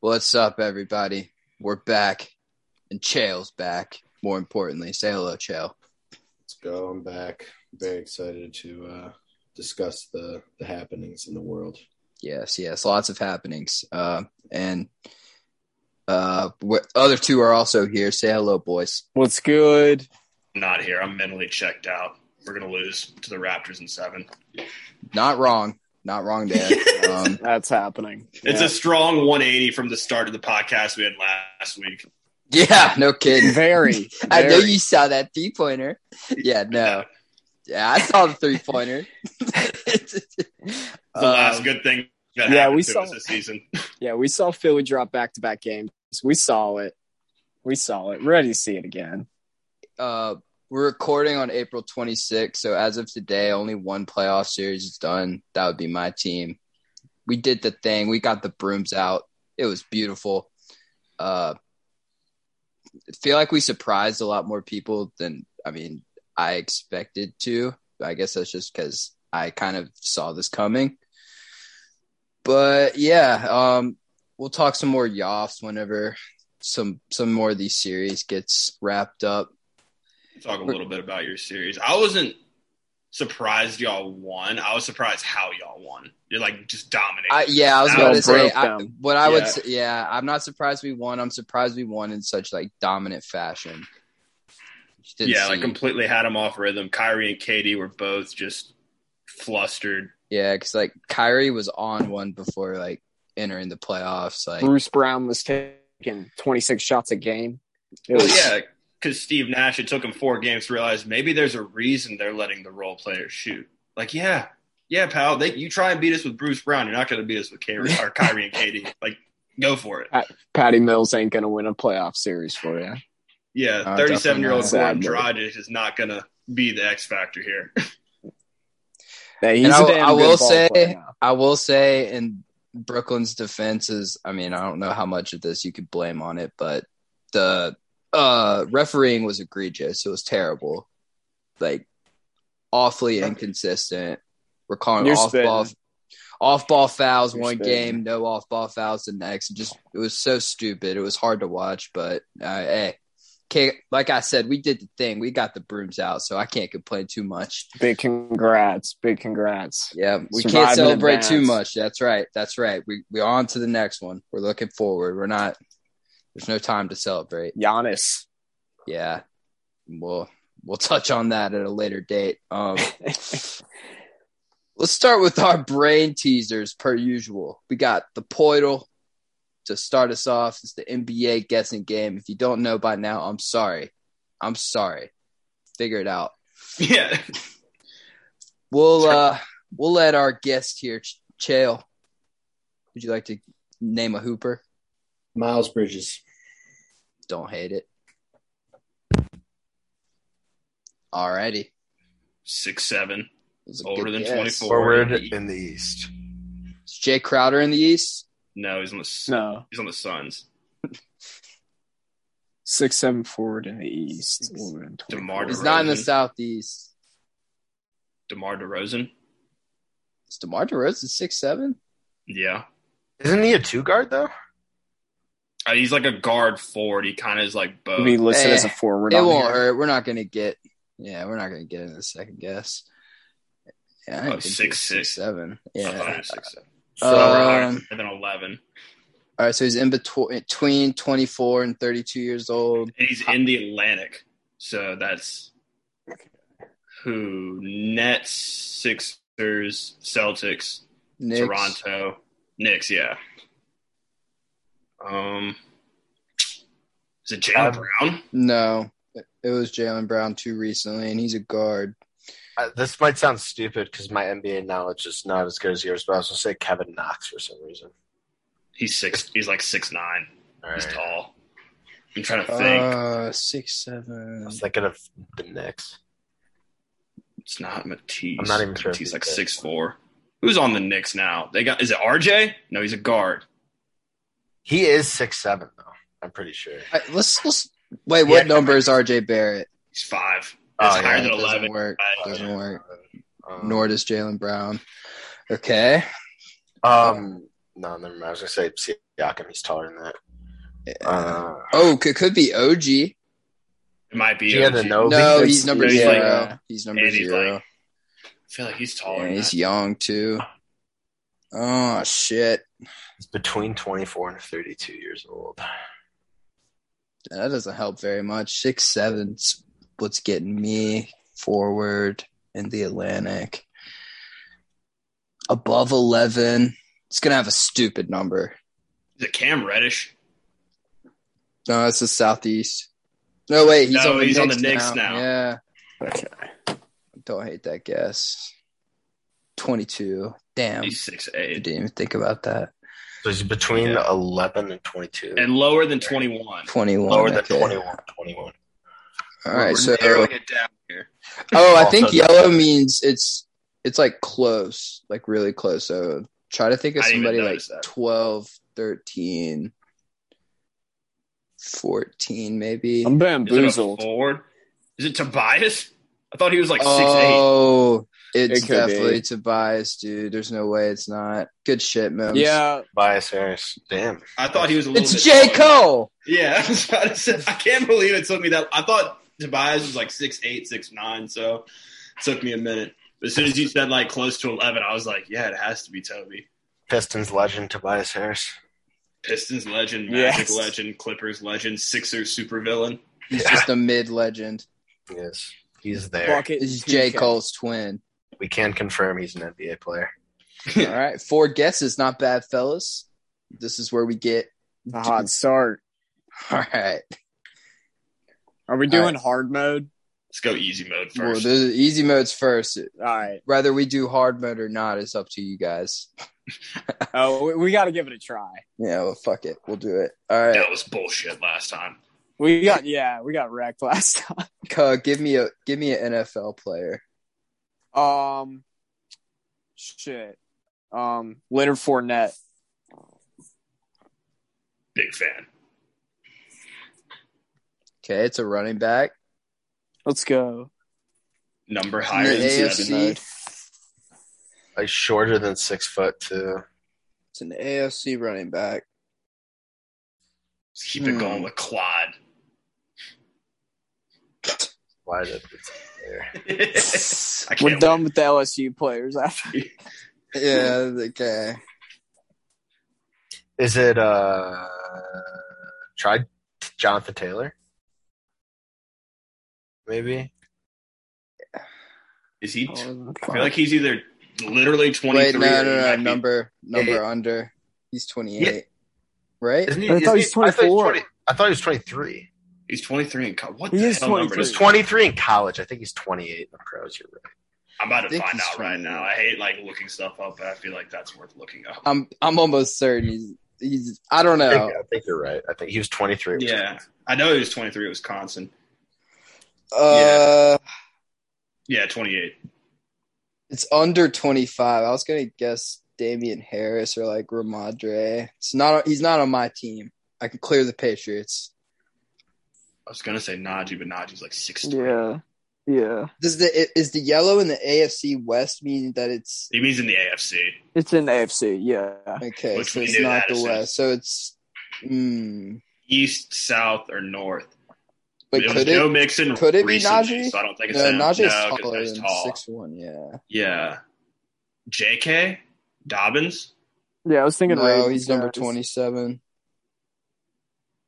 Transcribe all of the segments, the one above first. What's up, everybody? We're back, and Chael's back. More importantly, say hello, Chael. Let's go. I'm back. Very excited to uh, discuss the, the happenings in the world. Yes, yes, lots of happenings. Uh, and uh, what other two are also here. Say hello, boys. What's good? not here. I'm mentally checked out. We're gonna lose to the Raptors in seven. Not wrong, not wrong there. um, That's happening. It's Yeah. a strong 180 from the start of the podcast we had last week. yeah, no kidding. very. I know very- you saw that three pointer. Yeah, no. Yeah, I saw the three pointer. The last good thing that Um, yeah, happened we to saw- us this season. Yeah, we saw Philly drop back to back games. We saw it. We saw it. We're ready to see it again. uh, we're recording on April 26th, so as of today, only one playoff series is done. That would be my team. We did the thing. We got the brooms out. It was beautiful. Uh, I feel like we surprised a lot more people than I mean I expected to. I guess that's just because I kind of saw this coming. But yeah, um, we'll talk some more yoffs whenever some some more of these series gets wrapped up. Talk a little bit about your series. I wasn't surprised y'all won. I was surprised how y'all won. You're like just dominating. I, yeah, I was That going to was say broke I, them. what I would. Yeah. Say, yeah, I'm not surprised we won. I'm surprised we won in such like dominant fashion. Just didn't yeah, see- like completely had them off rhythm. Kyrie and Katie were both just flustered. yeah, because like Kyrie was on one before like entering the playoffs. Like Bruce Brown was taking 26 shots a game. It Well, was, yeah, because Steve Nash, it took him four games to realize maybe there's a reason they're letting the role players shoot. Like, yeah, yeah, pal, they, you try and beat us with Bruce Brown, you're not going to beat us with Kyrie, or Kyrie and Katie. Like, go for it. Patty Mills ain't going to win a playoff series for you. Yeah, Uh, 37 year old Goran definitely. Dragic is not going to be the X factor here. Yeah, he's And I- a damn I good will ball say- player now. I will say, in Brooklyn's defense is, I mean, I don't know how much of this you could blame on it, but the uh, refereeing was egregious. It was terrible, like awfully inconsistent. We're calling You're off ball, spitting. off ball fouls You're one spitting. game, no off ball fouls the next. It just it was so stupid. It was hard to watch, but uh, hey. can't- Like I said, we did the thing. We got the brooms out, so I can't complain too much. Big congrats. Big congrats. Yeah, we Survive can't in celebrate too advance. much. That's right. That's right. We we on to the next one. We're looking forward. We're not. There's no time to celebrate. Giannis. Yeah, we'll we'll touch on that at a later date. Um, let's start with our brain teasers per usual. We got the Poital to start us off. It's the NBA guessing game. If you don't know by now, I'm sorry. I'm sorry. Figure it out. yeah. We'll uh we'll let our guest here, Ch- Chael. Would you like to name a hooper? Miles Bridges. Don't hate it. Alrighty. 6 7. It was a Older good than guess. 24. forward Forward. in the East. Is Jay Crowder in the East? No, he's on the, No. he's on the Suns. Six seven forward in the East. Six. Older than DeMar 24. He's not in the DeRozan. Southeast. DeMar DeRozan. Is DeMar DeRozan six seven? Yeah. Isn't he a two guard though? Uh, he's like a guard forward. He kind of is like both. He'll be listed Eh, as a forward. It on won't here. hurt. We're not gonna get yeah, we're not gonna get into the second guess. Yeah, I Oh, think he's six, six. seven. I thought he Yeah. was 6'7". So Uh, So we're Uh, higher Um, than 11. All right, so he's in between between twenty four and thirty two years old. And he's in the Atlantic. So that's who? Nets, Sixers, Celtics, Knicks. Toronto, Knicks, yeah. Um is it Jalen Um, Brown? No, it it was Jalen Brown too recently, and he's a guard. uh, this might sound stupid because my NBA knowledge is not as good as yours, but I was gonna say Kevin Knox for some reason. He's six he's like six nine. All He's right. tall. I'm trying to think. Uh, six I seven. was thinking of the Knicks. it's not Matisse. I'm not even sure if Matisse he's like good. six four. Who's on the Knicks now? They got is it RJ? No, he's a guard. He is six seven though. I'm pretty sure. All right, let's let's wait. What Yeah. number is RJ Barrett? He's five. Oh, That's yeah. higher That than doesn't eleven. work. right? Doesn't work. Um, Nor does Jalen Brown. Okay, um, No, never mind. I was gonna say Siakam. He's taller than that. Yeah. Uh, oh, it could be OG. It might be. OG. Giannis. no, because- he's number he's zero. like- he's And number he's zero. like, I feel like he's taller. Yeah, than he's that. young too. Oh shit, He's between 24 and 32 years old. that doesn't help very much. Six seven, what's getting me forward in the Atlantic? Above eleven, it's gonna have a stupid number. Is it Cam Reddish? No, it's the southeast. No wait, he's No, on the he's on Knicks the Knicks now. Yeah, Okay. don't hate that guess. Twenty two. Damn, He's six I eight didn't even think about that. So he's between Yeah. 11 and 22. and lower than twenty one. Twenty one. lower than okay. 21. 21. All right, so narrowing it down here. Oh, I Also think not- yellow means it's it's like close, like really close. So try to think of I didn't even somebody like notice that. 12, 13, 14 maybe. I'm Is it a bamboozled. forward? Is it Tobias? I thought he was like six eight. oh, it's It could definitely be. Tobias, dude. There's no way it's not. Good shit, man. Yeah, Bias Harris. Damn. I thought he was a little. It's bit J. taller. Cole. Yeah, I, was about to say, I can't believe it took me that. I thought Tobias was like six eight, six nine, so it took me a minute. But as soon as you said like close to eleven, I was like, yeah, it has to be Toby. Pistons legend Tobias Harris. Pistons legend, Magic Yes. legend, Clippers legend, Sixers supervillain. He's just a mid legend. Yes. He's there. bucket. He's two J. K. Cole's twin. We can confirm he's an NBA player. All right. Four guesses, not bad, fellas. This is where we get A hot start. all right. Are we All doing hard mode? Let's go easy mode Well, first. this is easy modes first. All right. whether we do hard mode or not is up to you guys. Oh, we, we got to give it a try. Yeah, well, fuck it, we'll do it. All right, that was bullshit last time. We got yeah, we got wrecked last time. Cug, give me a give me an NFL player. Um, shit. Um, Leonard Fournette. Big fan. Okay, it's a running back Let's go. Number in higher the than seven. AFC. Like shorter than six foot two. It's an AFC running back. Let's keep it going Hmm. with Clyde. Why did it's there? I We're can't done with the LSU players after. Yeah, okay. Is it uh tried Jonathan Taylor? Maybe? Is he? I feel like he's either literally twenty Oh, Wait, three. no, no, no. Number number Yeah. under. He's twenty eight, right? Isn't he, I thought isn't he was he- I thought he was 24. 20 I thought he was 23. He's twenty three in college. What He the is hell number He was is 23. 23 in college. I think he's 28 in the pros. You're right. I'm about I to think find he's out right 28. now. I hate like looking stuff up, but I feel like that's worth looking up. I'm I'm almost certain he's he's. I don't I know. think, I think you're right. I think he was 23. yeah, I know he was 23 at Wisconsin. Uh, Yeah, 28. it's under twenty five. I was gonna guess Damian Harris or like Ramadre. It's not. He's not on my team. I can clear the Patriots. I was gonna say Najee, but Najee's like 60. yeah, yeah. Does the i- is the yellow in the AFC West mean that it's He means in the AFC. It's in the AFC. Yeah, okay? Which so we it's knew not the that as soon as- West. So it's mm, East, South, or North. but it was could Joe it? Mixon. could it be recently, Najee? So I don't think it's No, him. Najee's no, 'cause taller he's than tall. six one. Yeah. Yeah. JK Dobbins. yeah. I was thinking. No, Ravens, he's number guys. twenty seven.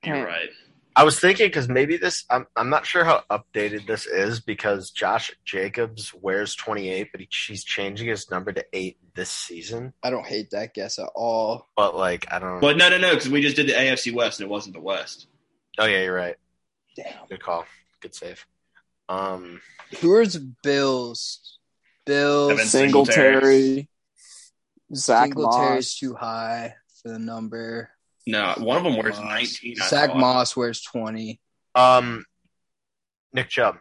You're Yeah. right. I was thinking because maybe this, I'm, I'm not sure how updated this is because Josh Jacobs wears 28, but he, he's changing his number to 8 this season. I don't hate that guess at all. But, like, I don't know. But no, no, no, because we just did the AFC West and it wasn't the West. Oh, yeah, you're right. Damn. Good call. Good save. Um, Who are the Bills? Bills. Evan Singletary, Zach Singletary's Moss. too high for the number. No, one of them wears Moss. 19. I Zach thought. Moss wears twenty. um, Nick Chubb.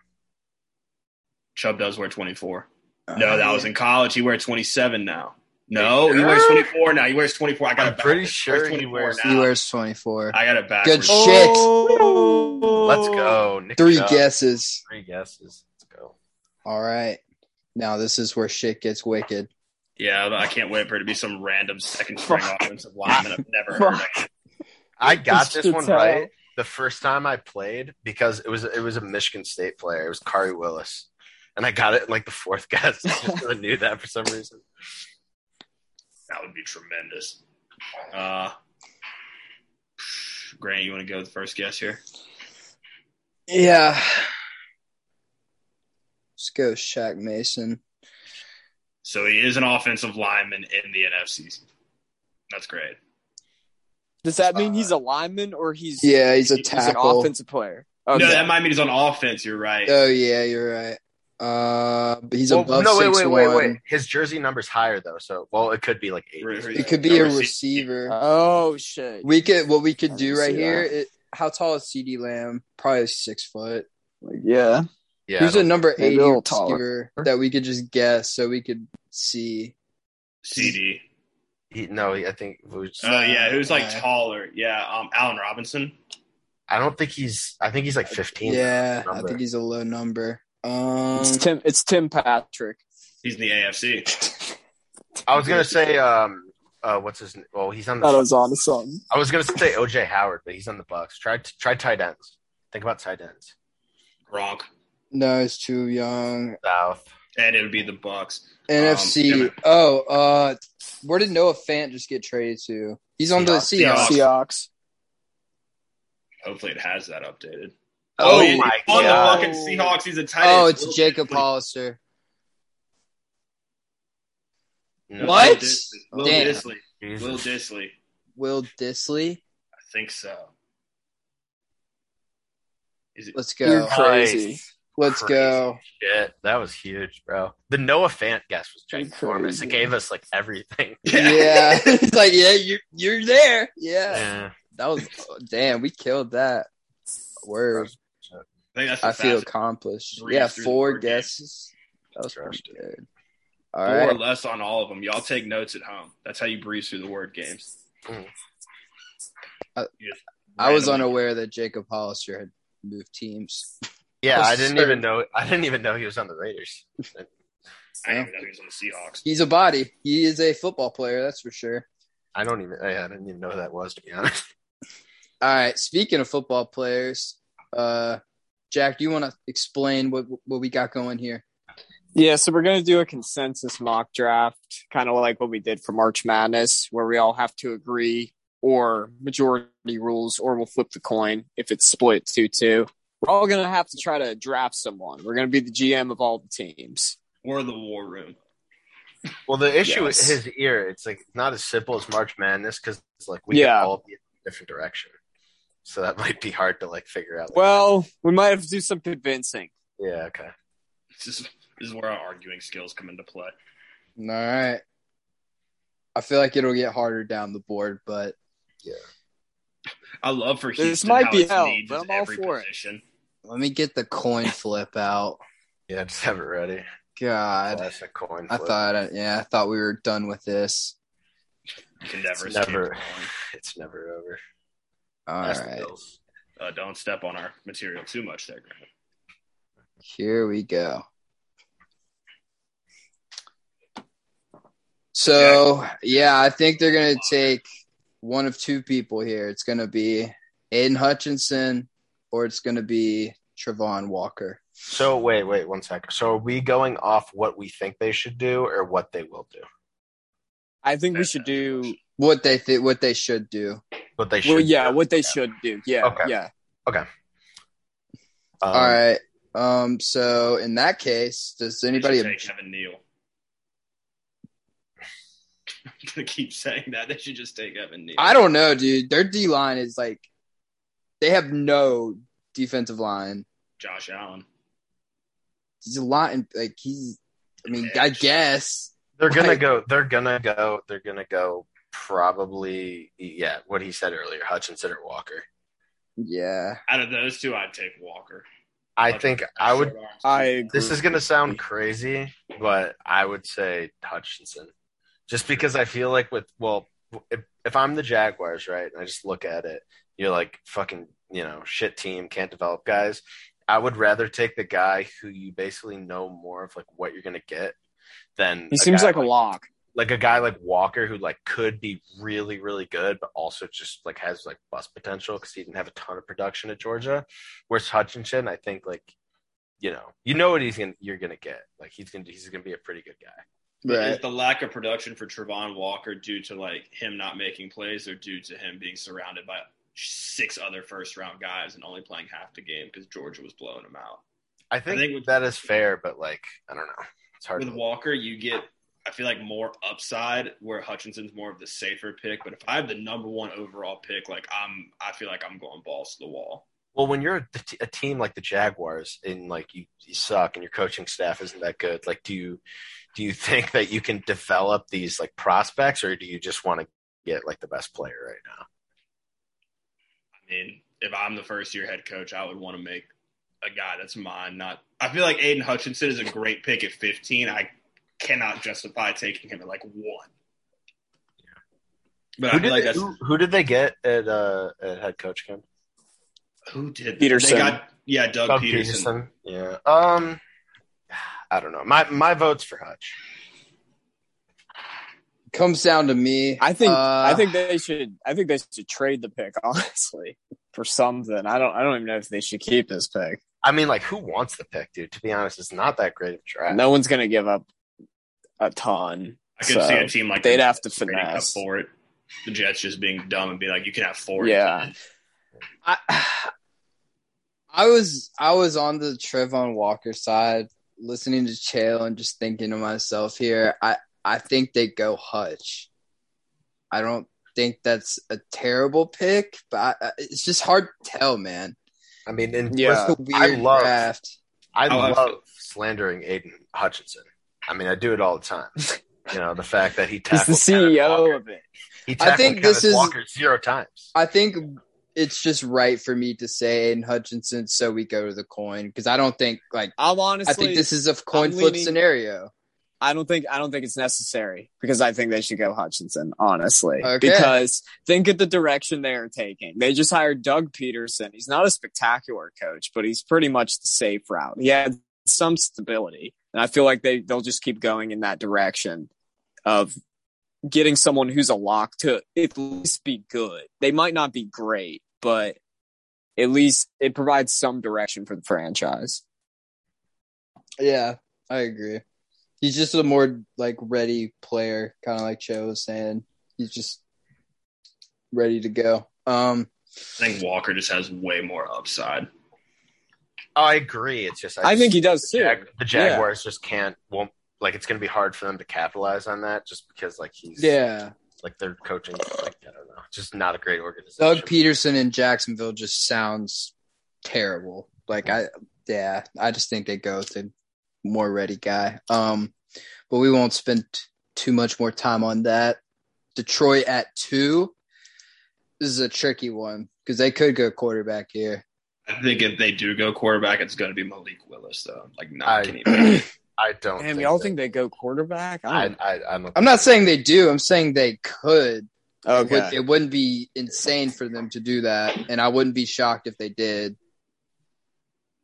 Chubb does wear 24. Oh, No, that was Uh, in college. He wears 27 now. No, he wears Sure? 24 now. He wears 24. I got I'm it pretty backwards. sure he wears- He wears twenty four. I got it back. Oh, Good shit. Let's Oh. go. Nick Three Chubb. guesses. Three guesses. Let's go. All right. Now this is where shit gets wicked. Yeah, I can't wait for it to be some random second string offensive lineman I've never heard of. I got It's this to one tell. right the first time I played because it was it was a Michigan State player. It was Kari Willis, and I got it in like the fourth guess. Just 'cause I knew that for some reason. That would be tremendous. Uh, Grant, you want to go with the first guess here? Yeah. Let's go Shaq Mason. So he is an offensive lineman in the NFC. That's great. Does that mean he's a lineman or he's Yeah, he's a he's tackle. an offensive player? Okay. No, that might mean he's on offense. You're right. oh yeah, you're right. Uh but he's Well, above no, wait, six wait, wait, one. wait. His jersey number's higher though, so well, it could be like eight. Right, right. It could be a Uh, Receiver. receiver. oh shit. We could what we could I do didn't right see here. that. It, how tall is CD Lamb? Probably six foot. yeah. Yeah, I Here's a don't- number maybe a eighty little taller. receiver that we could just guess, so we could see. CD. he- no, he- I think it was- Oh yeah, who's like Uh, taller? Yeah, um, Allen Robinson. I don't think he's. I think he's like fifteen. Yeah, I number. think he's a low number. Um, It's Tim it's Tim Patrick. He's in the AFC. I was gonna say, um, uh, what's his? n- Well, he's on. The, Thought I was on to something. I was gonna say OJ Howard, but he's on the Bucks. Try try tight ends. Think about tight ends. Gronk, no, he's too Um, young. South. and it would be the Bucks. NFC. Jimmy. Oh, uh, where did Noah Fant just get traded to? He's on the Seahawks. Seahawks. Seahawks. Hopefully, it has that updated. Oh yeah, my he's on God. the fucking Seahawks. He's a tight end. Oh, it's Will Jacob Disley. Hollister. No, What? Will Disley. Will Damn. Disley. Jesus. Will Disley. Will Disley. I think so. Is it? Let's You're go. crazy. Nice. Let's crazy. go. Shit, that was huge, bro. The Noah Fant guess was Pretty ginormous. crazy. It gave us like everything. Yeah, it's like yeah, you you're there. Yeah, Yeah. that was damn. We killed that. Word. I think that's the I feel fastest accomplished. breeze Yeah, through the four board game. guesses. That was pretty good. All four or right. less on all of them. Y'all take notes at home. That's how you breeze through the word games. Mm. I- You just I was randomly- unaware that Jacob Hollister had moved teams. Yeah, Yes, I didn't sir. even know. I didn't even know he was on the Raiders. I didn't even know he was on the Seahawks. He's a body. He is a football player, that's for sure. I don't even. I I didn't even know who that was to be honest. All right. Speaking of football players, uh, Jack, do you want to explain what what we got going here? Yeah, so we're going to do a consensus mock draft, kind of like what we did for March Madness, where we all have to agree or majority rules, or we'll flip the coin if it's split 2 2. We're all going to have to try to draft someone. We're going to be the GM of all the teams. Or the war room. Well, the issue Yes. with his ear, it's like not as simple as March Madness because it's like we Yeah. can all be in a different direction. So that might be hard to like figure out. Like, Well, we might have to do some convincing. yeah, okay. This is, this is where our arguing skills come into play. All right. I feel like it'll get harder down the board, but I love for This Houston. might how be its hell, needs but is I'm all every for it. position. let me get the coin flip out. Yeah, just have it ready. God. That's a coin. I flip. thought, I- yeah, I thought we were done with this. You can never, it's escape the never, coin. it's never over. All That's right. the Bills. Uh, don't step on our material too much there, Grant. Here we go. So, So, yeah, I think they're going to take one of two people here. It's going to be Aiden Hutchinson or it's going to be Travon Walker. So wait, wait one second. So are we going off what we think they should do or what they will do? I think we should do, What they th- what they should do. What they should. well, yeah, do. what they should do. Yeah, Okay. yeah. Um, All right. Um so in that case, does anybody They should take Evan Neal. I'm gonna keep saying that they should just take Evan Neal. I don't know, dude. Their D line is like they have no defensive line. Josh Allen. He's a lot in, like he's I mean, I guess They're gonna Right. go. They're gonna go. They're gonna go. Probably, yeah. What he said earlier, Hutchinson or Walker. yeah. Out of those two, I'd take Walker. I Hutchinson think has I would. short arms. I agree. This is gonna sound crazy, but I would say Hutchinson, just because I feel like with well, if, if I'm the Jaguars, right, and I just look at it, you're like fucking, you know, shit team can't develop guys. I would rather take the guy who you basically know more of like what you're gonna get than He seems guy like a lock. like a guy like Walker who like could be really really good, but also just like has like bust potential because he didn't have a ton of production at Georgia. Whereas Hutchinson, I think like you know you know what he's gonna you're gonna get like he's gonna he's gonna be a pretty good guy. Is the lack of production for Travon Walker due to like him not making plays, or due to him being surrounded by six other first round guys and only playing half the game because Georgia was blowing him out? I think, think with- that is fair, but like I don't know, it's hard. With to- Walker, you get I feel like more upside where Hutchinson's more of the safer pick. But if I have the number one overall pick, like I'm, I feel like I'm going balls to the wall. Well, when you're a, t- a team like the Jaguars and like you, you suck and your coaching staff isn't that good, like do you do you think that you can develop these like prospects or do you just want to get like the best player right now? I mean, if I'm the first year head coach, I would want to make a guy that's mine. Not, I feel like Aiden Hutchinson is a great pick at 15. I cannot justify taking him at like one. But Who I feel did, like they, that's who, who did they get at uh at head coach Kim? who did Peterson. They got yeah, Doug, Doug Peterson. Yeah. Um I don't know. My my vote's for Hutch. Comes down to me. I think Uh, I think they should I think they should trade the pick honestly for something. I don't I don't even know if they should keep this pick. I mean, like, who wants the pick, dude? To be honest, it's not that great of a draft. No one's going to give up a ton. I could So, see a team like They'd the have to Jets trading up finesse. for it. The Jets just being dumb and be like, you can have four. Yeah. I, I was I was on the Trevon Walker side, listening to Chael and just thinking to myself here, I I think they go Hutch. I don't think that's a terrible pick, but I, I- it's just hard to tell, man. I mean, and Yeah. It's a weird love- draft. I Oh, I- love slandering Aiden Hutchinson. I mean, I do it all the time. You know, the fact that he He's tackled the Kenneth CEO Walker. E of it. He tackled I think Kenneth this is- Walker zero times. I think it's just right for me to say Aiden Hutchinson, so we go to the coin because I don't think like I'm I honestly think this is a coin I'm flip leaning- scenario. I don't think I don't think it's necessary because I think they should go Hutchinson, honestly. Okay. Because think of the direction they are taking. They just hired Doug Peterson. He's not a spectacular coach, but he's pretty much the safe route. He had some stability. And I feel like they they'll just keep going in that direction of getting someone who's a lock to at least be good. They might not be great, but at least it provides some direction for the franchise. Yeah, I agree. He's just a more like ready player, kind of like Cho was saying. He's just ready to go. Um, I think Walker just has way more upside. Oh, I agree. It's just I, just- think he does the, too. Jag- the Jaguars just can't won't like it's going to be hard for them to capitalize on that just because like he's yeah, like their coaching like I don't know just not a great organization. Doug Peterson in Jacksonville just sounds terrible. Like I, yeah, I just think they go with a more ready guy. Um, but we won't spend t- too much more time on that. Detroit at two. This is a tricky one because they could go quarterback here. I think if they do go quarterback, it's going to be Malik Willis, though. Like, not I- Kenny Pickett. I don't. Damn, think y'all that- think they go quarterback? I I, don't. I, I'm, a, I'm not saying they do. I'm saying they could. It, would, Okay. it wouldn't be insane for them to do that, and I wouldn't be shocked if they did.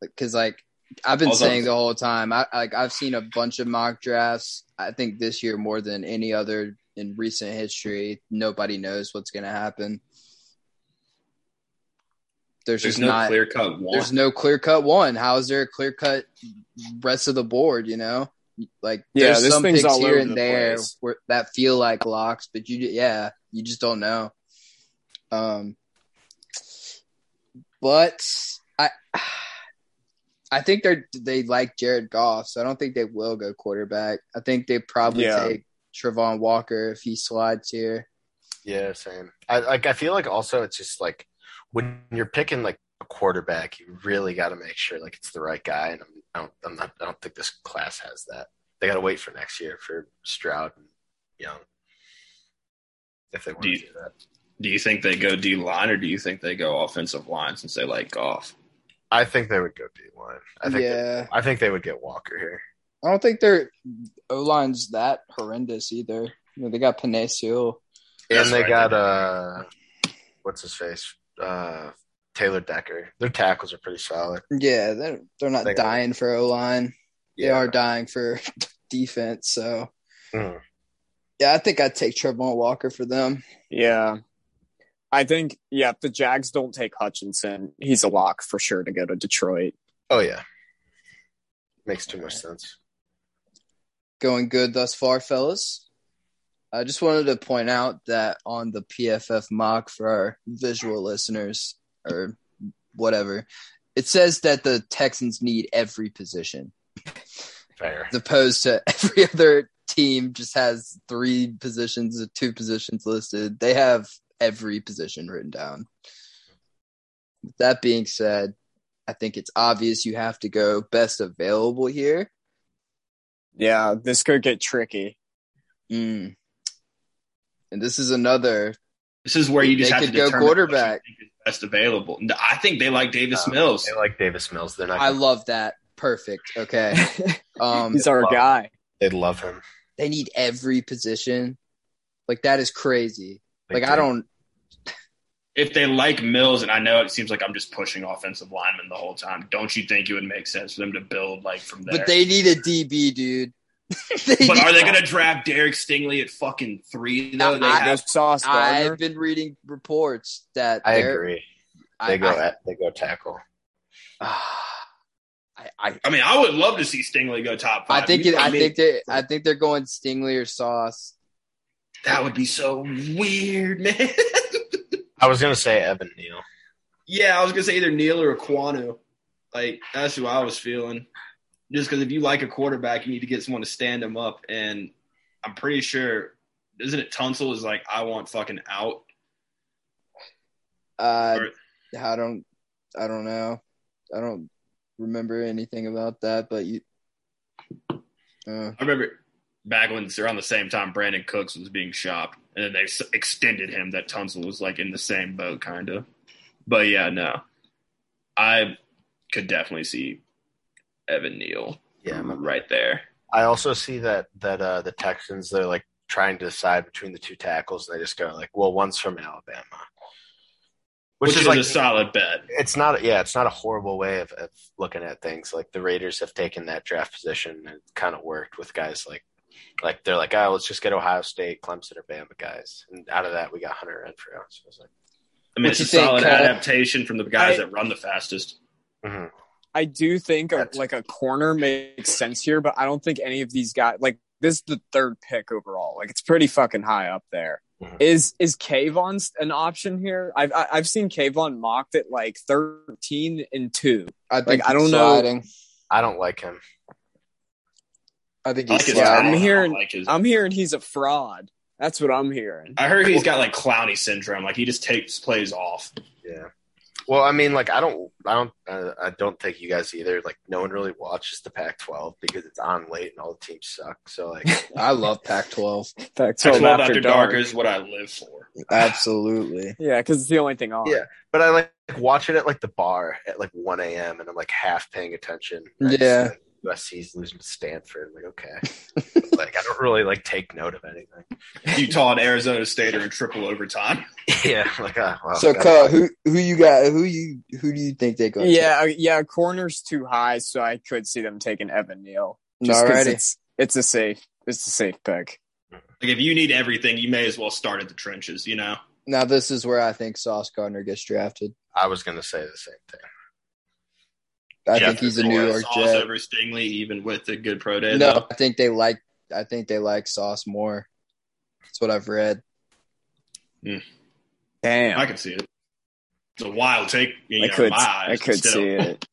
Because like I've been Also- saying the whole time, I like I've seen a bunch of mock drafts. I think this year more than any other in recent history, nobody knows what's going to happen. There's, There's just no not. clear cut one. there's no clear cut one. How is there a clear cut rest of the board? You know, like Yeah, there's this some thing's picks all here over and the there place. where, that feel like locks, but you yeah, you just don't know. Um, but I, I think they're they like Jared Goff, so I don't think they will go quarterback. I think they probably Yeah. take Trevon Walker if he slides here. Yeah, same. I like. I feel like also it's just like when you're picking like a quarterback, you really got to make sure like it's the right guy. And I'm, I don't, I'm not. I don't think this class has that. They got to wait for next year for Stroud and Young if they want Do to you- do that. Do you think they go D line or do you think they go offensive line since they like golf? I think they would go D line. I think. they- yeah, I think they would get Walker here. I don't think their O line's that horrendous either. You know, they got Panay Sewell. That's and they right, got they do. uh, what's his face? Uh, Taylor Decker. Their tackles are pretty solid. Yeah, they're they're not They got- dying for O line. They are dying for defense. So Mm. Yeah, I think I'd take Trevon Walker for them. Yeah. I think, yeah, if the Jags don't take Hutchinson, he's a lock for sure to go to Detroit. Oh yeah, makes too much sense. Going good thus far, fellas. I just wanted to point out that on the PFF mock for our visual listeners or whatever, it says that the Texans need every position, Fair. as opposed to every other team just has three positions or two positions listed. They have every position written down. With that being said, I think it's obvious you have to go best available here. Yeah, this could get tricky. Mm. And this is another This is where you just They have could to go determine quarterback. what you think is best available. No, I think they like Davis Um, Mills. They like Davis Mills. They're not. I love that. Perfect. Okay. Um, he's our Wow. guy. they love him. they need every position. Like that is crazy. They like I do. don't. If they like Mills, and I know it seems like I'm just pushing offensive linemen the whole time, don't you think it would make sense for them to build like from there? But they need a DB, dude. They But need- are they going to draft Derek Stingley at fucking three? Though they I- no have sauce I've Gardner. been reading reports that I they're- agree. I, They go. I, at, they go tackle. I, I, I mean, I would love to see Stingley go top I five. think You it, know what I mean? think they I think they're going Stingley or Sauce. that would be so weird, man. I was gonna say Evan Neal. yeah, I was gonna say either Neil or Aquano. Like that's who I was feeling. Just because if you like a quarterback, you need to get someone to stand him up. And I'm pretty sure, isn't it? Tunsil is like, I want fucking out. Uh, Or- I don't I don't know. I don't remember anything about that. But you. Uh, I remember back when it's around the same time Brandon Cooks was being shopped, and then they s- extended him. That Tunsil was like in the same boat, kind of. But yeah, no, I could definitely see Evan Neal. Yeah, I'm right there. I also see that that uh, the Texans they're like trying to decide between the two tackles, and they just go like, "Well, one's from Alabama," which, Which, is, is, like a solid bet. it's not yeah, it's not a horrible way of, of looking at things. Like the Raiders have taken that draft position and kind of worked with guys like like they're like, "Oh, let's just get Ohio State, Clemson, or Bama guys," and out of that we got Hunter Renfro. So it's like, I mean, What it's you a think, solid Kyle? adaptation from the guys I- that run the fastest. mhm. I do think a, That's- like a corner makes sense here, but I don't think any of these guys like this is the third pick overall. Like it's pretty fucking high up there. Mm-hmm. Mhm. Is is Kayvon's an option here? I've I- I've seen Kayvon mocked at like thirteen and two. I think I he's don't know. sliding. I don't like him. I think I he's like his Yeah, sliding. I'm talent. hearing- I, like his- I'm hearing he's a fraud. That's what I'm hearing. I heard he's got like clowny syndrome. Like he just takes plays off. Yeah. Well, I mean, like I don't, I don't, uh, I don't think you guys either. Like, no one really watches the Pac-12 because it's on late and all the teams suck. So, like, I love Pac-12. That's Twelve 12 after, dark. is what I live for. Absolutely. Yeah, because it's the only thing on. Yeah. but I like watch it at like the bar at like 1 a.m. and I'm like half paying attention. I just, Yeah. like, USC's losing to Stanford. I'm like, okay. like, I don't really like take note of anything. Utah and Arizona State are in triple overtime. yeah. Like, uh, Oh, well, so, that's- Kyle, who who you got? Who you who do you think they go? Yeah, uh, yeah, corner's too high, so I could see them taking Evan Neal. to? Just 'cause alrighty. it's it's a safe it's a safe pick. Like if you need everything, you may as well start at the trenches. You know, Now this is where I think Sauce Gardner gets drafted. I was gonna say the same thing. I Yeah, think he's a New Or York Sauce Jet. over Stingley, even with a good pro day. No, though. I think they like. I think they like Sauce more. That's what I've read. Damn. I can see it. It's a wild take. You I know, in could, my eyes, I could still. see it.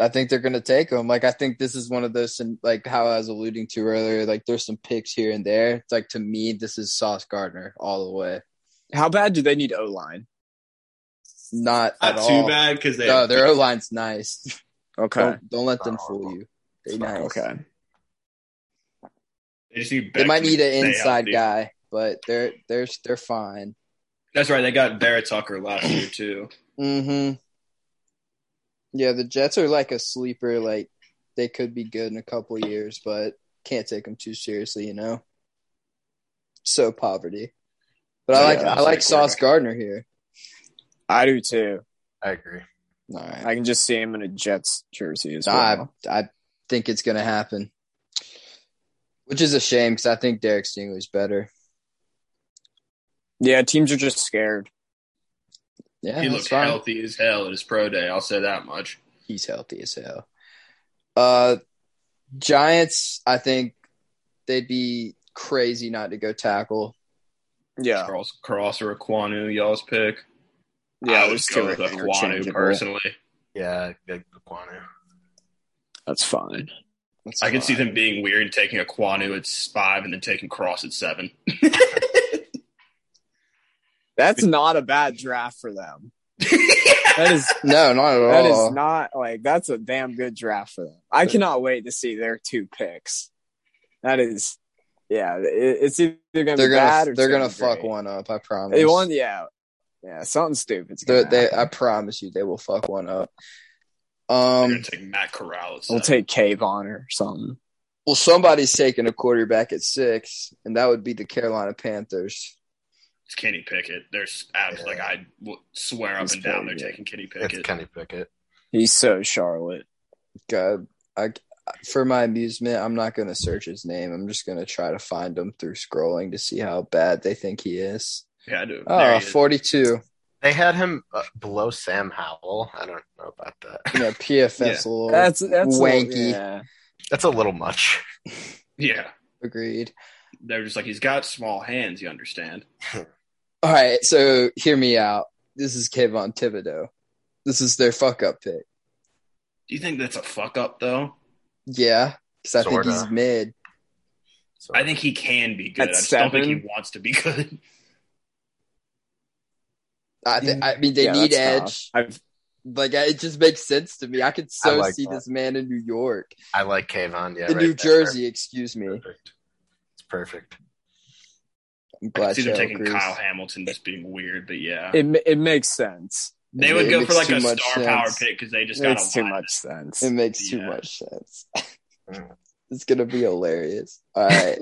I think they're going to take him. Like, I think this is one of those, and like how I was alluding to earlier. Like, there's some picks here and there. It's like to me, this is Sauce Gardner all the way. How bad do they need O line? Not Not at too all. bad because they. No, their O line's nice. Okay. Don't, don't let them Oh. fool you. They Fuck, nice. Okay. they, just need They might Beckman need to an stay inside healthy. guy, but they're they're they're fine. That's right. They got Barrett Tucker last year too. Mm-hmm. Yeah, the Jets are like a sleeper. Like they could be good in a couple years, but can't take them too seriously. You know. So poverty, but I Yeah, like that's I like like Sauce quarterback. Gardner here. I do too. I agree. All right, I can just see him in a Jets jersey as I well. I think it's gonna happen. which is a shame because I think Derek Stingley's better. Yeah, teams are just scared. Yeah, he that's looked fine. healthy as hell at his pro day. I'll say that much. he's healthy as hell. Uh, Giants, I think they'd be crazy not to go tackle. Yeah, Cross, Cross or Aquanu, y'all's pick. yeah. I would Those go two with I think are Aquanu changeable. personally. Yeah, like Aquanu. That's fine. That's I can fine. see them being weird and taking Aquanu at five and then taking Cross at seven. That's not a bad draft for them. That is No, not at that all. is not like that's a damn good draft for them. I cannot wait to see their two picks. That is, yeah. It, it's either gonna they're gonna be bad or they're gonna it's gonna fuck be one up. I great. promise. They won, yeah, yeah. Something stupid's They're- gonna. they, happen. I promise you, they will fuck one up. I'm Um. going to take Matt Corral at We'll seven. take Kayvon or something. Well, somebody's taking a quarterback at six, and that would be the Carolina Panthers. It's Kenny Pickett. There's abs Yeah. like I w- swear up He's and down they're pretty good. taking Kenny It's Pickett. Kenny Pickett. He's so Charlotte. God, I, for my amusement, I'm not going to search his name. I'm just going to try to find him through scrolling to see how bad they think he is. yeah, I do. There Oh, he is. 42. They had him uh, below Sam Howell. I don't know about that. You know, PFF's a little That's that's a little- wanky. yeah. That's a little much. Yeah. Agreed. They're just like, he's got small hands, you understand. All right, so hear me out. This is Kayvon Thibodeau. This is their fuck up pick. Do you think that's a fuck up, though? Yeah, because I think Sorta. he's mid. So I think he can be good. At I just don't think seven? he wants to be good. I, th- I mean, they Yeah, need that's edge. tough. I've Like, I- it just makes sense to me. I could so I like see that. this man in New York, I like Kayvon. Yeah, in right New there. Jersey. Excuse me. Perfect. It's perfect. I'm I could glad see them Cheryl taking agrees. Kyle Hamilton just being weird, but yeah. it ma- it makes sense. they it- would it go makes for like too a star much power sense. pick because they just got Makes a too lot. much sense. It makes too Yeah. much sense. Mm. it's gonna be hilarious. All right,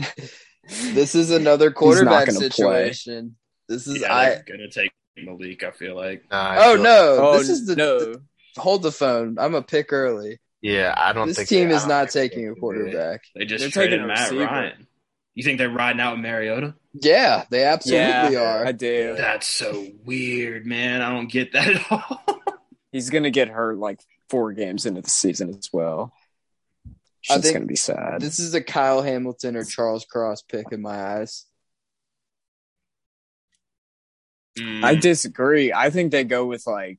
this is another quarterback gonna play. situation. This is Yeah, I. they're gonna take Malik. I feel like Nah, I Oh feel- no! Oh, this is the, no. hold the phone. I'm a pick early. Yeah, I don't This think team I is don't not think taking they a can do it. quarterback. they just They're traded taking a Matt receiver. Ryan. You think they're riding out with Mariota? Yeah, they absolutely Yeah. are. I do. That's so weird, man. I don't get that at all. He's gonna get hurt like four games into the season as well. I Shit's think gonna be sad. This is a Kyle Hamilton or Charles Cross pick in my eyes. Mm, I disagree. I think they go with like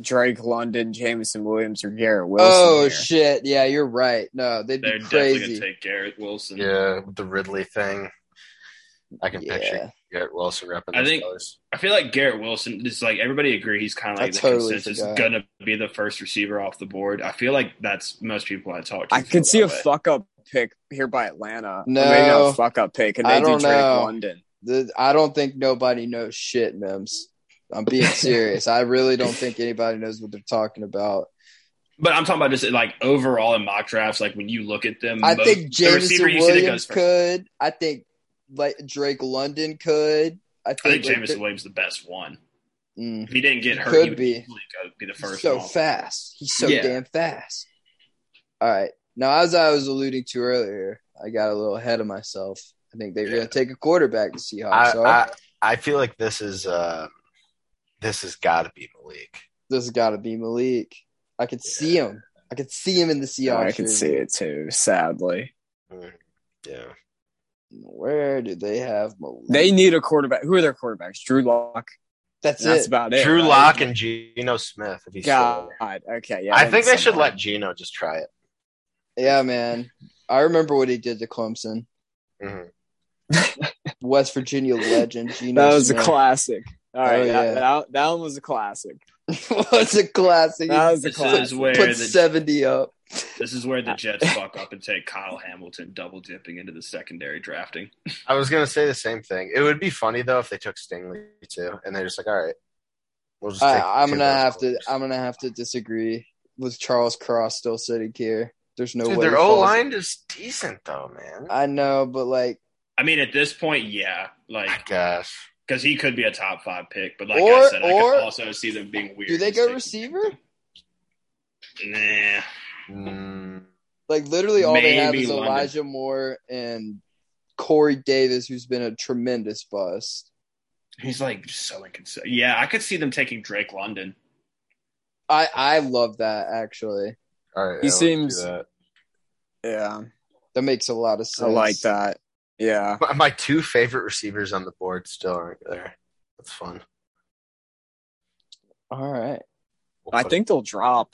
Drake London, Jamison Williams, or Garrett Wilson. oh here. shit! Yeah, you're right. No, they'd they're be definitely crazy. gonna take Garrett Wilson. Yeah, with the Ridley thing. I can picture Garrett Wilson repping. I those think- colors. I feel like Garrett Wilson is like everybody agree he's kind of I like the totally consensus forgot. gonna be the first receiver off the board. I feel like that's most people I talk to. I feel could see that a way. fuck up pick here by Atlanta. No. or maybe not a fuck up pick, and I they do don't Drake know. London. The, I don't think nobody knows shit, Mims. I'm being serious. I really don't think anybody knows what they're talking about. But I'm talking about just like overall in mock drafts, like when you look at them, I most- think Jameson receiver you see that Williams goes first. could. I think like Drake London could. I think, I think like, Jameson Williams is the best one. Mm. If he didn't get He hurt, could he would be. easily go- be the first so one off. fast. He's so Yeah. damn fast. All right. Now, as I was alluding to earlier, I got a little ahead of myself. I think they're Yeah. going to take a quarterback to I, Seahawks. Oh, so I I feel like this is uh this has got to be Malik. this has got to be Malik. I could see him. I could see him in the Yeah, Seahawks. I can see jersey. it too. Sadly, Hmm. Mm, Yeah, Where do they have Malik? they need a quarterback. Who are their quarterbacks? Drew Lock. That's, That's it. about it. Drew right? Lock and Geno Smith. If he's still God. there. Okay. Yeah. I think they that's should somebody. let Geno just try it. Yeah, man. I remember what he did to Clemson. Mhm. West Virginia legend. Geno Mm-hmm. That was Smith. a classic. All right. Oh, that- yeah. that, that one was a classic. was a classic. That was a This classic. is where Put the seventy up. this is where the Jets fuck up and take Kyle Hamilton, double dipping into the secondary drafting. I was gonna say the same thing. It would be funny though if they took Stingley too, and they're just like, all right, we'll just. take I, I'm two of gonna those have to. colors." I'm gonna have to disagree with Charles Cross still sitting here. There's no Dude, way. their he falls- O line is decent though, man. I know, but like, I mean, at this point, yeah, like My gosh, because he could be a top five pick. But like Or- I said, I or- could also see them being weird. do they and go taking- receiver? Nah, Mm, Like literally, all they have Maybe is London. Elijah Moore and Corey Davis, who's been a tremendous bust. He's like just so inconsistent. Yeah, I could see them taking Drake London. I I love that actually. All right, He I like seems- that. Yeah, That makes a lot of I sense. like that. Yeah, My, my two favorite receivers on the board still aren't there. That's fun. All right. We'll I put- think they'll drop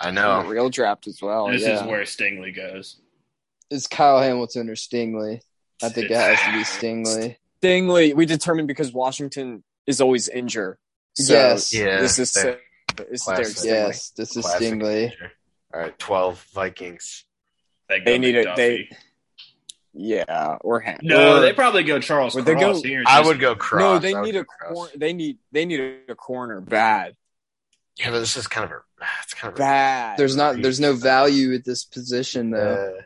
I in know. the real draft as Oh, well. this yeah. is where Stingley goes. It's Kyle Hamilton or Stingley. I think it has to be Stingley. Stingley, we determined because Washington is always injured. So Yes. Yeah, this is they're this is classic. Derek Stingley. Yes, this is classic Stingley. manager. All right, twelve Vikings. They, go They need a- McDuffie. they- Yeah, or Ham. No, or- they probably go Charles Would they Cross go- here. I would go cross. no, they I would need go a Cross. corner. They need they need a corner bad, Yeah, but this is kind of a. It's kind of a. bad. There's not there's no value at this position though. Uh,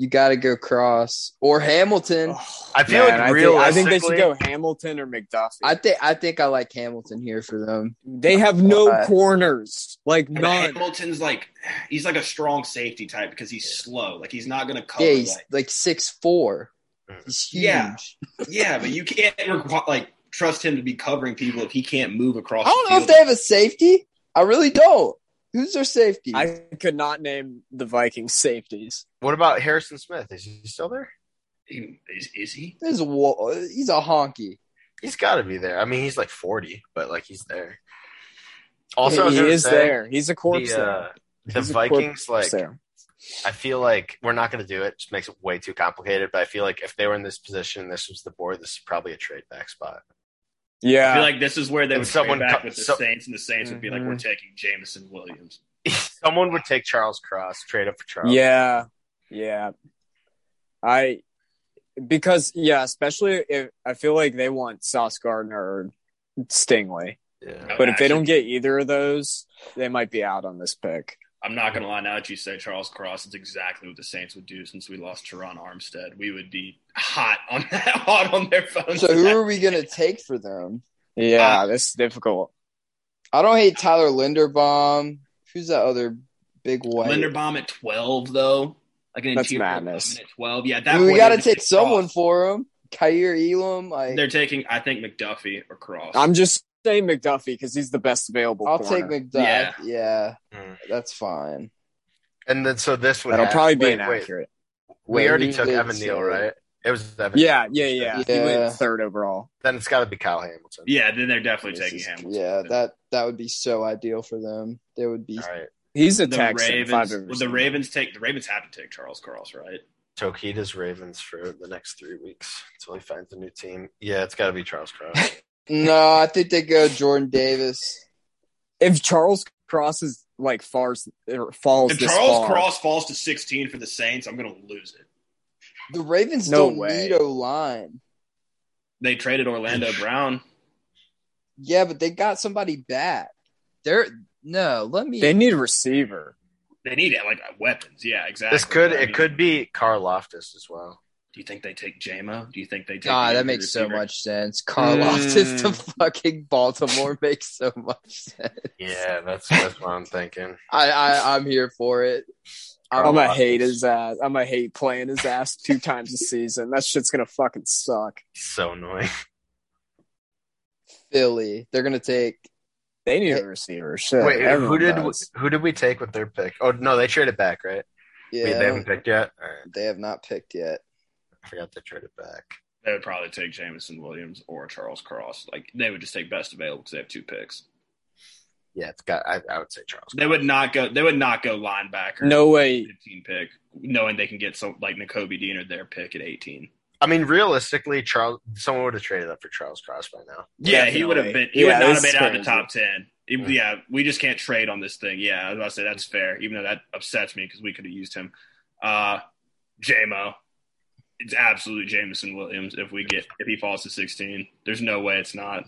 You got to go cross or Hamilton. Oh, Ugh, I feel like man, I think, I think they realistically- should go Hamilton or McDuffie. I think I think I like Hamilton here for them. they have no Uh, corners, like And none. Hamilton's like he's like a strong safety type because he's slow. Like he's not gonna cover. Yeah, Yeah, he's like six four. He's huge. Yeah. yeah but you can't requ- like trust him to be covering people if he can't move across. I don't the know if field. they have a safety. I really don't. Who's their safety? I could not name the Vikings safeties. What about Harrison Smith? Is he still there? He- Is, is he? There's a wa- he's a honky. He's got to be there. I mean, he's like forty, but like he's there. Also, I was he gonna is say, there. He's a corpse The, uh, the He's a corp- Vikings, there. like, there. I feel like we're not going to do it. Just makes it way too complicated. But I feel like if they were in this position, this was the board. This is probably a trade back spot. I Yeah, feel like this is where they And would someone someone back co- with the so- Saints, and the Saints would be like, Mhm. "We're taking Jamison Williams." Someone would take Charles Cross, trade up for Charles. Yeah, yeah. I because yeah, especially if I feel like they want Sauce Gardner or Stingley, yeah. No, but if they actually- don't get either of those, they might be out on this pick. I'm not gonna lie. Now that you say Charles Cross, it's exactly what the Saints would do since we lost Teron Armstead. We would be hot on that, hot on their phones. So who are we gonna take for them? Ah. Yeah, that's difficult. I don't hate Tyler Linderbaum. Who's that other big white? Linderbaum at 12 though? Like an That's interior madness. lineman At 12, yeah. I That mean, we point, got to they'd take take someone Cross. for him. Kair Elam. Like, They're taking, I think, McDuffie or Cross. I'm just saying McDuffie because he's the best available. I'll corner. take McDuff. Yeah, Yeah. Mm. Hmm. that's fine. And then so this would That'll have- probably be wait, wait. inaccurate. We Wait, already who took did Evan Neal, say- right? It was Evan. Yeah, yeah, yeah. He Yeah. went third overall. Then it's got to be Kyle Hamilton. yeah, then they're definitely This taking is- Hamilton. Yeah, that that would be so ideal for them. They would be. All right. He's a the Texan. if I've Ravens. ever Would seen the him. Ravens take the Ravens have to take Charles Cross, right? Tokida's Ravens for the next three weeks until he finds a new team. Yeah, it's got to be Charles Cross. No, I think they go Jordan Davis. If Charles crosses like falls, er, falls If this far- Charles Cross falls to 16 for the Saints, I'm gonna lose it. The Ravens No don't way. need O line. They traded Orlando Brown. Yeah, but they got somebody back. They're no. Let me. they need a receiver. They need like weapons. Yeah, exactly. this could I mean, it could be Carl Loftus as well. Do you think they take JMO? Do you think they take? God, the that injured makes so receiver? much sense. Karloff is to fucking Baltimore makes so much sense. Yeah, that's that's what I'm thinking. I, I I'm here for it. I'm- Carl I'm gonna Loftus. hate his ass. I'm gonna hate playing his ass two times a season. That shit's gonna fucking suck. So annoying. Philly. They're gonna take They need a receiver. Shit. Wait, who everyone did does. who did we take with their pick? Oh no, they traded back, right? yeah. Wait, they haven't picked yet. All right, they have not picked yet. I forgot they traded back. They would probably take Jamison Williams or Charles Cross. Like they would just take best available because they have two picks. Yeah, it's got. I, I would say Charles. They would not go. They would not go linebacker. No way. 15 pick, knowing they can get some like N'Kobe Dean or their pick at 18. I mean, realistically, Charles. Someone would have traded up for Charles Cross by now. Yeah, Definitely. he would have been. He Yeah, would not this have been is out of the crazy. top 10. It- Mm. Yeah, we just can't trade on this thing. Yeah, I was about to say that's fair, even though that upsets me because we could have used him. Uh, JMO, it's absolutely Jamison Williams. If we get if he falls to 16, there's no way it's not.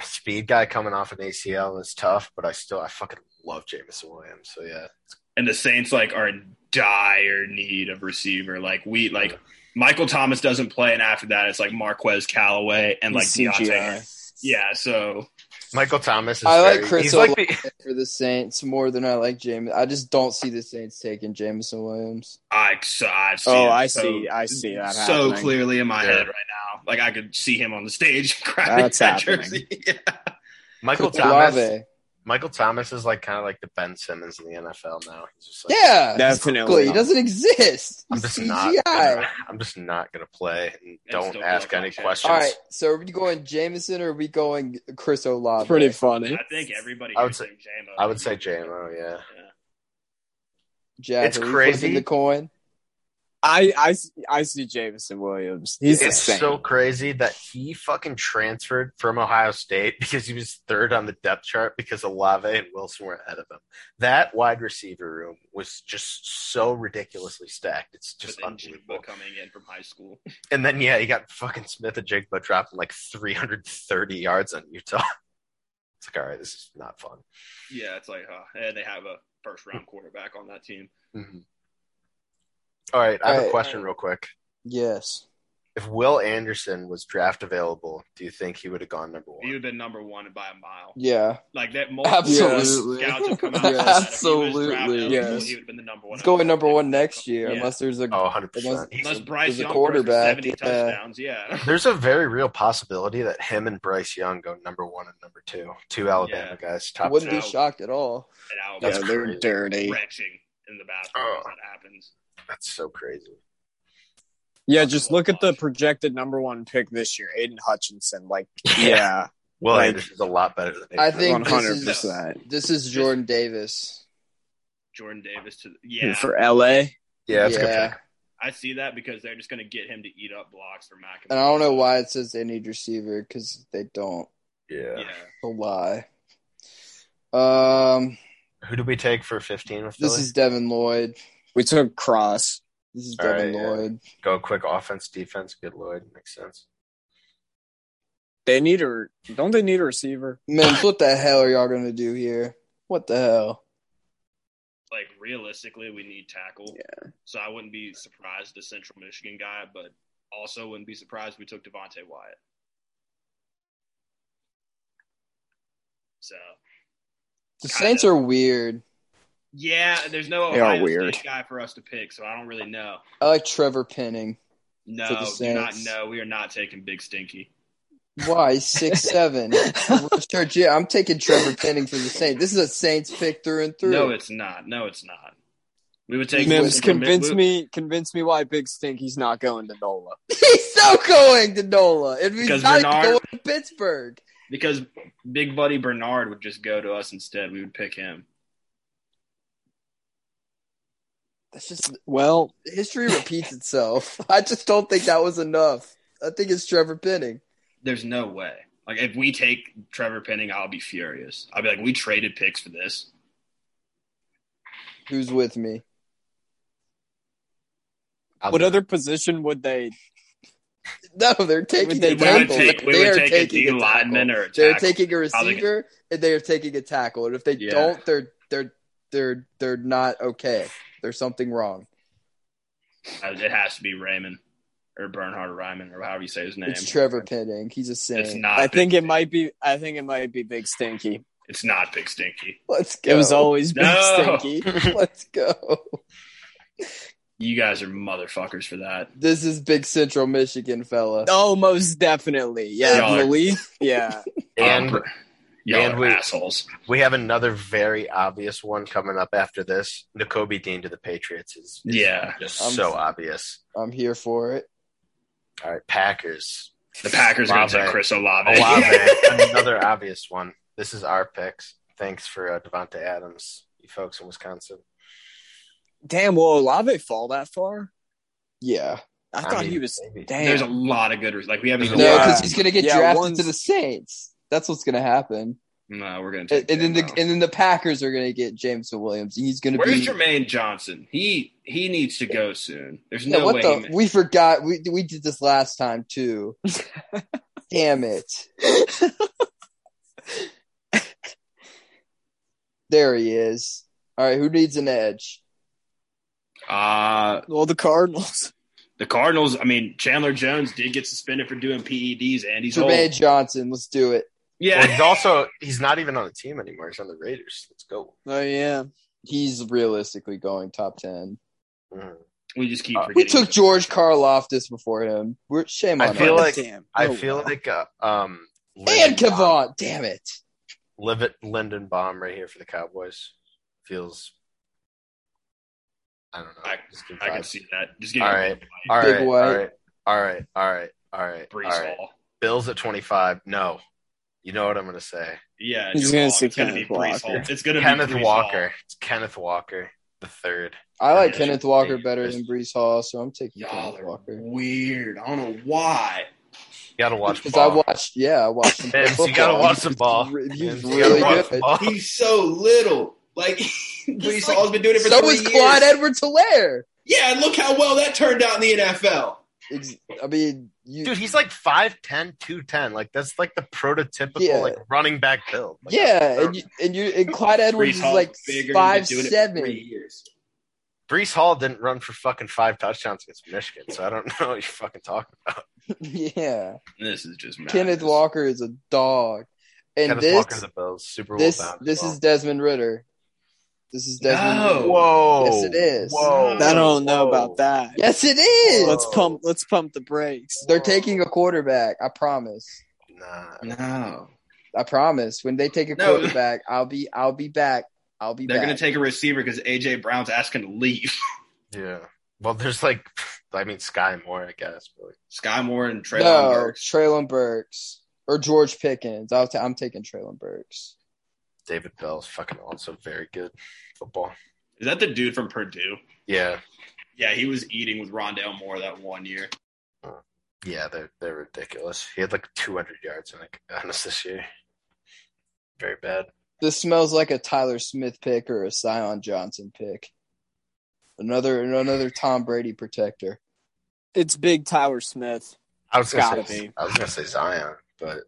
Speed guy coming off an ACL is tough, but I still I fucking love Jamison Williams. So yeah, and the Saints like are in dire need of receiver. Like we like Michael Thomas doesn't play, and after that it's like Marquez Callaway and like CGI. Deontay. Yeah, so Michael Thomas is I like very- Chris he's like Olave. the, for the Saints more than I like James. I just don't see the Saints taking Jameson Williams. I, so I see Oh, it I so- see. I see that. so happening. clearly in my Yeah. head right now. Like I could see him on the stage crying That's that happening. jersey. Yeah. Michael Chris Thomas. Olave. Michael Thomas is like kind of like the Ben Simmons in the NFL now. He's just like, Yeah, Definitely. He doesn't exist. I'm He's just CGI. not. Gonna, I'm just not gonna play. And That's don't still ask going any on, questions. All right, so are we going Jameson or are we going Chris Olave? Pretty funny. I think everybody. I would here say- thinks J-Mo. I would say JMO. Yeah. Jack, It's are we crazy. flipping The coin. I, I, s- I see Jameson Williams. He's the It's same. so crazy that he fucking transferred from Ohio State because he was third on the depth chart because Olave and Wilson were ahead of him. That wide receiver room was just so ridiculously stacked. It's But just then Jigba unbelievable. coming in from high school. And then yeah, you got fucking Smith and Jigba dropping like 330 yards on Utah. It's like all right, this is not fun. Yeah, it's like, huh? And they have a first round quarterback on that team. All right, I have Mm-hmm. All a right. question real quick. Yes. If Will Anderson was draft available, do you think he would have gone number He one? would have been number one by a mile. Yeah. Like that. Absolutely. Scouts have come out. Yeah. and said if he was Absolutely. drafted, Yes. He would have been the number one. He's going overall number pick. one next year, Yeah. unless there's a Oh, 100%. unless- He's- Unless Bryce He's a Young throws for quarterback, seventy yeah. touchdowns. Yeah. There's a very real possibility that him and Bryce Young go number one and number two. Two Alabama Yeah. guys, top wouldn't two. be shocked at all. And yeah, Alabama That's they're crazy. dirty. retching in the bathroom Oh. when that happens. That's so crazy. Yeah, just look at the projected number one pick this year, Aiden Hutchinson. Like, yeah, Will Like- Anderson's a lot better than I Adrian. think one this hundred is, percent this is Jordan Davis. Jordan Davis to yeah. for LA. Yeah, that's yeah. a good pick. I see that because they're just going to get him to eat up blocks for Mac. And I don't know why it says they need receiver because they don't. Yeah. Yeah. It's a lie. Um, Who do we take for 15 with this Philly? is Devin Lloyd. We took Cross. This is All Devin right, yeah. Lloyd. Go quick offense, defense. Good Lloyd. Makes sense. They need a don't they need a receiver? Man, what the hell are y'all gonna do here? What the hell? Like realistically, we need tackle. Yeah. So I wouldn't be surprised the Central Michigan guy, but also wouldn't be surprised we took Devontae Wyatt. So The Kinda. Saints are weird. yeah, there's no They are Ohio weird. State guy for us to pick, so I don't really know. I like Trevor Penning. To No, the do not Saints. know. We are not taking Big Stinky. Why six seven? Church, yeah, I'm taking Trevor Penning for the Saints. This is a Saints pick through and through. No, it's not. No, it's not. We would take Mims, Wilson- convince we- me, convince me why Big Stinky's not going to NOLA. he's so going to NOLA. If he's Because not Bernard- going to Pittsburgh. because Big Buddy Bernard would just go to us instead. We would pick him. That's just Well, history repeats itself. I just don't think that was enough. I think it's Trevor Penning. There's no way. Like if we take Trevor Penning, I'll be furious. I'll be like, we traded picks for this. Who's with me? I'll what do other position would they? No, they're taking They a We would tackle. take, we They would are take a D taking a tackle. lineman or a They're tackle. taking a How they gonna- receiver and they are taking a tackle. And if they Yeah. don't, they're they're they're they're not okay. There's something wrong. Uh, it has to be Raymond or Bernhard Ryman or however you say his name. It's Trevor Penning. He's a saint. It's not. I Big- think it might be. I think it might be Big Stinky. It's not Big Stinky. Let's go. It was always Big No. Stinky. Let's go. You guys are motherfuckers for that. This is Big Central Michigan, fella. Oh, most definitely. Yeah, Y'all are- belief. Yeah, And Um, y'all and are we- assholes. we have another very obvious one coming up after this. N'Kobe Dean to the Patriots is, is Yeah. just I'm- so obvious. I'm here for it. All right, Packers. The Packers are going to Olave. take Chris Olave. Olave, another obvious one. This is our picks. Thanks for uh, Devonta Adams, you folks in Wisconsin. damn. Will Olave fall that far? Yeah. I, I thought mean, he was. maybe. Damn. There's a lot of good. re- Like we haven't. No, even Yeah. because he's gonna get Yeah, drafted once- to the Saints. That's what's gonna happen. No, we're going to And, take. and then the J-Mo. and then the Packers are gonna get Jameson Williams. He's gonna Where's be Jermaine Johnson? He he needs to go soon. There's Yeah, no what way. the? he ma- We forgot. We we did this last time too. Damn it! there he is. All right, who needs an edge? uh, well, the Cardinals. the Cardinals. I mean, Chandler Jones did get suspended for doing PEDs, E and he's old. Jermaine Johnson. Let's do it. Well, Yeah. he's also he's not even on the team anymore. He's on the Raiders. Let's go. Oh yeah. He's realistically going top ten. Mm. We just keep Uh, forgetting. We took George Karloftis before him. We're shame on I feel us. like- Damn. I Oh, feel wow. like uh, um and Lindenbaum- Kavon. Damn it. Livet Lindenbaum right here for the Cowboys feels. I don't know. I- just good I can vibes. see that. Just give All me right. Mike All Big right, White. all right, all right, all right, all right, all Brees right. Hall. Bills at twenty five. No, you know what I'm gonna say. Yeah, He's you're gonna wrong. say it's gonna be Kenneth Brees Walker. Hall. It's gonna Kenneth be Brees Walker. Hall. It's Kenneth Walker the third. I like Yeah. Kenneth Walker Yeah. better than Brees Hall, so I'm taking Y'all Kenneth are Walker. weird. I don't know why. You gotta watch Because I ball. watched, yeah, I watched him. Vince, you gotta watch the ball. He's Vince, you really gotta watch good. the ball. He's so little. Like Brees like- Hall's been doing it for So three was years. Clyde Edwards Hilaire. Yeah, and look how well that turned out in the NFL. I mean, you, Dude, he's like 5'10", 210. Like that's like the prototypical Yeah. like running back build. Like, yeah, that's- and you, and you and Clyde Edwards Brees is Hall's like bigger and five been doing it for three seven. years. Brees Hall didn't run for fucking five touchdowns against Michigan, so I don't know what you're fucking talking about. Yeah, This is just madness. Kenneth Walker is a dog, and Kenneth this Walker the Bills, Super Bowl this bound as this well. is Desmond Ritter. This is Desmond. No. Ritter. Whoa. Yes, it is. Whoa. I don't know Whoa. about that. Yes, it is. Let's Whoa. pump let's pump the brakes. Oh. They're taking a quarterback. I promise. Nah. No. I promise. When they take a No. quarterback, I'll be I'll be back. I'll be They're back. going to take a receiver because A.J. Brown's asking to leave. Yeah. Well, there's like, I mean, Sky Moore, I guess. But like, Sky Moore and Traylon no, Burks. Traylon Burks or George Pickens. I'll ta- I'm taking Traylon Burks. David Bell's fucking also very good football. Is that the dude from Purdue? Yeah. Yeah, he was eating with Rondell Moore that one year. Yeah, they're they're ridiculous. He had like 200 yards in like on us this year. Very bad. This smells like a Tyler Smith pick or a Scion Johnson pick. Another another Tom Brady protector. It's big Tyler Smith. I was gonna Gotta say be. I was gonna say Zion, but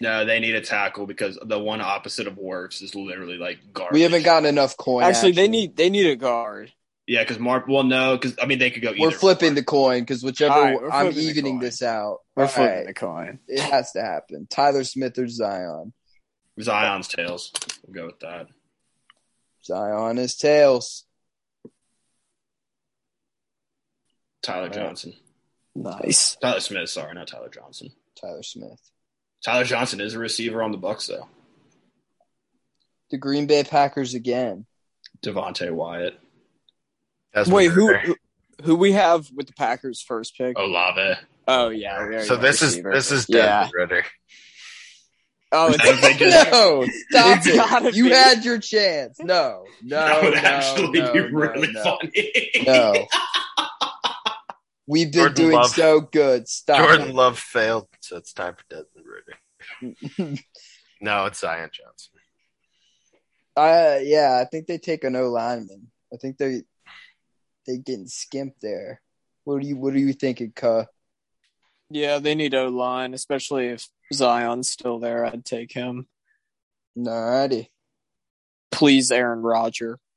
No, they need a tackle because the one opposite of Works is literally like garbage. We haven't gotten enough coin. Actually, they action. need they need a guard. Yeah, because Mark. Well, no, because I mean they could go. We're either flipping way. the coin because whichever All right, we're I'm flipping the evening coin. this out. We're All flipping right, the coin. it has to happen. Tyler Smith or Zion. Zion's tails. We'll go with that. Zion is tails. Tyler Yeah. Johnson. Nice. Tyler Smith. Sorry, not Tyler Johnson. Tyler Smith. Tyler Johnson is a receiver on the Bucks though. The Green Bay Packers again. Devontae Wyatt. that's Wait, who who- who we have with the Packers first pick? Oh, Olave. yeah. we already So got this receiver. is this is Yeah. Desmond Ritter. Oh, it's If they just- no, stop It's gotta it. You be. had your chance. No, no, that would no, actually no, be no, really no, funny. No. We've been Jordan doing Love. so good. Stop. Jordan it. Love failed, so it's time for Desmond Ritter. no, it's Zion Johnson. Uh, yeah, I think they take an O lineman. I think they they getting skimped there. What do you What are you thinking, Cuh? yeah. They need O line, especially if Zion's still there. I'd take him. Alrighty. Please, Aaron Rodger.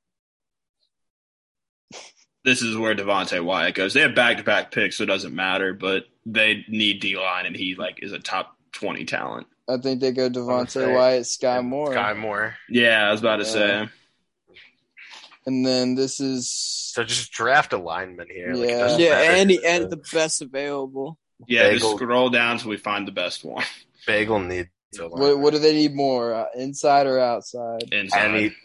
this is where Devontae Wyatt goes. They have back to back picks, so it doesn't matter, but they need D line and he like is a top twenty talent. I think they go Devontae say Wyatt, Sky And Moore, Sky Moore. Yeah, I was about to Yeah. say. and then this is So just draft a lineman here. Like, it Yeah. doesn't Yeah, matter. and he- and the best available. Yeah, just Bagel. scroll down till we find the best one. Bagel needs a what, lineman. what do they need more, uh, inside or outside? Inside. any?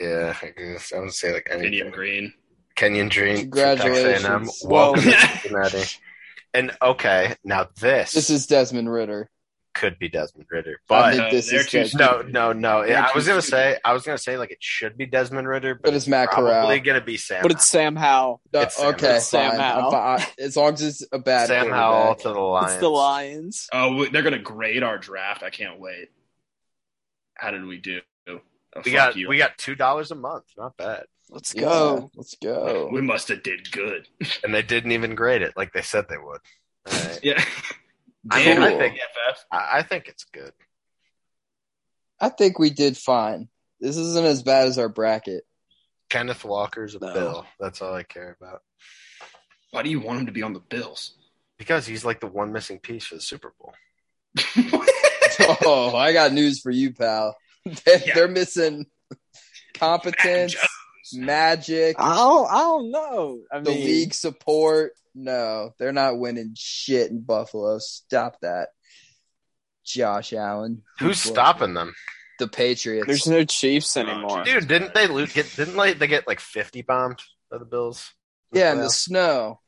Yeah, I guess I would say like any Kenyon Green. Kenyon Dream. um, Congratulations. Welcome to Well- Cincinnati. And okay, now this, This is Desmond Ritter. could be Desmond Ritter, I but think No, this uh, they're is too Desmond no, no, no. They're I too was gonna stupid. say, I was gonna say like it should be Desmond Ritter, but, But it's Matt probably Corral. gonna be Sam. But it's Sam Howell. No, It's Sam Uh, okay, Howell. fine. Sam Howell. I'm fi- I- as long as it's a bad Sam quarterback. Howell to the Lions. It's the Lions. Oh, we- they're gonna grade our draft. I can't wait. How did we do? Oh, We fuck got you. we got two dollars a month, not bad. Let's Yeah, go. Let's go. We must have did good. And they didn't even grade it like they said they would. All right. Yeah. I mean, I Cool. think- DFF. I, I think it's good. I think we did fine. This isn't as bad as our bracket. Kenneth Walker's a No. bill. That's all I care about Why do you want him to be on the Bills? because he's like the one missing piece for the Super Bowl. oh, I got news for you, pal. They, Yeah. They're missing competence, magic, I don't, I don't know. I the mean, league support. No, they're not winning shit in Buffalo. Stop that, Josh Allen. Who's stopping them, the Patriots? there's no Chiefs anymore. dude? Didn't they lose? Get, didn't like they get like fifty bombed by the Bills? yeah, in the snow.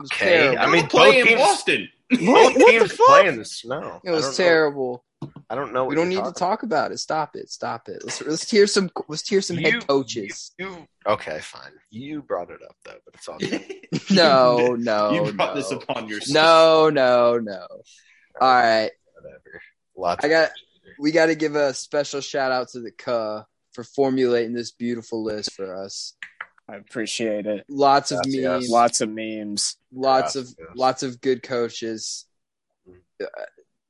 It was Okay, terrible. I I mean, mean, play both in teams- Boston. Both What the teams fuck? play in the snow. it I don't was know- terrible. I don't know. We what don't you're need to talk about it. Stop it. Stop it. Let's, let's hear some. Let's hear some You- head coaches. You, okay, fine. You brought it up though, but it's all good. you no, no, brought Oh, no. this upon yourself. no, no, no. All right, whatever. Lots I got- Of we got to give a special shout out to the Cuh for formulating this beautiful list for us. I appreciate it. Lots of Yes, yes. memes, lots, Lots of memes. of yes. lots of good coaches. Uh,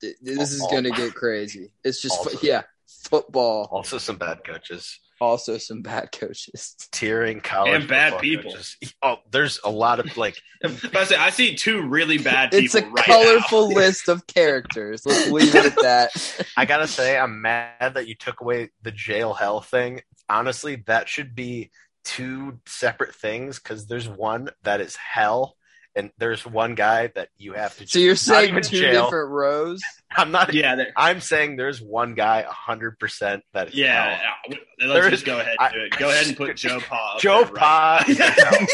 th- this is All- going to get crazy. It's just Also- yeah, football. also some bad coaches, Also, some bad coaches. tearing college And bad football people. coaches. Oh, there's a lot of like I, say, I see two really bad people. It's a right colorful list of characters. Let's leave it at that. I gotta say, I'm mad that you took away the jail hell thing. Honestly, that should be two separate things because there's one that is hell, and there's one guy that you have to. So you're saying even two jail. different rows? I'm now. not. Yeah, they're- I'm saying there's one guy, hundred percent that is yeah. hell. yeah. Let's Oh. There just is- go ahead I- and do it. Go ahead and put Joe Pa. up Joe there Pa. right is now. hell.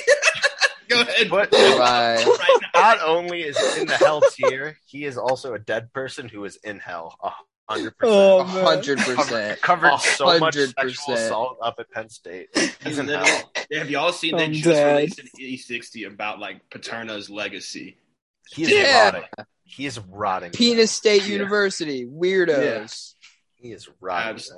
go ahead. and But- put Joe Pa Right. Right now. Not only is he in the hell tier, he is also a dead person who is in hell. A hundred percent. A hundred Covered, percent. covered so much 100%. sexual assault up at Penn State. He's in Literally. hell. Have y'all seen they I'm just dead. released an E60 about like Paterno's legacy? He's Yeah. rotting. He is rotting. Penis State Yeah. University weirdos. He is rotting. Abs-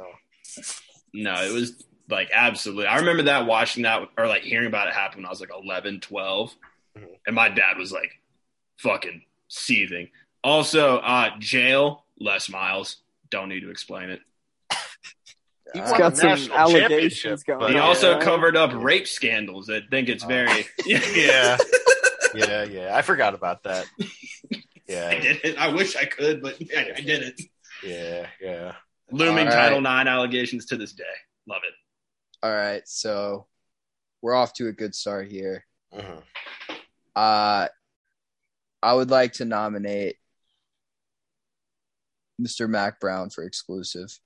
now. No, it was like absolutely. I remember that watching that or like hearing about it happen when I was like 11, 12. Mhm. And my dad was like fucking seething. Also, uh, jail, less miles. Don't need to explain it. He Uh, won got the some national allegations championship, going but- He Oh, also yeah. covered up rape scandals. I think it's Oh. very. Yeah. yeah, yeah. I forgot about that. I Yeah, didn't. I wish I could, but I, I didn't. yeah, yeah. Looming All right. Title IX allegations to this day. Love it. All right, so we're off to a good start here. Mhm. Uh, I would like to nominate Mr. Mac Brown for exclusive.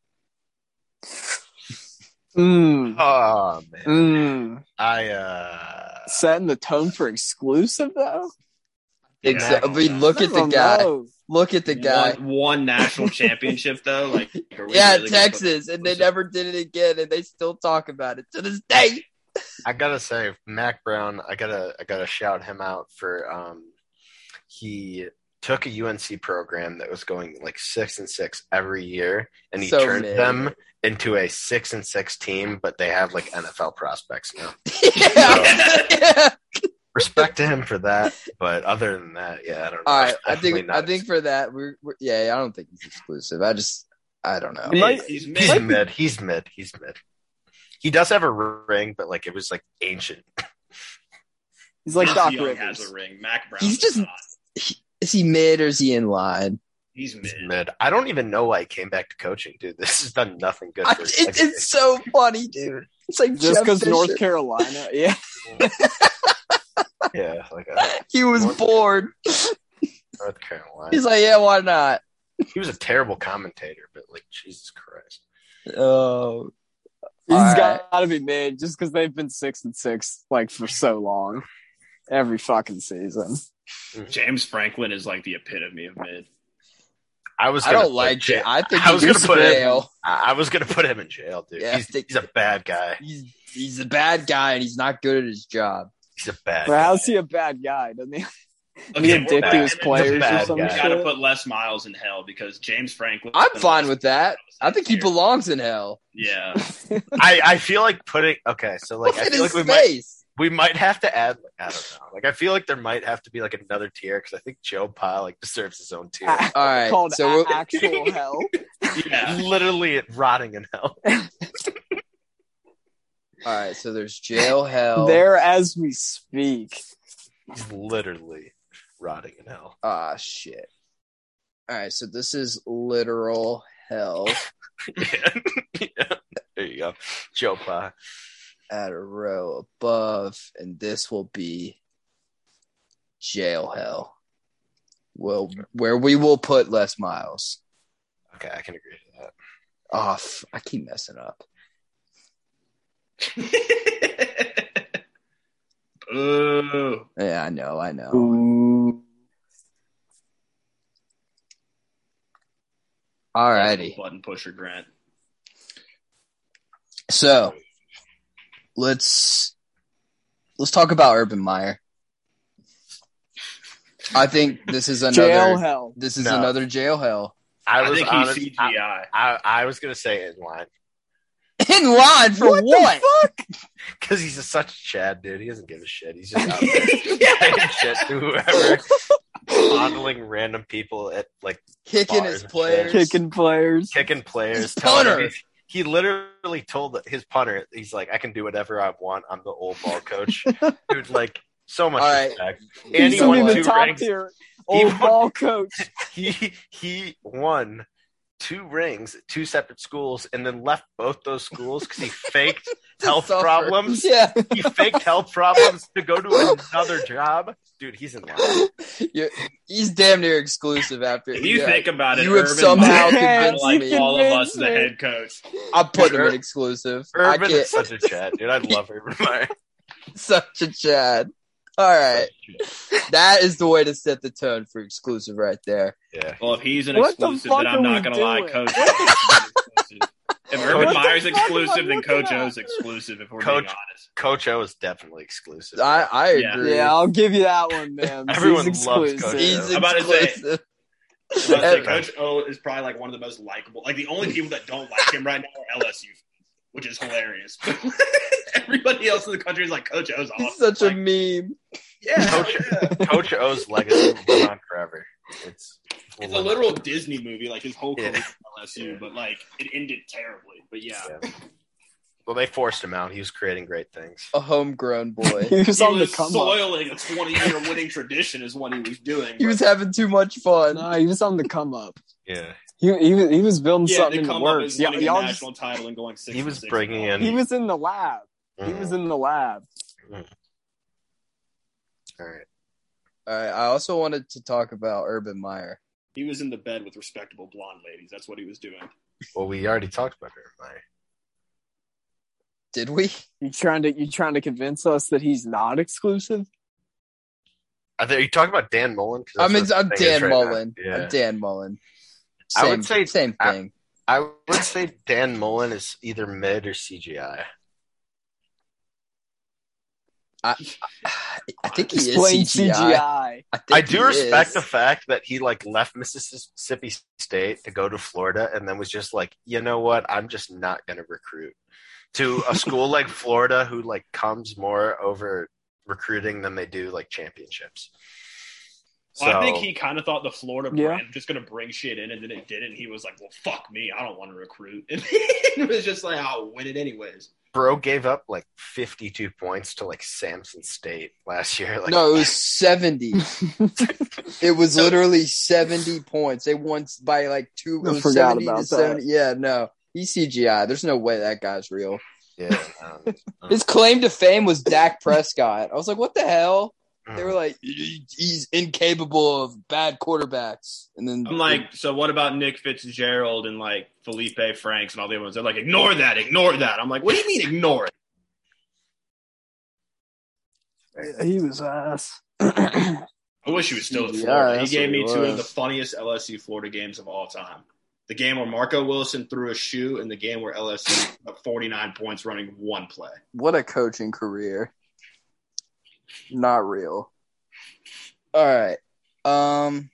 Uh, Mm. Oh man, Mm. I uh, Setting the tone for exclusive though. Yeah. Exactly. I mean, look at the Never guy. know. Look at the guy. One, one national championship though. Like are we yeah, really gonna put- Texas, and they never did it again, and they still talk about it to this day. I gotta say, Mac Brown. I gotta, I gotta shout him out for um, he took a UNC program that was going like six and six every year, and he So turned mid. them into a six and six team, but they have like NFL prospects now. yeah. yeah. respect to him for that. But other than that, yeah, I don't know. All right, It's I think definitely I not- think for that we're, we're yeah, I don't think he's exclusive. I just I don't know. Mid. Might- He's he's mid. mid. He's mid. He's mid. He does have a ring, but like it was like ancient. He's like Doc Young has Rivers. a ring. Mac Brown. He's does just- not. Is he mid or is he in line? He's mid. He's mid. I don't even know why he came back to coaching, dude. This has done nothing good. I, For it, it's so funny, dude. It's like Just because North Carolina, Carolina, yeah. yeah, like uh, he was North- bored. North Carolina. He's like, yeah, why not? he was a terrible commentator, but like Jesus Christ, Oh, He's All right. got to be mid just because they've been six and six like for so long, every fucking season. James Franklin is like the epitome of mid. I was. I gonna don't put like Ja- it. I think I was he gonna gets put it- bail. I I was gonna put him in jail, dude. Yeah, I he's, think- he's a bad guy. He's he's a bad guy and he's not good at his job. He's a bad. But guy. how's he a bad guy? Doesn't he? Okay, He's we're back. ridiculous players bad or some We guy. gotta shit. put less miles in hell because James Franklin. I'm fine with that. I think he belongs in hell. Yeah, I, I feel like putting okay, so like Look I at feel his like we might face. we might have to add like, I don't know. Like I feel like there might have to be like another tier because I think Joe Pa like deserves his own tier. Ah, All right, Called so a- we'll- actual hell. yeah. Literally rotting in hell. all right. So there's jail hell. There as we speak. He's literally rotting in hell. Ah, shit. All right, so this is literal hell yeah. yeah. There you go. Jopa. at a row above, and this will be jail hell. Well, where we will put Les Miles. Okay, I can agree to that. Off. I keep messing up. Boo. Yeah, I know. I know. Ooh. Alrighty. Button pusher Grant. So let's let's talk about Urban Meyer. I think this is another Jail hell. this is No. another jail hell. I, I, was think honest- he's I, CGI. I, I was gonna say in line In line for what? What the because he's a such a Chad dude. He doesn't give a shit. He's just out there saying shit to whoever, fondling random people at like Kicking Bars his and players. Kicking players. kicking players. His telling punter. every- He literally told his punter, he's like, I can do whatever I want. I'm the old ball coach. Dude, like, so much All right. respect. And He's he only won the two top rings. tier. He Old won- ball coach. He, he won two rings at two separate schools and then left both those schools because he faked To health suffer. problems. Yeah. He faked health problems to go to another job. Dude, he's in line. You're- he's damn near exclusive after If you yeah. think about it, You have Urban somehow Meyer is convinced like me. all of us, Convinced the me. head coach. I'm putting him in exclusive. I Urban is get such a Chad, dude. I love Urban Meyer. such a Chad. All right. That is the way to set the tone for exclusive right there. Yeah. Well, if he's an What the exclusive, fuck then I'm are not we gonna lie, doing? coach. What is exclusive. if What the Urban Meyer's fuck am I exclusive, then looking Coach at? O's exclusive. If we're Coach- being honest, Coach O is definitely exclusive. I, I Yeah. agree. Yeah, I'll give you that one, man. Everyone He's loves exclusive. Coach He's I'm about to say- exclusive. I would say Ever. Coach O is probably like one of the most likable. Like the only people that don't like him right now are LSU, fans, which is hilarious. Everybody else in the country is like Coach O's awesome. He's such a Like, meme. yeah, Coach- yeah. Coach O's legacy will live on forever. It's, It's a literal Disney movie, like his whole career Yeah. at LSU, but like it ended terribly. But yeah, Well, they forced him out. He was creating great things. A homegrown boy. He was he on was the come up. soiling a 20 year winning tradition, is what he was doing. he but- was having too much fun. No, he was on the come up. Yeah, He he was, he was building yeah, something to in the come up works. as Yeah, winning y'all a just- national title and going six. He and was six bringing all. in- he was in the lab. Mm. He was in the lab. All right. All right, I also wanted to talk about Urban Meyer. He was in the bed with respectable blonde ladies. That's what he was doing. Well, we already talked about Urban Meyer. Did we? You trying to you trying to convince us that he's not exclusive? I think you talking about Dan Mullen. 'Cause that's I'm, what in, the I'm thing Dan is right now. Mullen. Yeah. I'm Dan Mullen. I Same, would say- same I- thing. I would say Dan Mullen is either mid or CGI. I, think he is Explain CGI. CGI. I, I, think do he respect is. the fact that he like left Mississippi State to go to Florida, and then was just like, you know what? I'm just not going to recruit to a school like Florida, who like comes more over recruiting than they do like championships. So Well, I think he kind of thought the Florida Yeah. brand was just going to bring shit in, and then it didn't. He was like, "Well, fuck me, I don't want to recruit." And it was just like, "I'll win it anyways." bro gave up like 52 points to like Samson State last year. Like, no, it was 70. it was So- literally 70 points. They won s- by like two. I It was forgot 70 about to that. 70. Yeah, no. He's CGI. There's no way that guy's real. yeah, um, His claim to fame was Dak Prescott. I was like, what the hell? They were mm. like, "He- he's incapable of bad quarterbacks. And then I'm like, "So what about Nick Fitzgerald and like Felipe Franks and all the other ones?" They're like, "Ignore that, ignore that." I'm like, "What do you mean ignore it?" Yeah, he was ass. That's I wish he was still in Yeah, Florida. he that's gave what me he two was. of the funniest LSU Florida games of all time. The game where Marco Wilson threw a shoe, and the game where LSU got 49 points running one play. what a coaching career. Not real. All right. Um,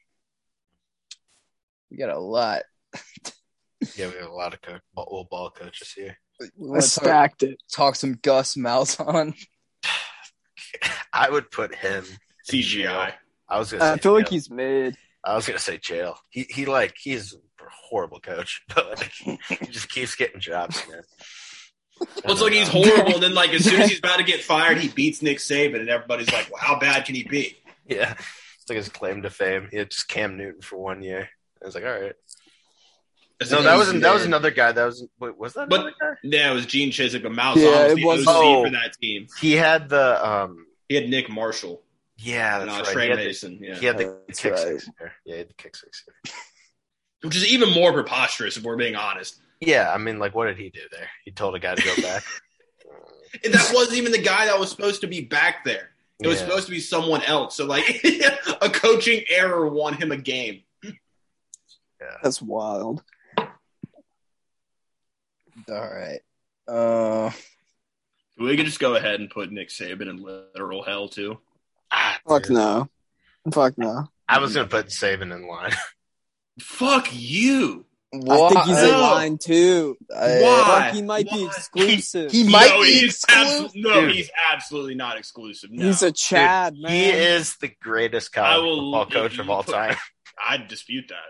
we got a lot. yeah, we have a lot of co- old ball coaches here. We wanna talk, stacked it. talk some Gus Malzahn. I would put him. CGI. I was gonna. I say feel like Jalen. he's mid. I was gonna say jail. He he like he's a horrible coach, but like he just keeps getting jobs, man. Well, it's like he's horrible, and then like as soon as he's about to get fired, he beats Nick Saban, and everybody's like, "Well, how bad can he be?" yeah. It's like his claim to fame. He had just Cam Newton for one year. I was like, all right. That's No, the that thing. was that was Mid. another guy. That was wait, was that But- another guy? yeah, it was Gene Chizik, a mouse. Yeah, Yeah, it the was- OC Oh. for that team. He had the um. He had Nick Marshall. Yeah, and, that's uh, right. Trey he had the- Mason. yeah. He had the That's kick right. six here. Yeah, he had the kick six here. Which is even more preposterous if we're being honest. Yeah, I mean, like, what did he do there? He told a guy to go back. And that wasn't even the guy that was supposed to be back there. It was Yeah. supposed to be someone else. So like a coaching error won him a game. That's wild. All right. Uh, We could just go ahead and put Nick Saban in literal hell too. Ah, Fuck dude. no. Fuck no. I was gonna put Saban in line. Fuck you. why? I think he's in No. line too. Why? Fuck, he might be Why? exclusive. He might no, be he's abso- exclusive. no, Dude. he's absolutely not exclusive. No. He's a Chad, man. He is the greatest I college will- football coach of all time. I dispute that.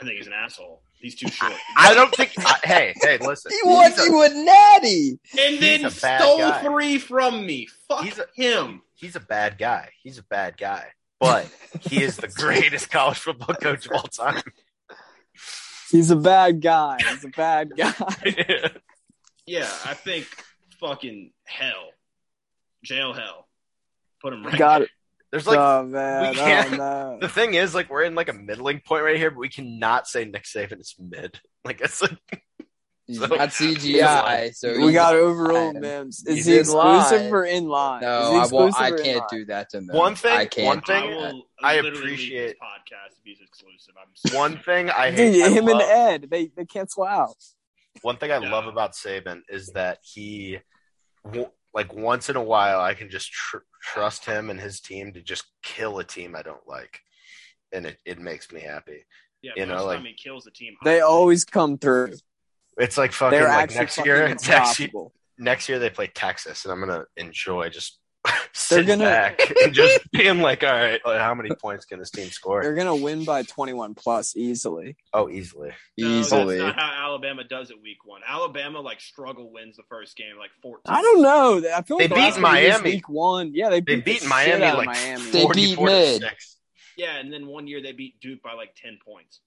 I think he's an asshole. He's too short. I don't think. I, hey, hey, listen. He won He's a- you a natty. and he's then a bad stole guy. three from me. Fuck He's a- him. he's a bad guy. He's a bad guy, but he is the greatest college football coach of all time. He's a bad guy. He's a bad guy. Yeah, I think fucking hell. Jail hell. Put him right. Got it. There's like Uh, oh man. we Oh can't- no. the thing is like we're in like a middling point right here, but we cannot say Nick Saban is mid. Like it's like He's So- not CGI, so We got overruled lying. Mims. He's Is he in exclusive line. or in line? Is No, he I won't. I exclusive or in can't line? do that to him. One thing- I can't. one do thing- I that. will I literally leave appreciate- this podcast if he's exclusive. I'm sorry. one thing I hate. Dude, I him love- and Ed, they they cancel out. one thing I Yeah. love about Saban is that he, w- like once in a while, I can just tr- trust him and his team to just kill a team I don't like, and it, it makes me happy. Yeah, You most know, like- time he kills the team. They always come through. It's like fucking They're like actually next fucking year, next year, unstoppable. next year they play Texas, and I'm gonna enjoy just They're sitting gonna- back and just being like, all right, like, how many points can this team score? They're gonna win by twenty one plus easily. Oh, easily. No, Easily. uh, That's not how Alabama does it week one. Alabama like struggle wins the first game like fourteen. I don't know. I feel They like the beat last one was Miami. Week one, yeah, they They beat, beat the Miami shit out of like Miami. They beat 44 to mid. six. Yeah, and then one year they beat Duke by like ten points.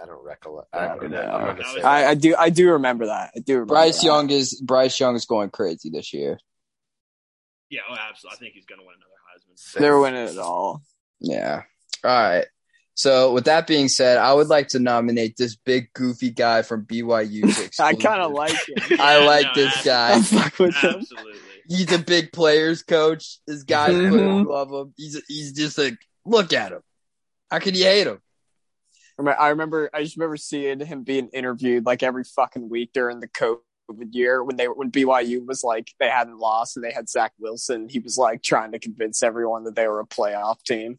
I don't recollect. I I'm don't gonna, know. I'm gonna That say was- I, I do. I do remember that. I do. Remember Bryce that. Young is Bryce Young is going crazy this year. Yeah, oh, absolutely. I think he's gonna win another Heisman. six. They're winning it all. Yeah. All right. So with that being said, I would like to nominate this big goofy guy from BYU. to I kind exclusive. of like it. I Yeah, like no, this ab- guy. I fuck with them. Absolutely. He's a big players coach. This guy's Mhm. putting love him. He's he's just like look at him. How could you hate him? Remember- I remember. I just remember seeing him being interviewed like every fucking week during the COVID year when they when BYU was like they hadn't lost and they had Zach Wilson. He was like trying to convince everyone that they were a playoff team.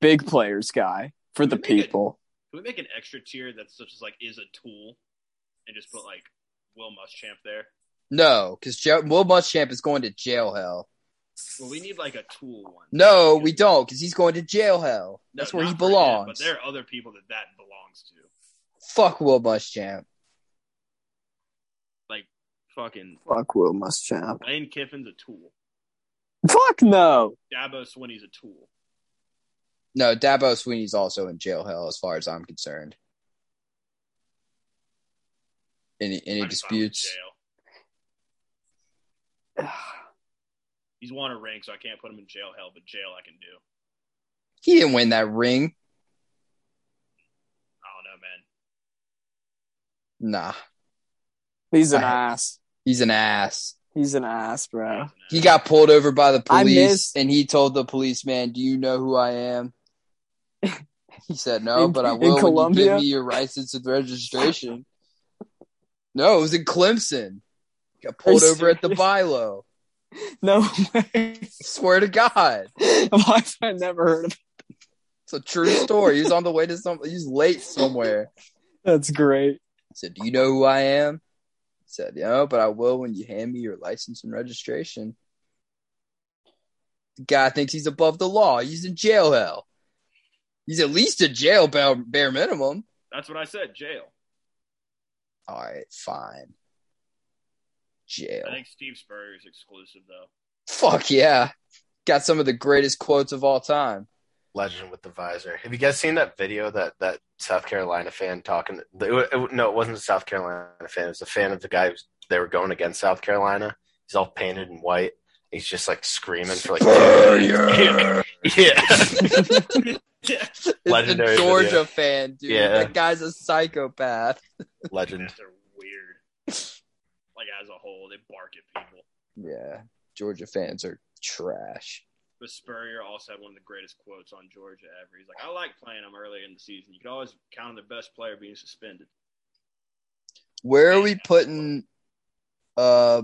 Big players guy for the people. Can we make an extra tier that's such as like is a tool, and just put like Will Muschamp there? No, because Will Muschamp is going to jail hell. Well, we need like a tool one. No, we don't, because he's going to jail hell. No, That's where he not for him, belongs. but there are other people that that belongs to. Fuck Will Muschamp. Fucking Fuck Will Muschamp. Lane Kiffin's a tool. Fuck no. Dabo Swinney's a tool. No, Dabo Sweeney's also in jail hell, as far as I'm concerned. Any any I'm fine with disputes? jail. He's won a rank, so I can't put him in jail hell, but jail I can do. He didn't win that ring. I don't know, man. Nah, He's an I- ass. he's an ass. He's an ass, bro. He got pulled over by the I police, missed- and he told the policeman, "Do you know who I am?" he said, "No, In- but I in will when you Colombia? give me your license and registration." No, it was in Clemson. Got pulled you over at the serious? Bilo. No way. Swear to God, Why have I never heard of it's a true story. He was on the way to some. He was late somewhere. That's great. He said, "Do you know who I am?" He said, "No, but I will when you hand me your license and registration." The guy thinks he's above the law. He's in jail hell. He's at least a jail bare, bare minimum. That's what I said, jail. All right, fine. Jail. I think Steve Spurrier's exclusive though. Fuck yeah. Got some of the greatest quotes of all time. legend with the visor. Have you guys seen that video that that South Carolina fan talking? It, wa- it, wa- no, it wasn't a South Carolina fan. It was a fan of the guy who they were going against South Carolina. He's all painted in white. He's just like screaming for like Failure. yeah. It's the Legendary Georgia video. fan, dude. Yeah. That guy's a psychopath. legend. They're weird. Like as a whole, they bark at people. Yeah, Georgia fans are trash. But Spurrier also had one of the greatest quotes on Georgia ever. He's like, "I like playing them early in the season. You can always count on the best player being suspended." Where are we putting? Uh,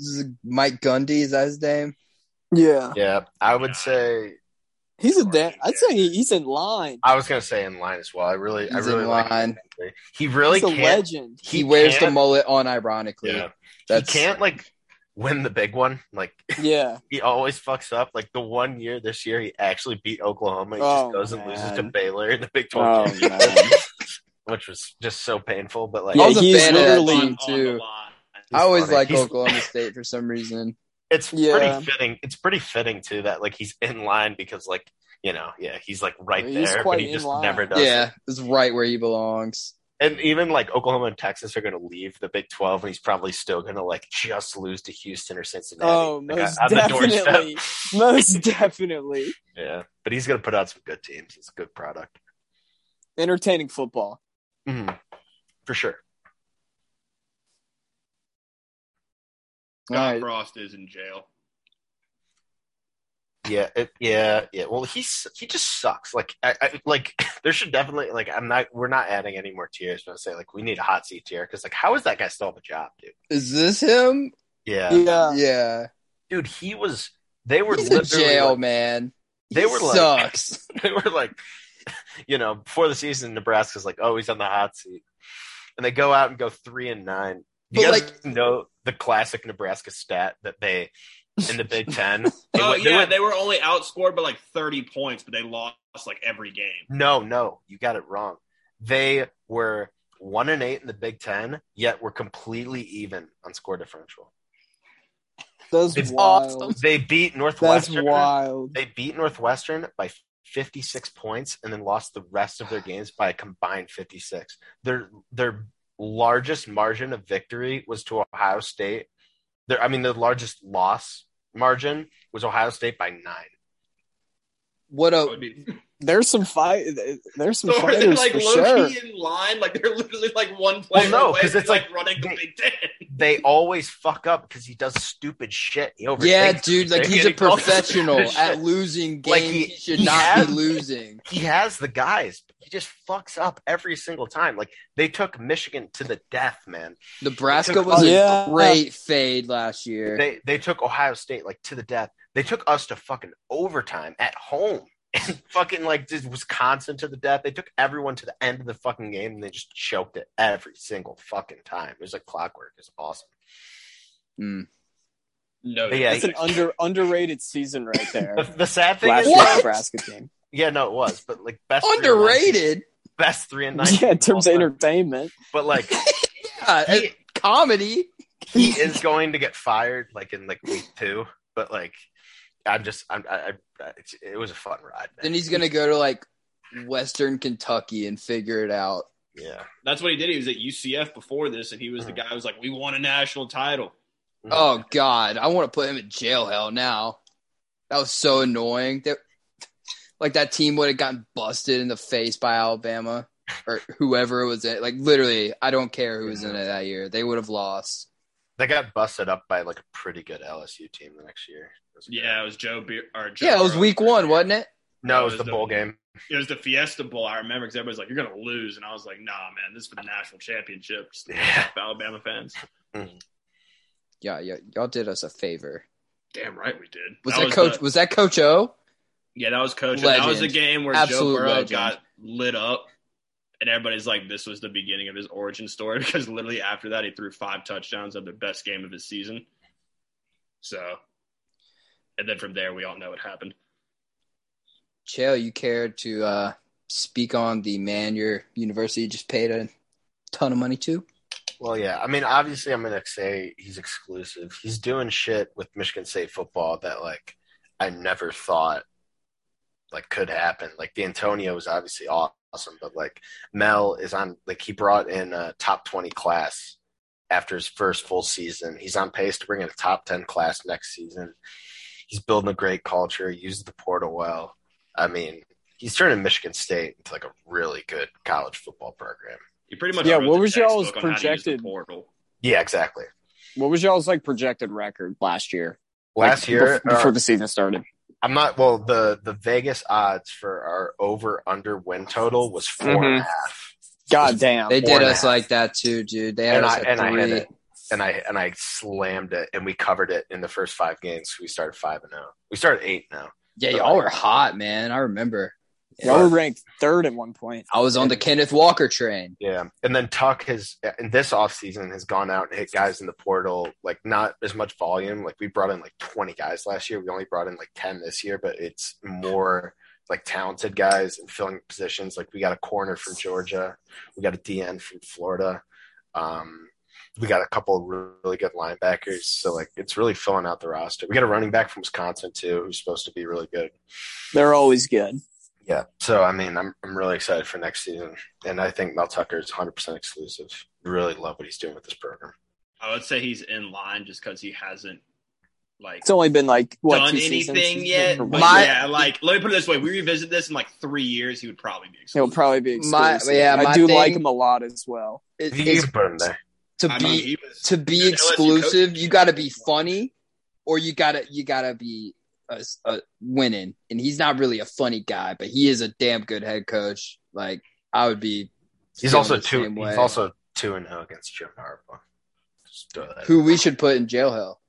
Z- Mike Gundy is that his name? Yeah, Yeah, I would say he's a. Da- I'd say he- he's in line. I was gonna say in line as well. I really, I He's really in like. line. He really he's a can't. legend. He, wears the can't- mullet on ironically. Yeah, That's he can't like win the big one. Like Yeah, he always fucks up. Like the one year this year, he actually beat Oklahoma. He Oh, just goes and loses to man. Baylor in the Big Oh, Twelve, man. which was just so painful. But like, I Oh. Yeah, was a he's fan of that literally- team too. line. I always funny. like He's- Oklahoma State for some reason. it's Yeah. pretty fitting. It's pretty fitting too that like he's in line because like you know yeah he's like right He's there, quite but he in just line. never does. Yeah, it. it's right where he belongs. and even like Oklahoma and Texas are going to leave the Big Twelve, and he's probably still going to like just lose to Houston or Cincinnati. Oh, like, most on the doorstep. definitely. most definitely Yeah, but he's going to put out some good teams. It's a good product Mm-hmm. entertaining football. for sure. All Scott right, Frost is in jail. Yeah, it, yeah, yeah. Well, he's he just sucks. Like, I, I like there should definitely like I'm not. We're not adding any more tiers. But I say like we need a hot seat tier because like how is that guy still on the job, dude? is this him? Yeah, Yeah, yeah, dude, he was. They were he's a literally jail like- man. They He were like- sucks. they were like, you know, before the season, Nebraska's like, oh, he's on the hot seat, and they go out and go three and nine. Do you But, guys know the classic Nebraska stat that they in the Big Ten? They Oh went- they yeah, went- they were only outscored by like thirty points, but they lost like every game. no, no, you got it wrong. They were one and eight in the Big Ten, yet were completely even on score differential. that's It's wild. They beat That's Northwestern. wild. They beat Northwestern by 56 points and then lost the rest of their games by a combined 56. Their their largest margin of victory was to Ohio State. Their I mean their largest loss margin was Ohio State by 9. What That would a be- There's some fight. There's some Oh, So are they fighters like for low sure. key in line? Like they're literally like one player no, away 'cause from, it's like- running the they- Big Ten. They always fuck up cuz he does stupid shit. He overthinks yeah, dude! Like everything he's a and he calls it professional stupid at shit. losing games. Like, he, he- should he not has- be losing. he has the guys, but he just fucks up every single time. Like they took Michigan to the death, man. Nebraska took- was Yeah. a great fade last year. They they took Ohio State like to the death. They took us to fucking overtime at home. And fucking like did Wisconsin to the death. They took everyone to the end of the fucking game and they just choked it every single fucking time. It was like clockwork. It's awesome. Mm. No, But yeah, That's an under underrated season right there. The, the sad thing Last is, What? year's Nebraska team. yeah, no, it was, but like best three and nine- Underrated. best three and nine. Yeah, in terms of team all time. entertainment. but like Yeah, he, comedy. he is going to get fired like in like week two. But like, I'm just, I'm, I, I, it's- it was a fun ride. Man. Then he's gonna go to like Western Kentucky and figure it out. yeah. that's what he did. He was at UCF before this, and he was the guy who was like, "We won a national title." Hmm. Oh God, I want to put him in jail hell now. That was so annoying. That like that team would have gotten busted in the face by Alabama or whoever was in. Like literally, I don't care who was in it that year. They would have lost. They got busted up by like a pretty good LSU team the next year. It was great. Yeah, it was Joe. Be- or Joe Yeah, it was Burrow. week one, wasn't it? No, it was the bowl game. It was the Fiesta Bowl. I remember because everybody's like, "You're gonna lose," and I was like, "Nah, man, this is for the national championship." Just the Yeah. Alabama fans. Yeah, yeah, y'all did us a favor. Damn right we did. Was that, coach? the- was that Coach O? yeah, that was coach. And that was a Legend. game where Absolute Joe Burrow legend. got lit up, and everybody's like, "This was the beginning of his origin story." Because literally after that, he threw five touchdowns of the best game of his season. So, and then from there, we all know what happened. Chael, you care to uh, speak on the man your university just paid a ton of money to? Well, yeah. I mean, obviously, I'm gonna say he's exclusive. He's doing shit with Michigan State football that like I never thought like could happen. Like D'Antonio was obviously awesome, but like Mel is on like he brought in a top twenty class after his first full season. He's on pace to bring in a top ten class next season. He's building a great culture. He uses the portal well. I mean, he's turning Michigan State into like a really good college football program. You pretty much Yeah, wrote what the was y'all's textbook on how to use the projected- portal? Yeah, exactly. What was y'all's like projected record last year? Last Like, year, uh, bef- before or- the season started. I'm not well. The the Vegas odds for our over under win total was four and a half, Mhm. God damn. They Four did and a us half. like that too, dude. They had and us I at and I hit three. it, and I and I slammed it, and we covered it in the first five games. We started five and oh. zero. We started eight now. Yeah, y'all were hot, man. I remember. Y'all were ranked third at one point. I was on the Kenneth Walker train. Yeah, and then Tuck has uh, in this offseason has gone out and hit guys in the portal, like not as much volume. Like we brought in like twenty guys last year. We only brought in like ten this year, but it's more like talented guys and filling positions. Like we got a corner from Georgia, we got a DN from Florida, um, we got a couple of really good linebackers. So like it's really filling out the roster. We got a running back from Wisconsin too, who's supposed to be really good. They're always good. Yeah. So I mean, I'm I'm really excited for next season, and I think Mel Tucker is 100 percent exclusive. Really love what he's doing with this program. I would say he's in line just because he hasn't like It's only been like what done two seasons anything he's yet. been- But My- yeah, like let me put it this way: we revisit this in like three years, he would probably be. He'll Excluded. probably be My- exclusive. yeah, my I do thing- like him a lot as well. It- He's it's- burning there. to I be mean, he was- to be LSU exclusive, coach. you got to be funny, or you gotta you gotta be a, a winning. And he's not really a funny guy, but he is a damn good head coach. Like I would be. He's feeling also the two. same way. He's also two and zero against Jim Harbaugh. Just throw that who in. we should put in jail hell.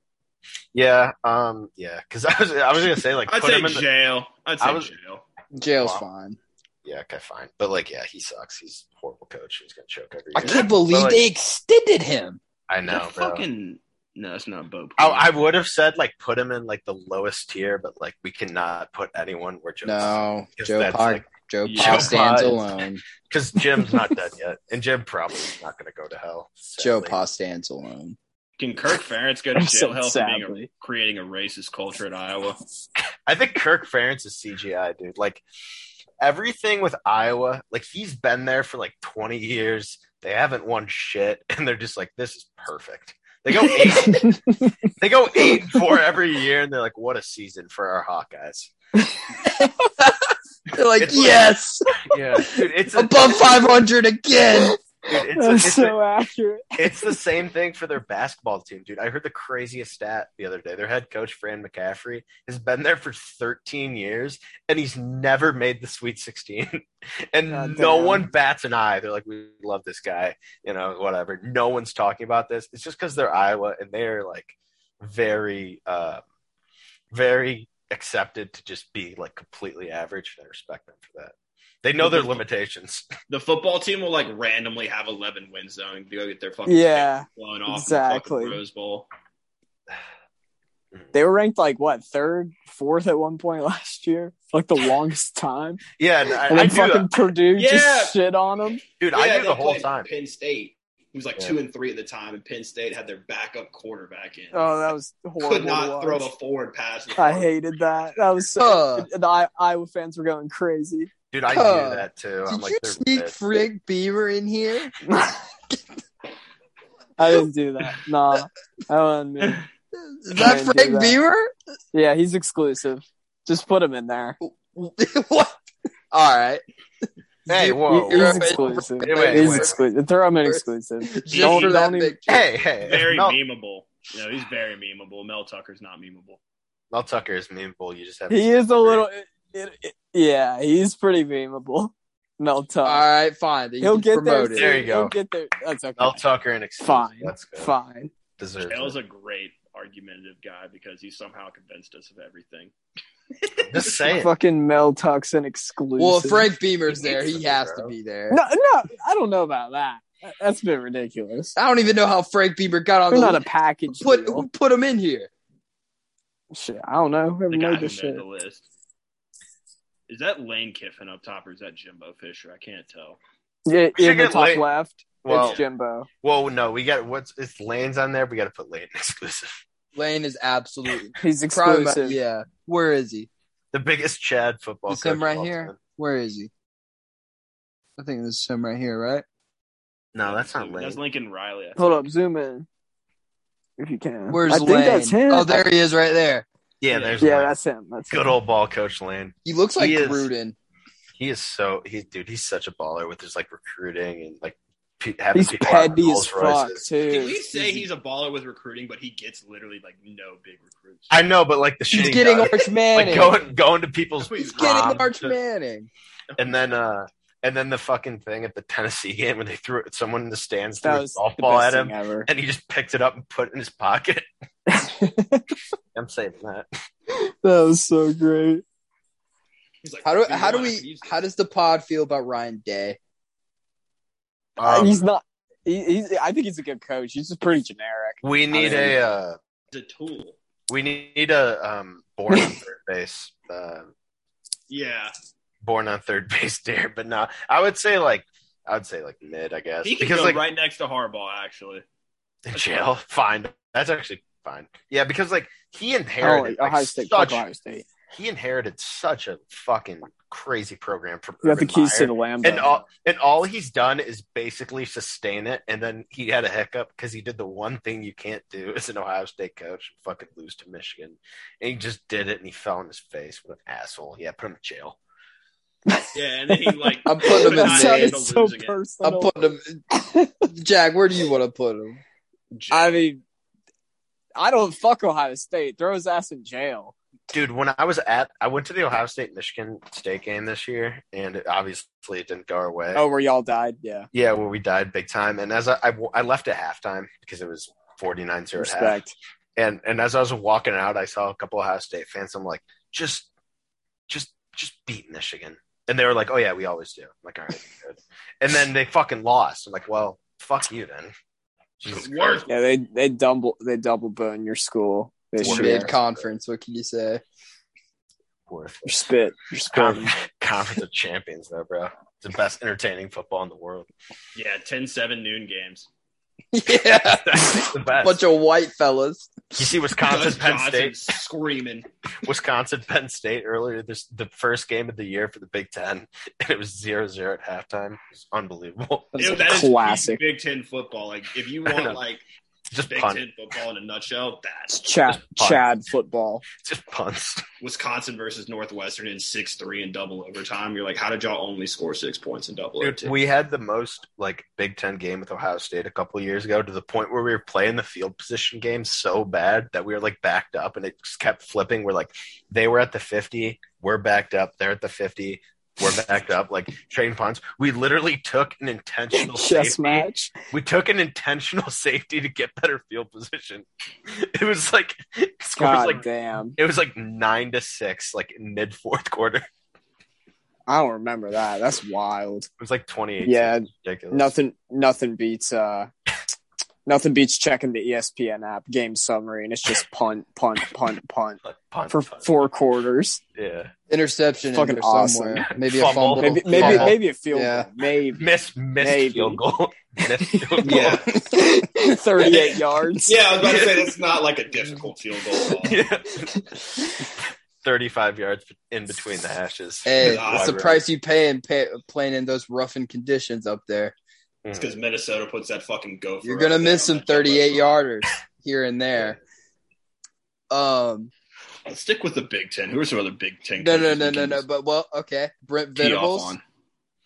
Yeah. Um. Yeah. Because I was I was gonna say like I'd put say him in. The, jail. I'd I say was- jail. Jail's Wow. fine. yeah. Okay. Fine. But like, yeah, he sucks. He's a horrible coach. He's gonna choke every I year. can't believe like- they extended him. I No, know. Bro. Oh, fucking no, it's not Bo. I, I would have said like put him in like the lowest tier, but like we cannot put anyone where Joe No, Because Joe that's, Pod, like- Joe Joe Pod stands Pod. alone. because Jim's not done yet, and Jim probably is not gonna go to hell. Joe sadly. Pod stands alone. Can Kirk Ferentz go to I'm jail so hell for being a, sadly. creating a racist culture at Iowa? I think Kirk Ferentz is CGI, dude. Like everything with Iowa, like he's been there for like 20 years. They haven't won shit, and they're just like, this is perfect. They go eight, they go eight and four every year, and they're like, what a season for our Hawkeyes. They're like, It's like- yes, Yeah, dude, it's a- above 500 again. dude, it's, a- it's, That's a- so accurate. it's the same thing for their basketball team, dude. I heard the craziest stat the other day. Their head coach, Fran McCaffrey, has been there for 13 years and he's never made the Sweet 16. And God no damn. one bats an eye. They're like, we love this guy, you know, whatever. No one's talking about this. It's just because they're Iowa and they're like very, uh, very accepted to just be like completely average. And I respect them for that. They know their limitations. The football team will like randomly have eleven wins though, and go get their fucking Yeah, blown off exactly. in the fucking Rose Bowl. they were ranked like what third, fourth at one point last year, like the longest time. Yeah, and I, And I then knew that- fucking Purdue Yeah. just shit on them. dude. Yeah, I knew they the whole played time. Penn State who was like Yeah. two and three at the time, and Penn State had their backup quarterback in. Oh, that was horrible. Could not to throw watch. a forward pass. I hated that. That was so. Huh. The I- Iowa fans were going crazy. Dude, I Huh. knew that too. I'm Did like, you they're sneak pissed. Frank Beaver in here? I didn't do that. No, that wasn't me. Is I that didn't do Frank that. Beaver? Yeah, he's exclusive. Just put him in there. what? All right. Hey, You- whoa. you're He's right. exclusive. Wait, wait, He's wait. exclusive. Throw him in exclusive. Just Don't- for that don't even- picture. hey, hey, if Very Mel, memeable. No, he's very memeable. Mel Tucker's not memeable. Mel Tucker is memeable. You just have He is a little. It, it, it- yeah, he's pretty memeable. Mel Tuck. All right, fine. Then He'll you can get there. promote There it. you go. He'll get there. That's okay. Mel Tucker and exclusive. Fine. That's good. Fine. Deserves Dale's it. a great argumentative guy because he somehow convinced us of everything. Just say it. Fucking Mel Tuck's an exclusive. Well, if Frank Beamer's He there. needs He to be, has bro. to be there. No, no, I don't know about that. That's been ridiculous. I don't even know how Frank Beaver got on They're the not a list. package. put deal. who put him in here. Shit, I don't know. Whoever The guy made who this made shit. the list. Is that Lane Kiffin up top or is that Jimbo Fisher? I can't tell. Yeah, We should in the get top Lane. left, Well, it's Jimbo. well, no, we got what's it's Lane's on there. We got to put Lane exclusive. Lane is absolutely He's probably my- exclusive. yeah. Where is he? The biggest Chad football. It's him coach of right all here. time. Where is he? I think this is him right here, right? No, that's not That's Lane. Lincoln Riley. I Hold think. up, zoom in if you can. Where's I think Lane? that's him. Oh, there he is, right there. Yeah, there's yeah, Lane. that's him. That's good him. old ball coach Lane. He looks like He is. Gruden. He is so he's dude. He's such a baller with his like recruiting and like pe- having He's people out in petty as Rolls fuck Royces. too. Can we say he's a baller with recruiting, but he gets literally like no big recruits? I know, but like the shit He's he getting does, Arch like Manning. going going to people's He's prom getting Arch to- Manning. and then uh and then the fucking thing at the Tennessee game when they threw it, someone in the stands threw That a was golf the ball at best him thing ever. and he just picked it up and put it in his pocket. I'm saving that. That was so great. He's like, How do "Dude, how do I could we use this." how does the pod feel about Ryan Day? Um, he's not. He, he's. I think he's a good coach. He's just pretty generic. we need a uh, He's a tool? we need a um born on third base uh, Yeah, born on third base dare, but no, I would say like I would say like mid, I guess, he could because go like right next to Harbaugh. Actually, in jail, fine. That's actually fine. Yeah, because like he Oh, inherited like, Ohio State. fuck such Ohio State. he inherited such a fucking crazy program from You got the Urban keys to Meyer. the Lambo. and uh, all and all he's done is basically sustain it. And then he had a hiccup because he did the one thing you can't do as an Ohio State coach and fucking lose to Michigan. And he just did it, and he fell on his face. What an asshole! Yeah, put him in jail. yeah, and then he like I'm putting him in could that not jail. sounded handle so losing it. I'm personal. putting him Jack, where do you want to put him? I mean, I don't fuck Ohio State. Throw his ass in jail. Dude, when I was at, I went to the Ohio State Michigan State game this year, and it, obviously it didn't go our way. Oh, where y'all died? Yeah. Yeah, where we died big time. And as I, I, I left at halftime because it was 49 0 at half. Respect. And, and as I was walking out, I saw a couple of Ohio State fans. I'm like, just, just, just beat Michigan. And they were like, oh, yeah, we always do. I'm like, all right. good." And then they fucking lost. I'm like, well, fuck you then. Jesus Christ. Worst. Yeah, they they double they double bone your school this Well, year. Mid conference, what can you say? Worth Your it. spit. Your spit. Con- Conference of Champions, though, bro. It's the best entertaining football in the world. Yeah, 10-7 noon games. yeah. It's the best. Bunch of white fellas. you see Wisconsin, Gus Penn Johnson State. screaming. Wisconsin Penn State earlier this the first game of the year for the Big Ten, and it was 0-0 at halftime. It's unbelievable. That's Dude, a that is classic. Big Ten football. Like if you I know. want like Just Big punt. Ten football in a nutshell, It's that's Chad Just Chad football. Just punts. Wisconsin versus Northwestern in six three and double overtime. You're like, how did y'all only score six points in double Dude, overtime? we had the most like Big Ten game with Ohio State a couple years ago to the point where we were playing the field position game so bad that we were like backed up and it just kept flipping. We're like, they were at the 50, we're backed up, they're at the 50. We're backed up, like trading punts. We literally took an intentional Chess safety. match. We took an intentional safety to get better field position. It was like scores God like damn. it was like nine to six, like mid fourth quarter. It I don't remember that. That's wild. was like twenty eight. Yeah, ridiculous. nothing nothing beats uh nothing beats checking the E ESPN app game summary and it's just punt, punt, punt, punt Like, punt, for punt. four quarters. yeah, Interception in Fucking there awesome. somewhere. Maybe a Fumble. fumble. Maybe maybe Yeah. maybe a field Yeah. goal. Maybe miss miss Maybe. field goal. miss field goal. Yeah. thirty eight yards. Yeah, I was about to say that's not like a difficult field goal. At all. Yeah. Thirty-five yards in between the hashes. Hey, Nah, it's the Wide price you pay in pay, playing in those roughing conditions up there. range. It's because Minnesota puts that fucking go. You're gonna miss some 38 yarders here and Yeah. there. Um, Let's stick with the Big Ten. Who are some other Big Ten? no, no, coaches no, we no, can no. just But well, okay, Brent tee off Venables. on?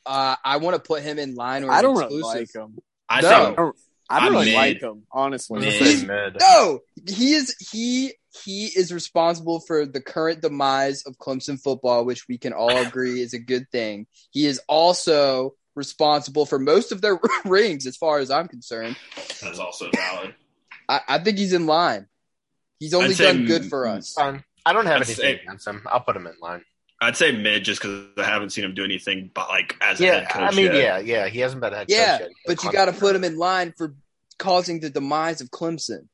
Uh, I want to put him in line or I don't really exclusive. like him. I No. think I don't I'm really mid. like him, honestly. I'm gonna Mid. say mid. No, he is he he is responsible for the current demise of Clemson football, which we can all agree is a good thing. He is also responsible for most of their rings, as far as I'm concerned. that's also valid. I, I think he's in line. He's only I'd say done good m- for us. Fine. Um, I don't have I'd anything say- against him. I'll put him in line. I'd say mid just because I haven't seen him do anything, but like as a Yeah, head coach. I mean, yet. yeah, yeah. He hasn't been a head Yeah, coach yet. But you got to put him in line for causing the demise of Clemson.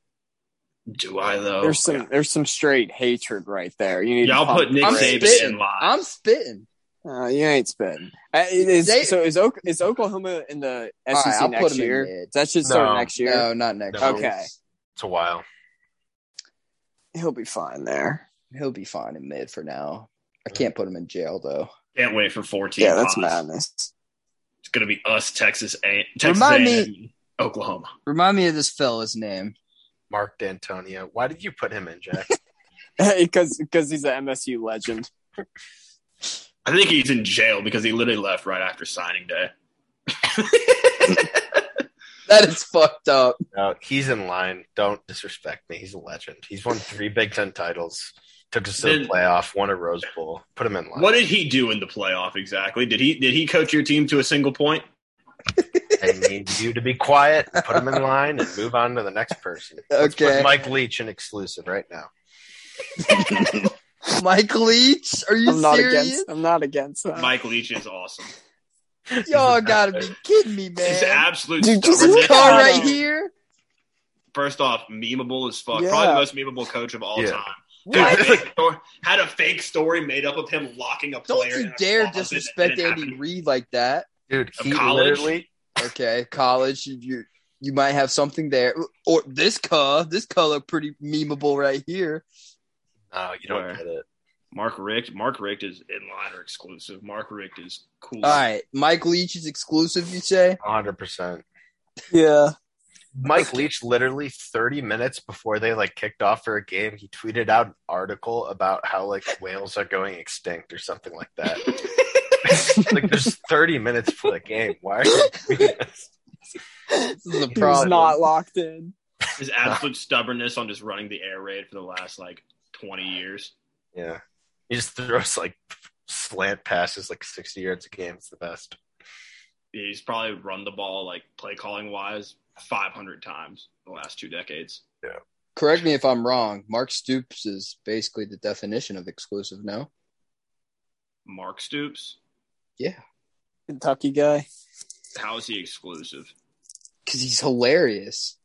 Do I though? There's some there's some straight hatred right there. You need Yeah, to I'll pump put Nick I'm the brakes. Saban spitting. in line. I'm spitting. Uh, you ain't spitting. Uh, it is- They- so is, Oak, is Oklahoma in the All right, SEC I'll put next him in year? mid. That should start No. next year. No, not next. No. year. Okay. It's a while. He'll be fine there. he'll be fine in mid for now. I can't put him in jail though. Can't wait for 14. Yeah, that's Oz. madness. It's gonna be us, Texas, A- Texas Remind A&M, Oklahoma. Remind me of this fella's name. Mark D'Antonio. Why did you put him in, Jack? Because because he's an MSU legend. I think he's in jail because he literally left right after signing day. That is fucked up. no, he's in line. Don't disrespect me. He's a legend. He's won three Big Ten titles. Took us to the Then- playoff. Won a Rose Bowl. Put him in line. What did he do in the playoff exactly? Did he did he coach your team to a single point? I need you to be quiet. Put him in line and move on to the next person. Let's put Okay. Mike Leach in exclusive right now. Mike Leach? Are you I'm not serious? against. I'm not against that. Mike Leach is awesome. Y'all gotta be kidding me, It's man. absolute Dude, just This look stubbornness. car at right him. here. First off, memeable as fuck. Yeah. Probably the most memeable coach of all Yeah. time. Dude, What? made a story- had a fake story made up of him locking a Don't player. in you a dare closet disrespect and it Andy happened. Reid like that. Dude, Of he college? literally Okay, college, you you, you might have something there. Or this car, this car look pretty memeable right here. No, you don't Where? get it. Mark Richt. Mark Richt is in line or exclusive. Mark Richt is cool. All right, Mike Leach is exclusive, you say? 100%. Yeah. Mike Leach literally 30 minutes before they like kicked off for a game, he tweeted out an article about how like whales are going extinct or something like that. like there's 30 minutes for the game. Why are you doing this? This is a He was problem. not locked in. His absolute stubbornness on just running the air raid for the last like twenty years. Yeah. He just throws like slant passes like 60 yards a game. It's the best. He's probably run the ball like play calling wise five hundred times the last two decades. Correct me if I'm wrong. Mark Stoops is basically the definition of exclusive. No, Mark Stoops. yeah, Kentucky guy. How is he exclusive? because he's hilarious.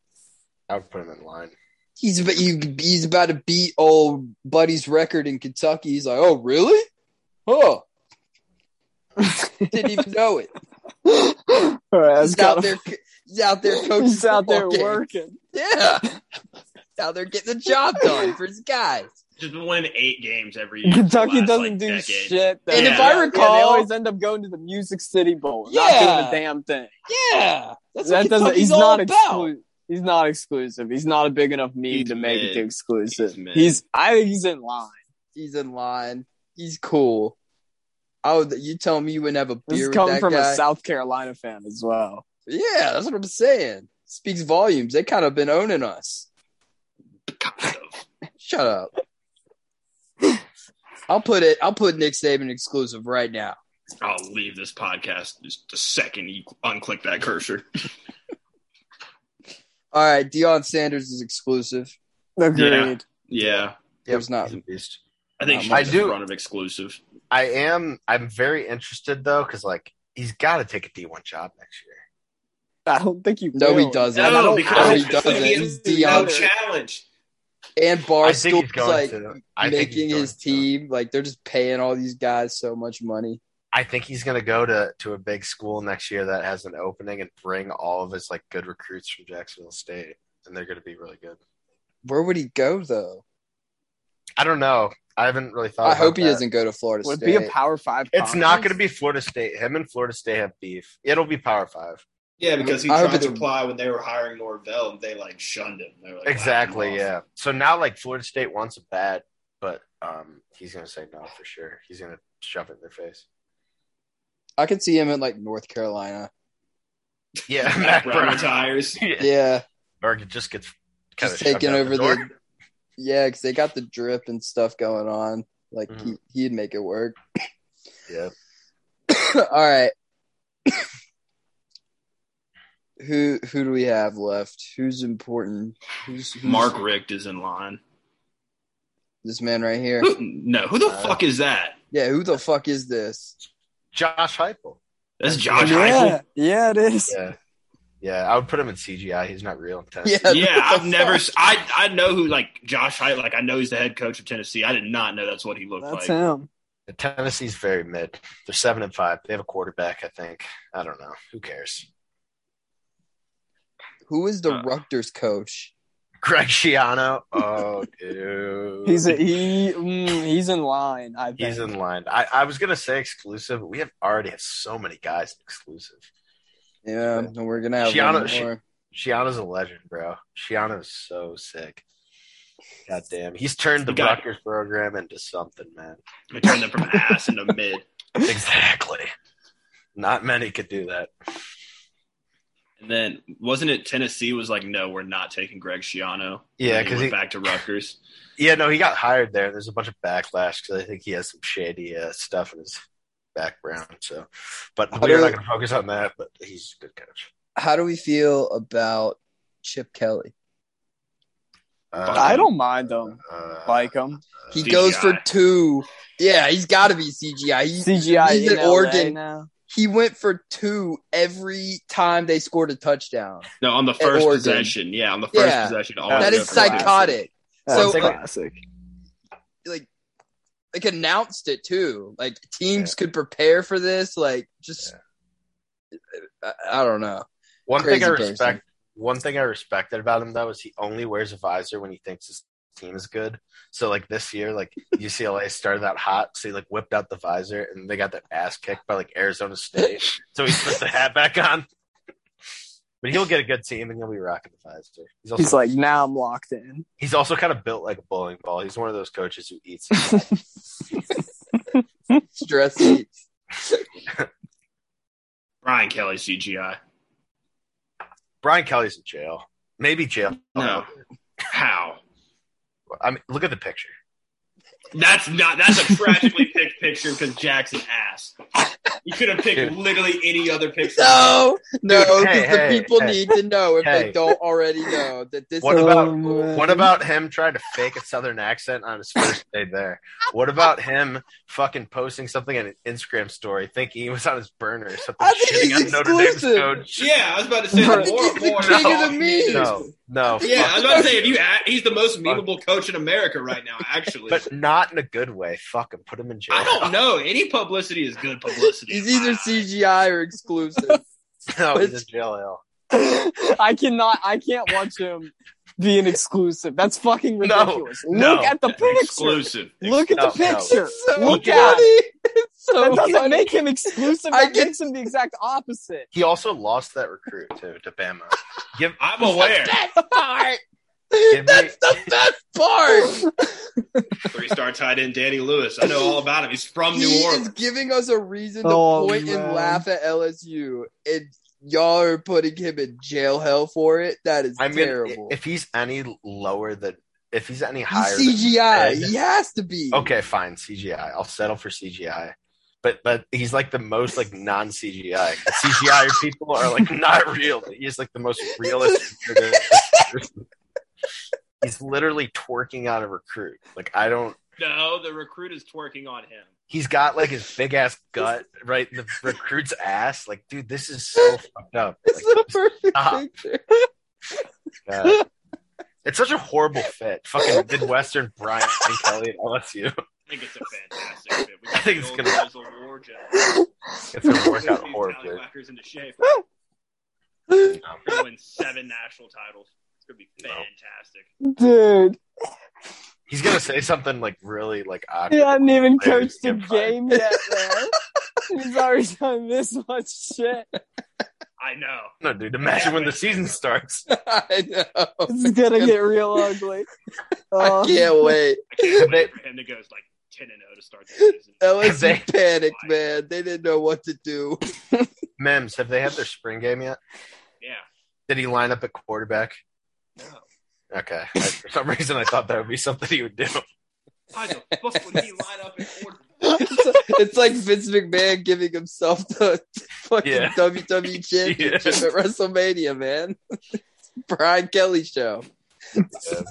I would put him in line. He's about, he, he's about to beat old buddy's record in Kentucky. He's like, oh really? Oh, didn't even know it. All right, that's He's out got him. there, he's out there coaching. He's out there football games. working. Yeah, He's out there getting the job done for his guys. Just been winning eight games every year. for the Kentucky last, doesn't like, do decade. shit. though. And if I Yeah, recall- they always end up going to the Music City Bowl. Not doing Yeah. a damn thing. Yeah, that's that what doesn't. Kentucky's He's all not about. exclusive. He's not exclusive. He's not a big enough meme He's to make it to mid. exclusive. He's mid. He's, I think he's in line. He's in line. He's cool. Oh, you tell me you wouldn't have a beer This is with coming that from guy? a South Carolina fan as well. Yeah, that's what I'm saying. Speaks volumes. They kind of been owning us. Kind of. Shut up. I'll put it. I'll put Nick Saban exclusive right now. I'll leave this podcast just the second you unclick that cursor. All right, Deion Sanders is exclusive. Agreed. Yeah, There's not- he's a beast. I think Not she's much. in I do- front of exclusive. I am I'm very interested though, because like he's gotta take a D one job next year. I don't think you. No, he will. doesn't. And I No, don't- because I he don't- doesn't. think He's he Deion will. challenge. And I think he's Barstool's going like to. I think he's making going his to. team like they're just paying all these guys so much money. I think he's going to go to to a big school next year that has an opening and bring all of his like good recruits from Jacksonville State, and they're going to be really good. Where would he go though? I don't know. I haven't really thought. I about hope he that. doesn't go to Florida Would it State. be a Power Five. It's not conference? going to be Florida State. Him and Florida State have beef. It'll be Power Five. Yeah, because he I hope tried to it's- apply when they were hiring Norvell, and they like shunned him. They were like, "Laugh Exactly. him off." Yeah. So now like Florida State wants it bad, but um, he's going to say no for sure. He's going to shove it in their face. I could see him at like North Carolina. Yeah, Matt Mac Brown Brown. retires. yeah. Yeah, Or it just gets kind Just of taking over the- door. yeah, because they got the drip and stuff going on. Like Mhm. he, he'd make it work. Yeah. All right. who who do we have left? Who's important? Who's, who's Mark Richt is in line. This man right here. Who- no, who the Uh, fuck is that? Yeah, who the fuck is this? Josh Heupel. That's Josh Yeah, Heupel. yeah, it is. Yeah. Yeah, I would put him in CGI. He's not real intense. Yeah, Yeah, what the I've never. fuck? s- I I know who like Josh Heupel. Like I know he's the head coach of Tennessee. I did not know that's what he looked That's like. him. The Tennessee's very mid. They're seven and five. They have a quarterback, I think. I don't know. Who cares? Who is the Uh. Rutgers coach? Greg Schiano. Oh, dude. He's a, he mm, he's in line. I He's bet. in line. I, I was gonna say exclusive, but we have already have so many guys in exclusive. Yeah, and we're gonna have Shiano- one Shi- more. Shiano's a legend, bro. Shiano's so sick. God damn. He's turned the We got- Rutgers program into something, man. We turned them from ass into mid. Exactly. Not many could do that. And then wasn't it Tennessee was like, no, we're not taking Greg Schiano. Yeah, And he 'cause went he- back to Rutgers. Yeah, no, he got hired there. There's a bunch of backlash because I think he has some shady uh, stuff in his background. So, but How we're do- not going to focus on that. But he's a good coach. How do we feel about Chip Kelly? Uh, I don't mind them. uh, Like them. He CGI. goes for two. Yeah, he's got to be CGI. He, CGI he's in in LA Oregon. now. he went for two every time they scored a touchdown. No, on the first Oregon. possession. Yeah, on the first Yeah. possession. Oh, that always is go for two. classic. psychotic. That's So, like- classic. Like, like announced it too. Like teams could prepare for this. Like just, I, I don't know. One Crazy thing I person. respect. One thing I respected about him though is he only wears a visor when he thinks his team is good. So like this year, like UCLA started out hot, so he like whipped out the visor and they got their ass kicked by like Arizona State. so he puts the hat back on. But he'll get a good team and he'll be rocking the visor. He's also He's like, now I'm locked in. he's also kind of built like a bowling ball. He's one of those coaches who eats. his- Stress eats. Brian Kelly CGI. Brian Kelly's in jail. Maybe jail. No. How? I mean, look at the picture. That's not. That's a tragically picked picture because Jackson ass. You could have picked Dude. literally any other picture. No, no, because Dude, hey, the hey, people hey. need to know if they Hey. don't already know that this. What is- about- Oh, man. Mm-hmm. What about him trying to fake a southern accent on his first day there? What about him fucking posting something on an Instagram story thinking he was on his burner or something I think shitting he's on Notre Dame's exclusive. coach? Yeah, I was about to say I the think more, he's the more king of the memes. No, no. Yeah, I fuck was about to him. say if you add, he's the most memeable coach in America right now. Actually, But not in a good way. Fuck him. Put him in jail. I don't know. Any publicity is good publicity. He's either CGI or exclusive. No, he's in jail. hell. I cannot. I can't watch him be an exclusive. That's fucking No, ridiculous. no. Look at the picture. exclusive. Look at the No, no. picture. It's so Look funny. at it. It's so That doesn't funny. make him exclusive. I That get- makes him the exact opposite. He also lost that recruit to, to Bama. Give, I'm aware. best part. Give That's the best part. Three-star tight end Danny Lewis. I know all about him. He's from he New is Orleans. giving us a reason to Oh, point man. and laugh at LSU, and y'all are putting him in jail hell for it. That is I mean, terrible. if he's any lower than, if he's any higher, than- He's CGI. than- He has to be. Okay, fine, CGI. I'll settle for CGI. But but he's like the most like non CGI. CGI people are like not real. He's like the most realist. weirdest person. he's literally twerking on a recruit. Like I don't. No, the recruit is twerking on him. He's got like his big ass gut right in the recruit's ass. Like dude, this is so fucked up. It's Like, the perfect stop. picture. God. It's such a horrible fit. Fucking Midwestern Brian Kelly at LSU. I think it's a fantastic fit. We I think it's gonna- to war general. It's gonna work out These horribly. tallywhackers into shape. No. We're going seven national titles. It's gonna be No. fantastic. Dude, He's gonna say something like really like awkward. he hadn't even Maybe coached a he'll get fired. game yet, man. He's already done this much shit. I know. No, dude. Imagine when the season starts. I know. This is gonna get real ugly. Uh, I can't wait. I can't They- wait for him to go like ten and zero to start the season. LSU They- panicked, man. They didn't know what to do. Mems, have they had their spring game yet? Yeah. Did he line up at quarterback? No. Okay. I, for some reason, I thought that would be something he would do. Why the fuck would he line up at quarterback? it's like Vince McMahon giving himself the fucking Yeah. WWE championship Yeah. at WrestleMania, man. Brian Kelly show. I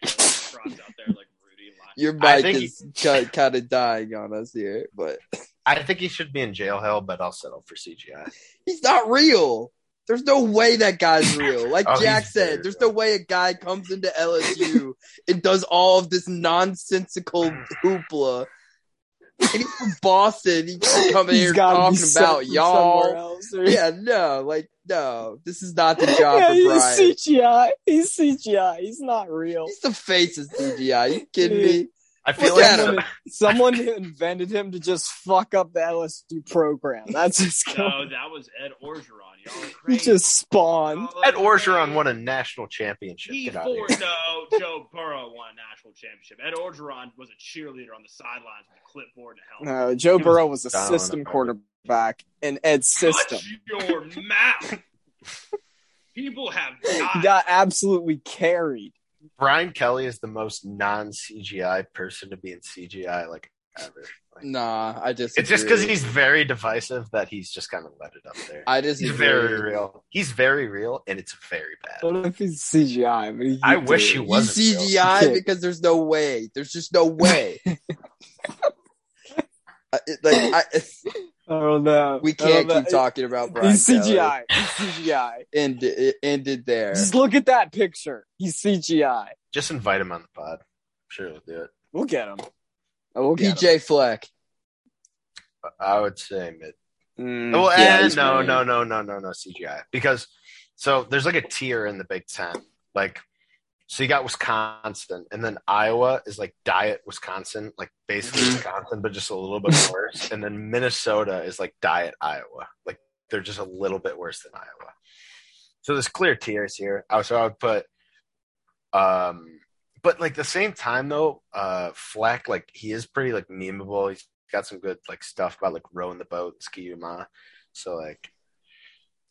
props out there like Rudy. Line- Your I mic think is kind of dying on us here, but I think he should be in jail hell, but I'll settle for CGI. he's not real. There's no way that guy's real. Like Oh, he's Jack very said, there's no real. way a guy comes into LSU and does all of this nonsensical hoopla. And he's from Boston. He keeps coming he's here gotta be talking sent about from y'all. somewhere else or- Yeah, no, like No, this is not the job yeah, for he's Brian. CGI. He's CGI. He's not real. He's the face of CGI. You kidding me? I feel Look like at so- Someone who invented him to just fuck up the LSD program. That's his goal. No, that was Ed Orgeron. Y'all are He crazy. just spawned. Y'all are Ed Orgeron crazy. won a national championship. He Get out of four. here. No, Joe Burrow won a national championship. Ed Orgeron was a cheerleader on the sidelines with a clipboard and a helmet. No, He Joe was Burrow was a down on system it. quarterback in Ed's system. Shut your mouth. People have He died. got absolutely carried. Brian Kelly is the most non CGI person to be in CGI like ever. Like, Nah, I just. It's just because he's very divisive that he's just kind of let it up there. I He's disagree. very real. He's very real, and it's very I bad. don't know if he's CGI, but he I wish he did. You wasn't real. CGI Yeah. because there's no way. There's just no way. I- it- like I, I don't know. we I don't can't know. keep talking about Brian. He's Kelly. CGI. He's CGI. End it ended there. Just look at that picture. He's CGI. Just invite him on the pod. I'm sure he'll do it. We'll get him. Oh, we'll get him. PJ Fleck. But I would say mid. Mm, Well, yeah, and he's no, great. no, no, no, no, no CGI because so there's like a tier in the Big Ten. Like, so you got Wisconsin, and then Iowa is like diet Wisconsin, like basically Mm-hmm. Wisconsin, but just a little bit worse. And then Minnesota is like diet Iowa, like they're just a little bit worse than Iowa. So there's clear tiers here. I- So I would put, um, but like the same time though, uh, Fleck like he is pretty like memeable. He's got some good like stuff about like rowing the boat, and ski ma. So like,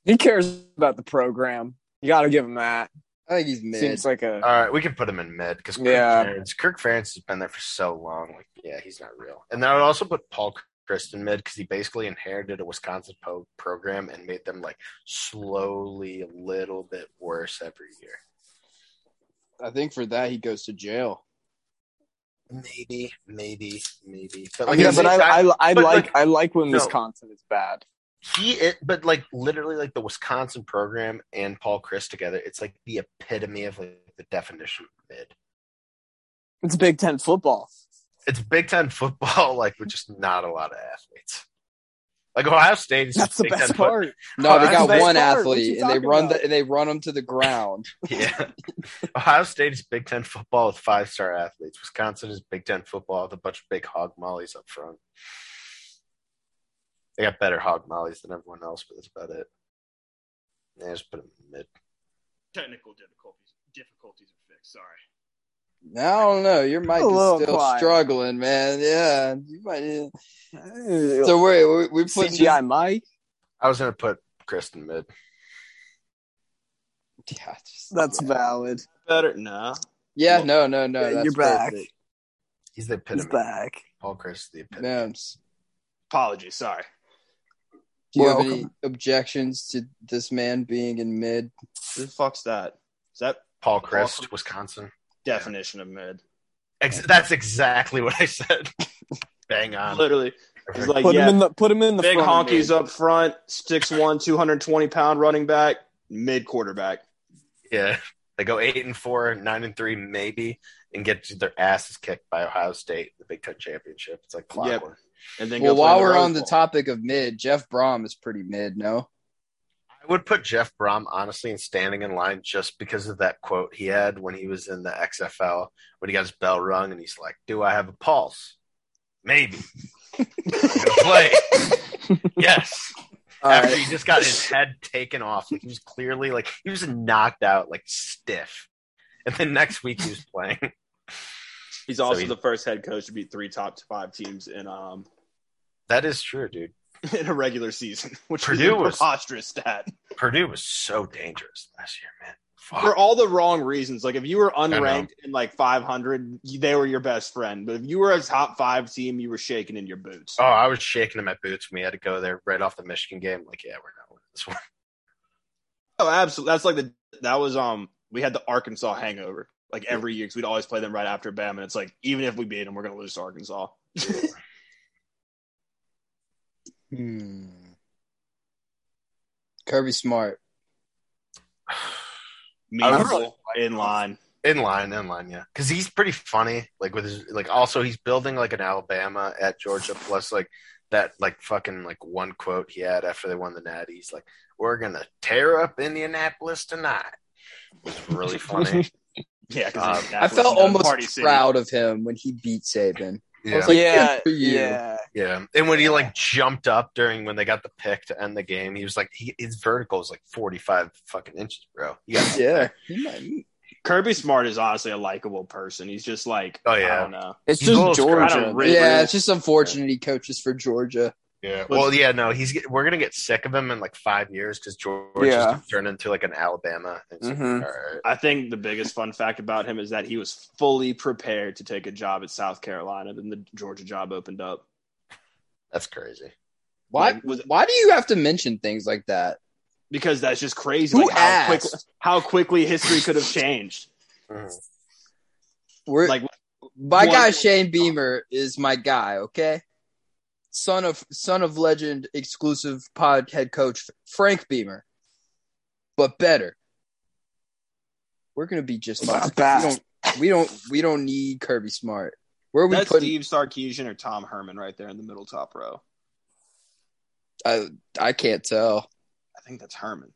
He cares about the program. You got to give him that. I think he's mid. Seems like a. all right, we can put him in mid because Kirk, Yeah. Ferentz- Kirk Ferentz has been there for so long. Like, yeah, he's not real. And then I would also put Paul Christ in mid because he basically inherited a Wisconsin po- program and made them like slowly a little bit worse every year. I think for that he goes to jail. Maybe, maybe, maybe. But I like, mean, yeah, at the but same I, time, I, I but, like, like, I like when no. Wisconsin is bad. he, it, but like literally, like the Wisconsin program and Paul Chris together, it's like the epitome of like the definition of mid. It's Big Ten football. It's Big Ten football, like with just not a lot of athletes. Like Ohio State is That's just the Big best Ten foot- part. No, Oh, they that's got the best one part. What athlete you and they talking run about? the, and they run him to the ground. Yeah. Ohio State is Big Ten football with five star athletes. Wisconsin is Big Ten football with a bunch of big hog mollies up front. They got better hog mollies than everyone else, but that's about it. Yeah, just put them in mid. Technical difficulties. Difficulties are fixed. Sorry. I don't know. Your mic A little is still quiet. struggling, man. Yeah, you might. So we're we, we put CGI Mike. I was gonna put Kristen mid. Yeah, just- That's valid. Better no. yeah. No, no, no. Yeah, that's you're back. perfect. He's the He's epitome. back. Paul Chris is the epitome. Mims, Apologies. Sorry. do you You're have any objections to this man being in mid? Who the fuck's that? Is that Paul Chris, Paul- Wisconsin. definition of mid? Ex- that's exactly what I said. Bang on. Literally, it's like Put yeah, him in the. Put him in the. big front honkies of up front, 6'1", 220 pound running back, mid quarterback. Yeah. They go eight and four, nine and three, maybe, and get their asses kicked by Ohio State in the Big Ten championship. It's like clockwork. And then Well, go play in while we're Rose on the Bowl. topic of mid, Jeff Brom is pretty mid. No, I would put Jeff Brom honestly in standing in line just because of that quote he had when he was in the XFL when he got his bell rung and he's like, "Do I have a pulse? Maybe. I'm gonna play. yes." All After right. he just got his head taken off, like, he was clearly like he was knocked out, like stiff. And then next week he was playing. He's also So he- the first head coach to beat three top five teams in um that is true, dude. in a regular season, which Purdue is a was- preposterous stat Purdue was so dangerous last year, man. Fuck. for all the wrong reasons. Like if you were know. unranked in like 500, you- they were your best friend. But if you were a top five team, you were shaking in your boots. Oh, I was shaking in my boots when we had to go there right off the Michigan game. Like, yeah, we're not winning this one. Oh, absolutely. That's like the that was um we had the Arkansas hangover like every year because we'd always play them right after Bam, and it's like even if we beat them, we're gonna lose to Arkansas. Hmm. Kirby Smart. Meaningful in line. In line, in line, yeah. Because he's pretty funny. Like with his, like also he's building like an Alabama at Georgia. Plus, like that like fucking like one quote he had after they won the Natties, like "We're gonna tear up Indianapolis tonight." It's really funny. Yeah, Um, because I felt almost proud of him when he beat Saban. yeah, like, yeah, good for you. yeah. yeah. And when he like jumped up during when they got the pick to end the game, he was like, he, his vertical was like forty five fucking inches, bro. Yeah, Yeah, he might- Kirby Smart is honestly a likable person. He's just like, Oh, I yeah. don't know. It's He's just both Georgia. kind of They- Really? yeah. It's just unfortunate he coaches for Georgia. yeah. Well, yeah, no, he's get- we're gonna get sick of him in like five years because George is Yeah. gonna turn into like an Alabama. It's like, Mhm. all right. I think the biggest fun fact about him is that he was fully prepared to take a job at South Carolina, then the Georgia job opened up. That's crazy. Why? Like, was- why do you have to mention things like that? because that's just crazy. Who like how, quick, asked? how quickly history could have changed. Mm-hmm. We're Like my one- guy Shane Beamer is my guy. Okay, son of son of legend, exclusive pod head coach Frank Beamer, but better. We're gonna be just fine. Not We bad. don't, we don't we don't need Kirby Smart. Where are we that's putting? Steve Sarkeesian or Tom Herman right there in the middle top row. I, I can't tell. I think that's Herman,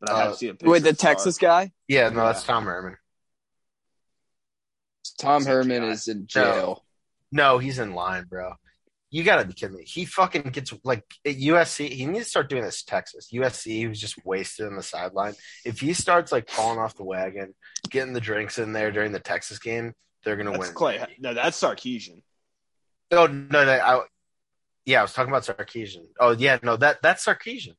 but I have Uh, to see a picture. With the It's hard. Texas guy? Yeah, no, that's Tom Herman. Tom CGI. Herman is in jail. No, he's in line, bro. You gotta be kidding me. He fucking gets like at USC. He needs to start doing this. Texas USC. He was just wasted on the sideline. If he starts like falling off the wagon, getting the drinks in there during the Texas game, they're gonna That's win. Clay. No, that's Sarkeesian. No, no, no. I, yeah, I was talking about Sarkeesian. Oh, yeah, no, that that's Sarkeesian.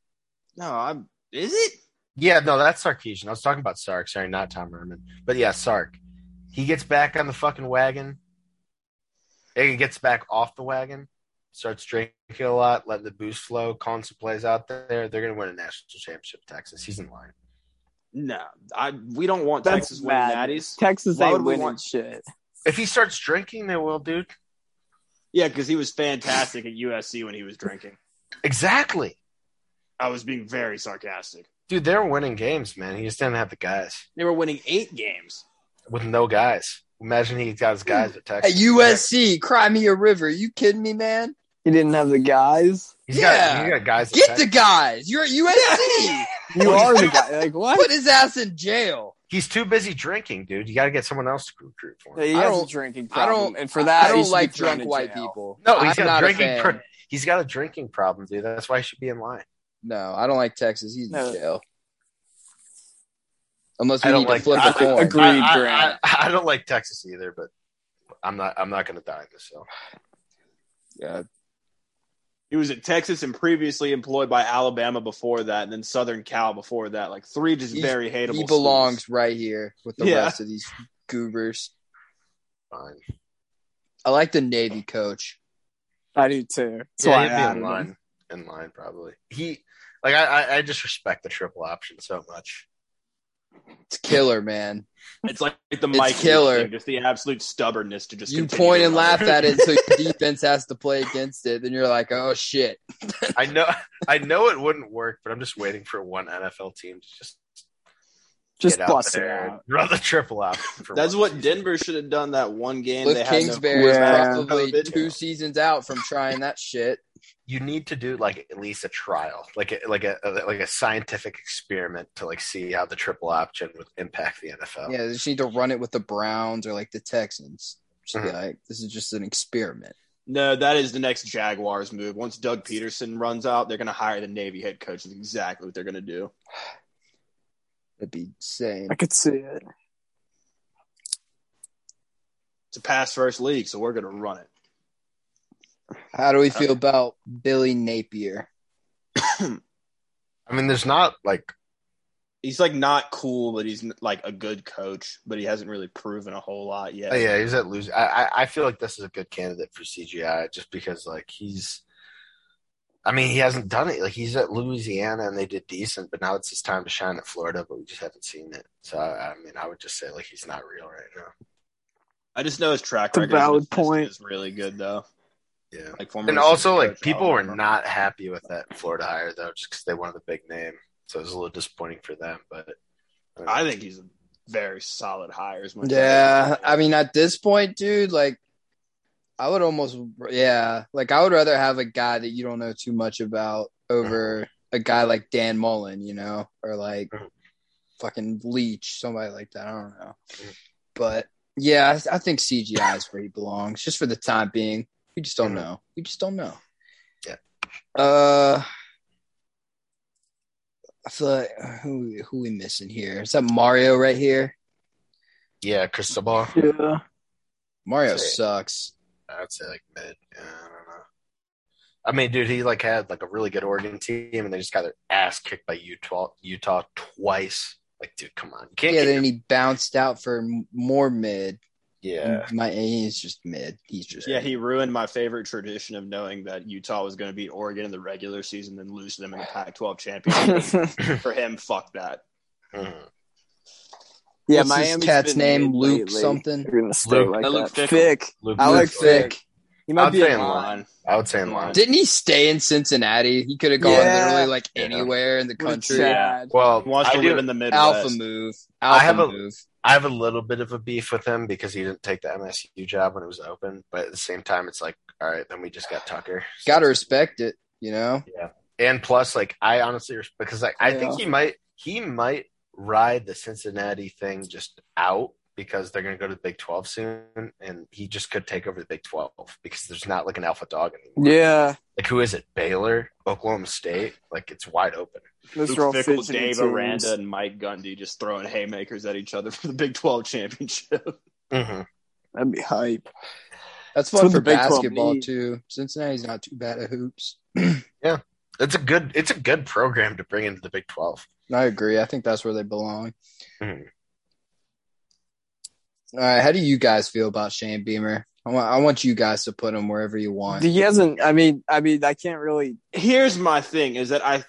No, I'm. Is it? Yeah, no, that's Sarkeesian. I was talking about Sark. Sorry, not Tom Herman. But yeah, Sark. He gets back on the fucking wagon. He gets back off the wagon, starts drinking a lot, letting the booze flow, calling some plays out there. They're gonna win a national championship. Texas. He's in line. No, I. We don't want That's Texas winning mad. natties. Texas Why ain't would we winning want- shit. If he starts drinking, they will, dude. Yeah, because he was fantastic at USC when he was drinking. Exactly, I was being very sarcastic. dude. They're winning games, man. He just didn't have the guys They were winning eight games. with no guys. Imagine he got his guys at At Texas. USC, cry me a river. You kidding me, man? He didn't have the guys. He's Yeah. got, he got guys. at Get Texas. the guys. You're at USC. You are the guy. Like Put what? his ass in jail. He's too busy drinking, dude. You got to get someone else to recruit for him. He I has a don't- drinking I problem, don't. and for that, I he don't should like be thrown drunk in white jail. people. No, he's I'm got not a a drinking. fan. pro- he's got a drinking problem, dude. That's why he should be in line. No, I don't like Texas. He's No. in jail. Unless I we don't need like- to flip I- a coin. agree. I, I- Grant. I- I don't like Texas either, but I'm not. I'm not going to die in this. So Yeah. He was at Texas and previously employed by Alabama before that, and then Southern Cal before that. Like three just He's- very hateable. He belongs schools. right here with the Yeah. rest of these goobers. fine. I like the Navy coach. I do too. That's Yeah, why I he'd be added in him. line. In line, probably. He like I, I. I just respect the triple option so much. It's killer, man. It's like the Mike killer. thing, just the absolute stubbornness to just you continue point to and run. laugh at it, so your defense has to play against it. Then you're like, oh shit. I know. I know it wouldn't work, but I'm just waiting for one NFL team to just Just get out bust it there and out. run the triple option. For That's once. what Denver should have done that one game. they Cliff had no Kingsbury is Yeah. quarterback. probably COVID. two seasons out from trying that shit. you need to do like at least a trial, like a, like a like a scientific experiment to like see how the triple option would impact the NFL. Yeah, they just need to run it with the Browns or like the Texans. Just be Uh-huh. Mhm. like, this is just an experiment. No, that is the next Jaguars move. Once Doug Peterson runs out, they're going to hire the Navy head coach. That's exactly what they're going to do. That'd be insane. I could see it. It's a pass first league, so we're going to run it. How do we feel about Billy Napier? I mean, there's not like He's like not cool, but he's like a good coach, but he hasn't really proven a whole lot yet. oh, yeah, he's at lose. I, I I feel like this is a good candidate for CGI just because like he's. I mean, he hasn't done it. Like he's at Louisiana and they did decent, but now it's his time to shine at Florida, but we just haven't seen it. So I, I mean, I would just say like he's not real right now. I just know his track It's a record. as an valid assistant point. Is really good though. Yeah. Like former And assistant also, like coach, people were Alabama. not happy with that Florida hire though, just because they wanted a big name. So it was a little disappointing for them. But uh, I think he's a very solid hire. as much as- Yeah, I mean, at this point, dude, like, I would almost yeah, like I would rather have a guy that you don't know too much about over a guy like Dan Mullen, you know, or like fucking Leach, somebody like that. I don't know, but yeah, I, I think CGI is where he belongs, just for the time being. We just don't Mhm. know. We just don't know. Yeah. Uh, I feel like who who we missing here? Is that Mario right here? Yeah, Cristobal. Yeah. Mario Sorry. sucks. I would say like mid. Yeah, I don't know. I mean, dude, he like had like a really good Oregon team, and they just got their ass kicked by Utah Utah twice. Like, dude, come on, you can't. Yeah, get then he bounced out for m- more mid. your- yeah. My he's just mid. He's just Yeah, he ruined my favorite tradition of knowing that Utah was going to beat Oregon in the regular season, then lose to them in the Pac-12 championship. For him, fuck that. Mm. Mhm. yeah, What's his Miami's cat's been name? mid Luke lately. something. You're gonna stay Luke- like I look that. fickle. Thick. Luke I like Fickle. Thick. He might I'd be say in in line. line. I would say in line. Didn't he stay in Cincinnati? He could have gone Yeah. literally like Yeah. anywhere in the What a country. Chad. Well, He wants I to do- live in the Midwest. Alpha move. Alpha have a- move. I have a little bit of a beef with him because he didn't take the MSU job when it was open, but at the same time, it's like, all right, then we just got Tucker. So Got to it's- respect it. You know. Yeah, and plus, like, I honestly res- because like I think Yeah. he might he might ride the Cincinnati thing just out because they're going to go to the Big Twelve soon, and he just could take over the Big Twelve because there's not like an alpha dog anymore. Yeah, Like, who is it? Baylor, Oklahoma State? Like, it's wide open. those are all Luke Fickle, fidgety Dave teams. Aranda, and Mike Gundy just throwing haymakers at each other for the Big 12 championship. Mm-hmm. That'd be hype. That's That's fun what for the Big 12 basketball needs. too. Cincinnati's not too bad at hoops. It's a good it's a good program to bring into the Big Twelve. I agree. I think that's where they belong. Mhm. All right. How do you guys feel about Shane Beamer? I want, I want you guys to put him wherever you want. He hasn't. I mean, I mean, I can't really. Here's my thing is that I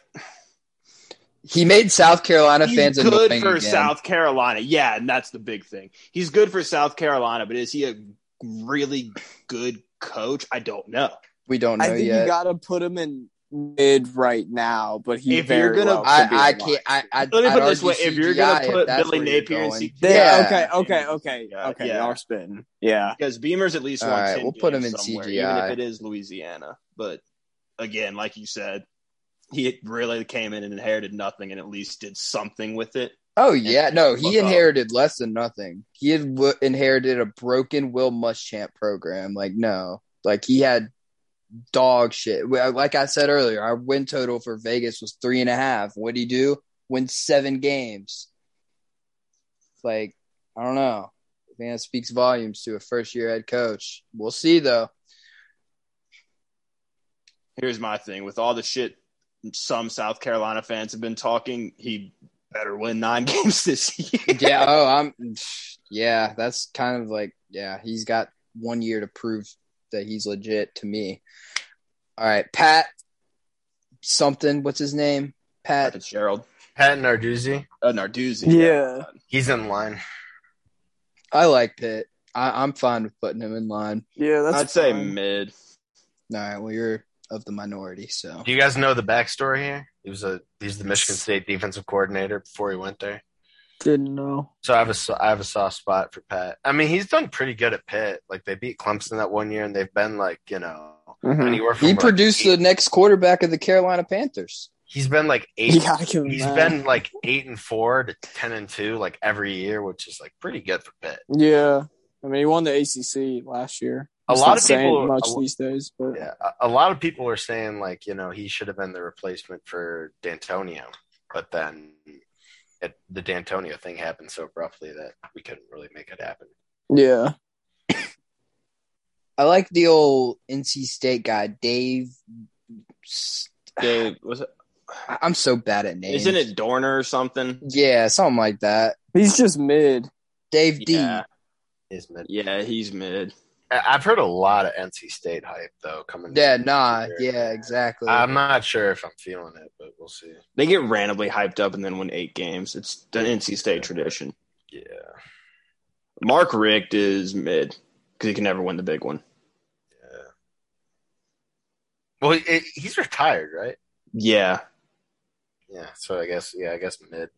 He made South Carolina he's fans good annoying for again. South Carolina. Yeah, and that's the big thing. He's good for South Carolina, but is he a really good coach? I don't know. We don't know I think yet. you gotta put him in mid right now. But he If very you're gonna- well could be in I, I line. can't. I, I, Let me I'd put it this way: argue if you're CGI, gonna if put that's Billy where you're Napier and going. CGI, They- Yeah. Okay. Okay. Okay. Yeah, okay. yeah. Y'all are spitting. Yeah. because Beamer's at least All won right, 10 we'll put him games in somewhere, CGI. even if it is Louisiana. But again, like you said, he really came in and inherited nothing, and at least did something with it. Oh yeah, no, he Fuck off. inherited less than nothing. He had w- inherited a broken Will Muschamp program. Like no, like he had dog shit. Well, Like I said earlier, our win total for Vegas was three and a half. What do you do? Win seven games. Like I don't know. I think that speaks volumes to a first year head coach. We'll see though. Here's my thing: with all the shit some South Carolina fans have been talking, he better win nine games this year. yeah. Oh, I'm. Yeah, that's kind of like yeah. He's got one year to prove that he's legit to me. All right, Pat. Something. What's his name? Pat. Fitzgerald, Pat Narduzzi, uh, Narduzzi. Yeah. he's in line. I like Pitt. I, I'm fine with putting him in line. Yeah. That's. I'd say fine. mid. All right. Well, you're of the minority, so Do you guys know the backstory here? He was a he's the Michigan State defensive coordinator before he went there. Didn't know. So I have a so- I have a soft spot for Pat. I mean, he's done pretty good at Pitt. Like they beat Clemson that one year, and they've been like you know Mhm. anywhere from Hmm. he like, produced eight- the next quarterback of the Carolina Panthers. He's been like You eight. gotta give him He's that. been like eight and four to ten and two like every year, which is like pretty good for Pitt. Yeah. I mean, he won the ACC last year. A It's lot not of saying people- much a lo- these days, but Yeah, a, a lot of people are saying like you know he should have been the replacement for D'Antonio, but then it, the D'Antonio thing happened so abruptly that we couldn't really make it happen. yeah. I like the old NC State guy, Dave. Dave, was it, I- I'm so bad at names. isn't it Dorner or something? Yeah, something like that. He's just mid. Dave D. Yeah. Is mid- Yeah, he's mid. I- I've heard a lot of NC State hype though coming. Yeah, nah, Sure. yeah, exactly. I'm not sure if I'm feeling it, but we'll see. They get randomly hyped up and then win eight games. It's the NC State tradition. Yeah, Mark Richt is mid because he can never win the big one. yeah. Well, it, he's retired, right? Yeah, Yeah, so I guess yeah, I guess mid.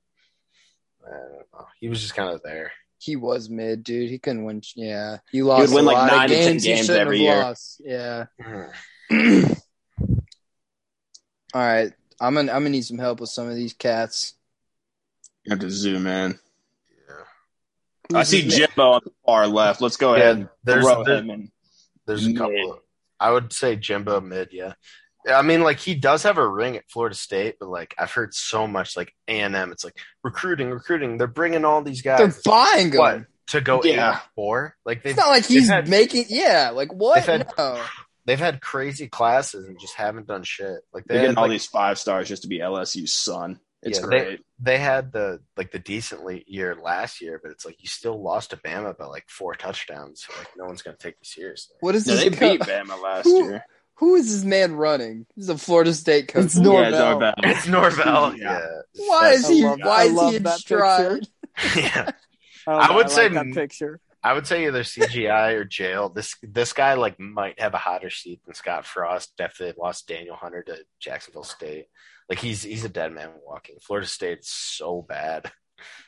I don't know. He was just kind of there. he was mid, dude. He couldn't win. Yeah, he He lost. would win a like lot of nine to ten games, he games shouldn't every have year. Lost. Yeah. Mm. All right, I'm gonna I'm gonna need some help with some of these cats. You have to zoom in. Yeah. I see Jimbo on the far left. Let's go ahead. Yeah, Oh, and there's throw there- him in. there's a couple. Of, I would say Jimbo mid, yeah. Yeah, I mean, like he does have a ring at Florida State, but like I've heard so much, like A and M, it's like recruiting, recruiting. They're bringing all these guys. They're buying them. what to go Yeah. eight and four? Like they've It's not like he's had- making. Yeah, like what? They've had- no. they've had crazy classes and just haven't done shit. Like they They're had, getting all like, these five stars just to be LSU's son. It's Yeah, they- great. they had the like the decently year last year, but it's like you still lost to Bama by like four touchdowns. So like no one's gonna take you seriously. What is No, this? they co- beat Bama last Who- year. Who is this man running? This is a Florida State coach. It's Norvell. Yeah, Norvell. It's Norvell. Yeah. yeah. Why is I he? love- why I is love he in that stride? picture. yeah. Oh, I would like say- that picture. I would say either CGI or jail. This this guy like might have a hotter seat than Scott Frost after they lost Daniel Hunter to Jacksonville State. Like he's he's a dead man walking. Florida State's so bad.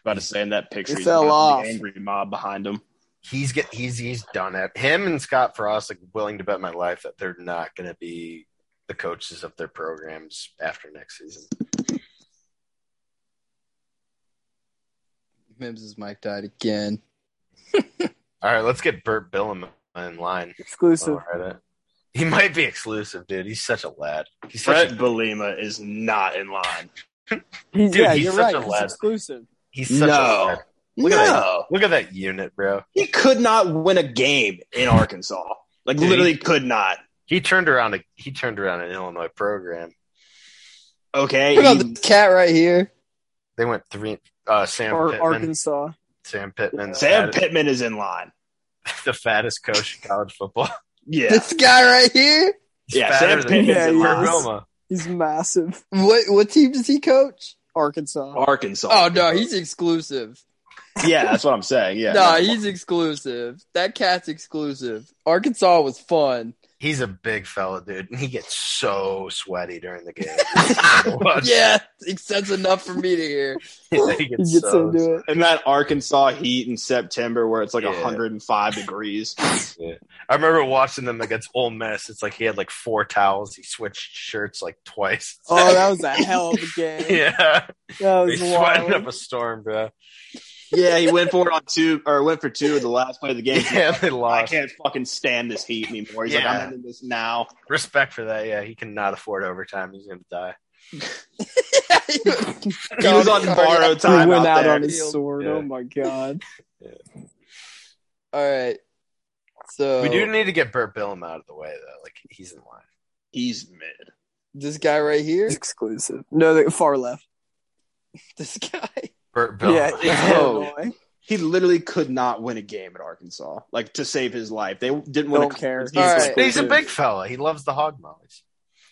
About to say in that picture, He he's fell got the off. angry mob behind him. He's get he's he's done at him and Scott Frost. Like willing to bet my life that they're not going to be the coaches of their programs after next season. Mims' mic died again. All right, let's get Burt Billum in line. Exclusive. on Reddit. He might be exclusive, dude. He's such a lad. He's such Brett a, Belima is not in line. He's, Dude, yeah, he's you're such right. a He's lad. exclusive. he's such No. a lad. Look at No, Look at that unit, bro. he could not win a game in Arkansas. Like Dude, he- literally, could not. He turned around a he turned around an Illinois program. Okay, Look at he- this cat right here. They went three. Uh, Sam Or Pittman. Arkansas. Sam Pittman. Sam the fattest- Pittman is in line. the fattest coach in college football. Yeah, This guy right here. He's Yeah, fatter Sam than Pittman's Burt in Yeah, line. is. Vilma. He's massive. What? What team does he coach? Arkansas. Arkansas. Oh no, he's exclusive. yeah, that's what I'm saying. Yeah, no, he's exclusive. That cat's exclusive. Arkansas was fun. He's a big fella, dude, and he gets so sweaty during the game. What? Yeah, it's- that's enough for me to hear. he gets, He gets so into it. and that Arkansas heat in September where it's like Yeah. 105 degrees. I remember watching them against Ole Miss. It's like he had like four towels. He switched shirts like twice. Oh, that was a hell of a game. yeah, That they was sweating wild. up a storm, bro. yeah, he went for it on two or went for two in the last play of the game. Yeah, they I lost. can't fucking stand this heat anymore. He's like, Yeah. I'm ending this now. Respect for that. Yeah, he cannot afford overtime. He's gonna die. He was on borrowed He time went out, out there. on his Field. sword. Yeah. Oh my god. All right. So We do need to get Burt Billum out of the way though. Like he's in line. He's mid. this guy right here. He's exclusive. No, the far left. This guy. Burt Billum. Yeah, it's No. Oh. Illinois. He literally could not win a game at Arkansas, like to save his life. They didn't win. Don't a care. conference. All He's right. like, He's a big fella. He loves the hog mollies.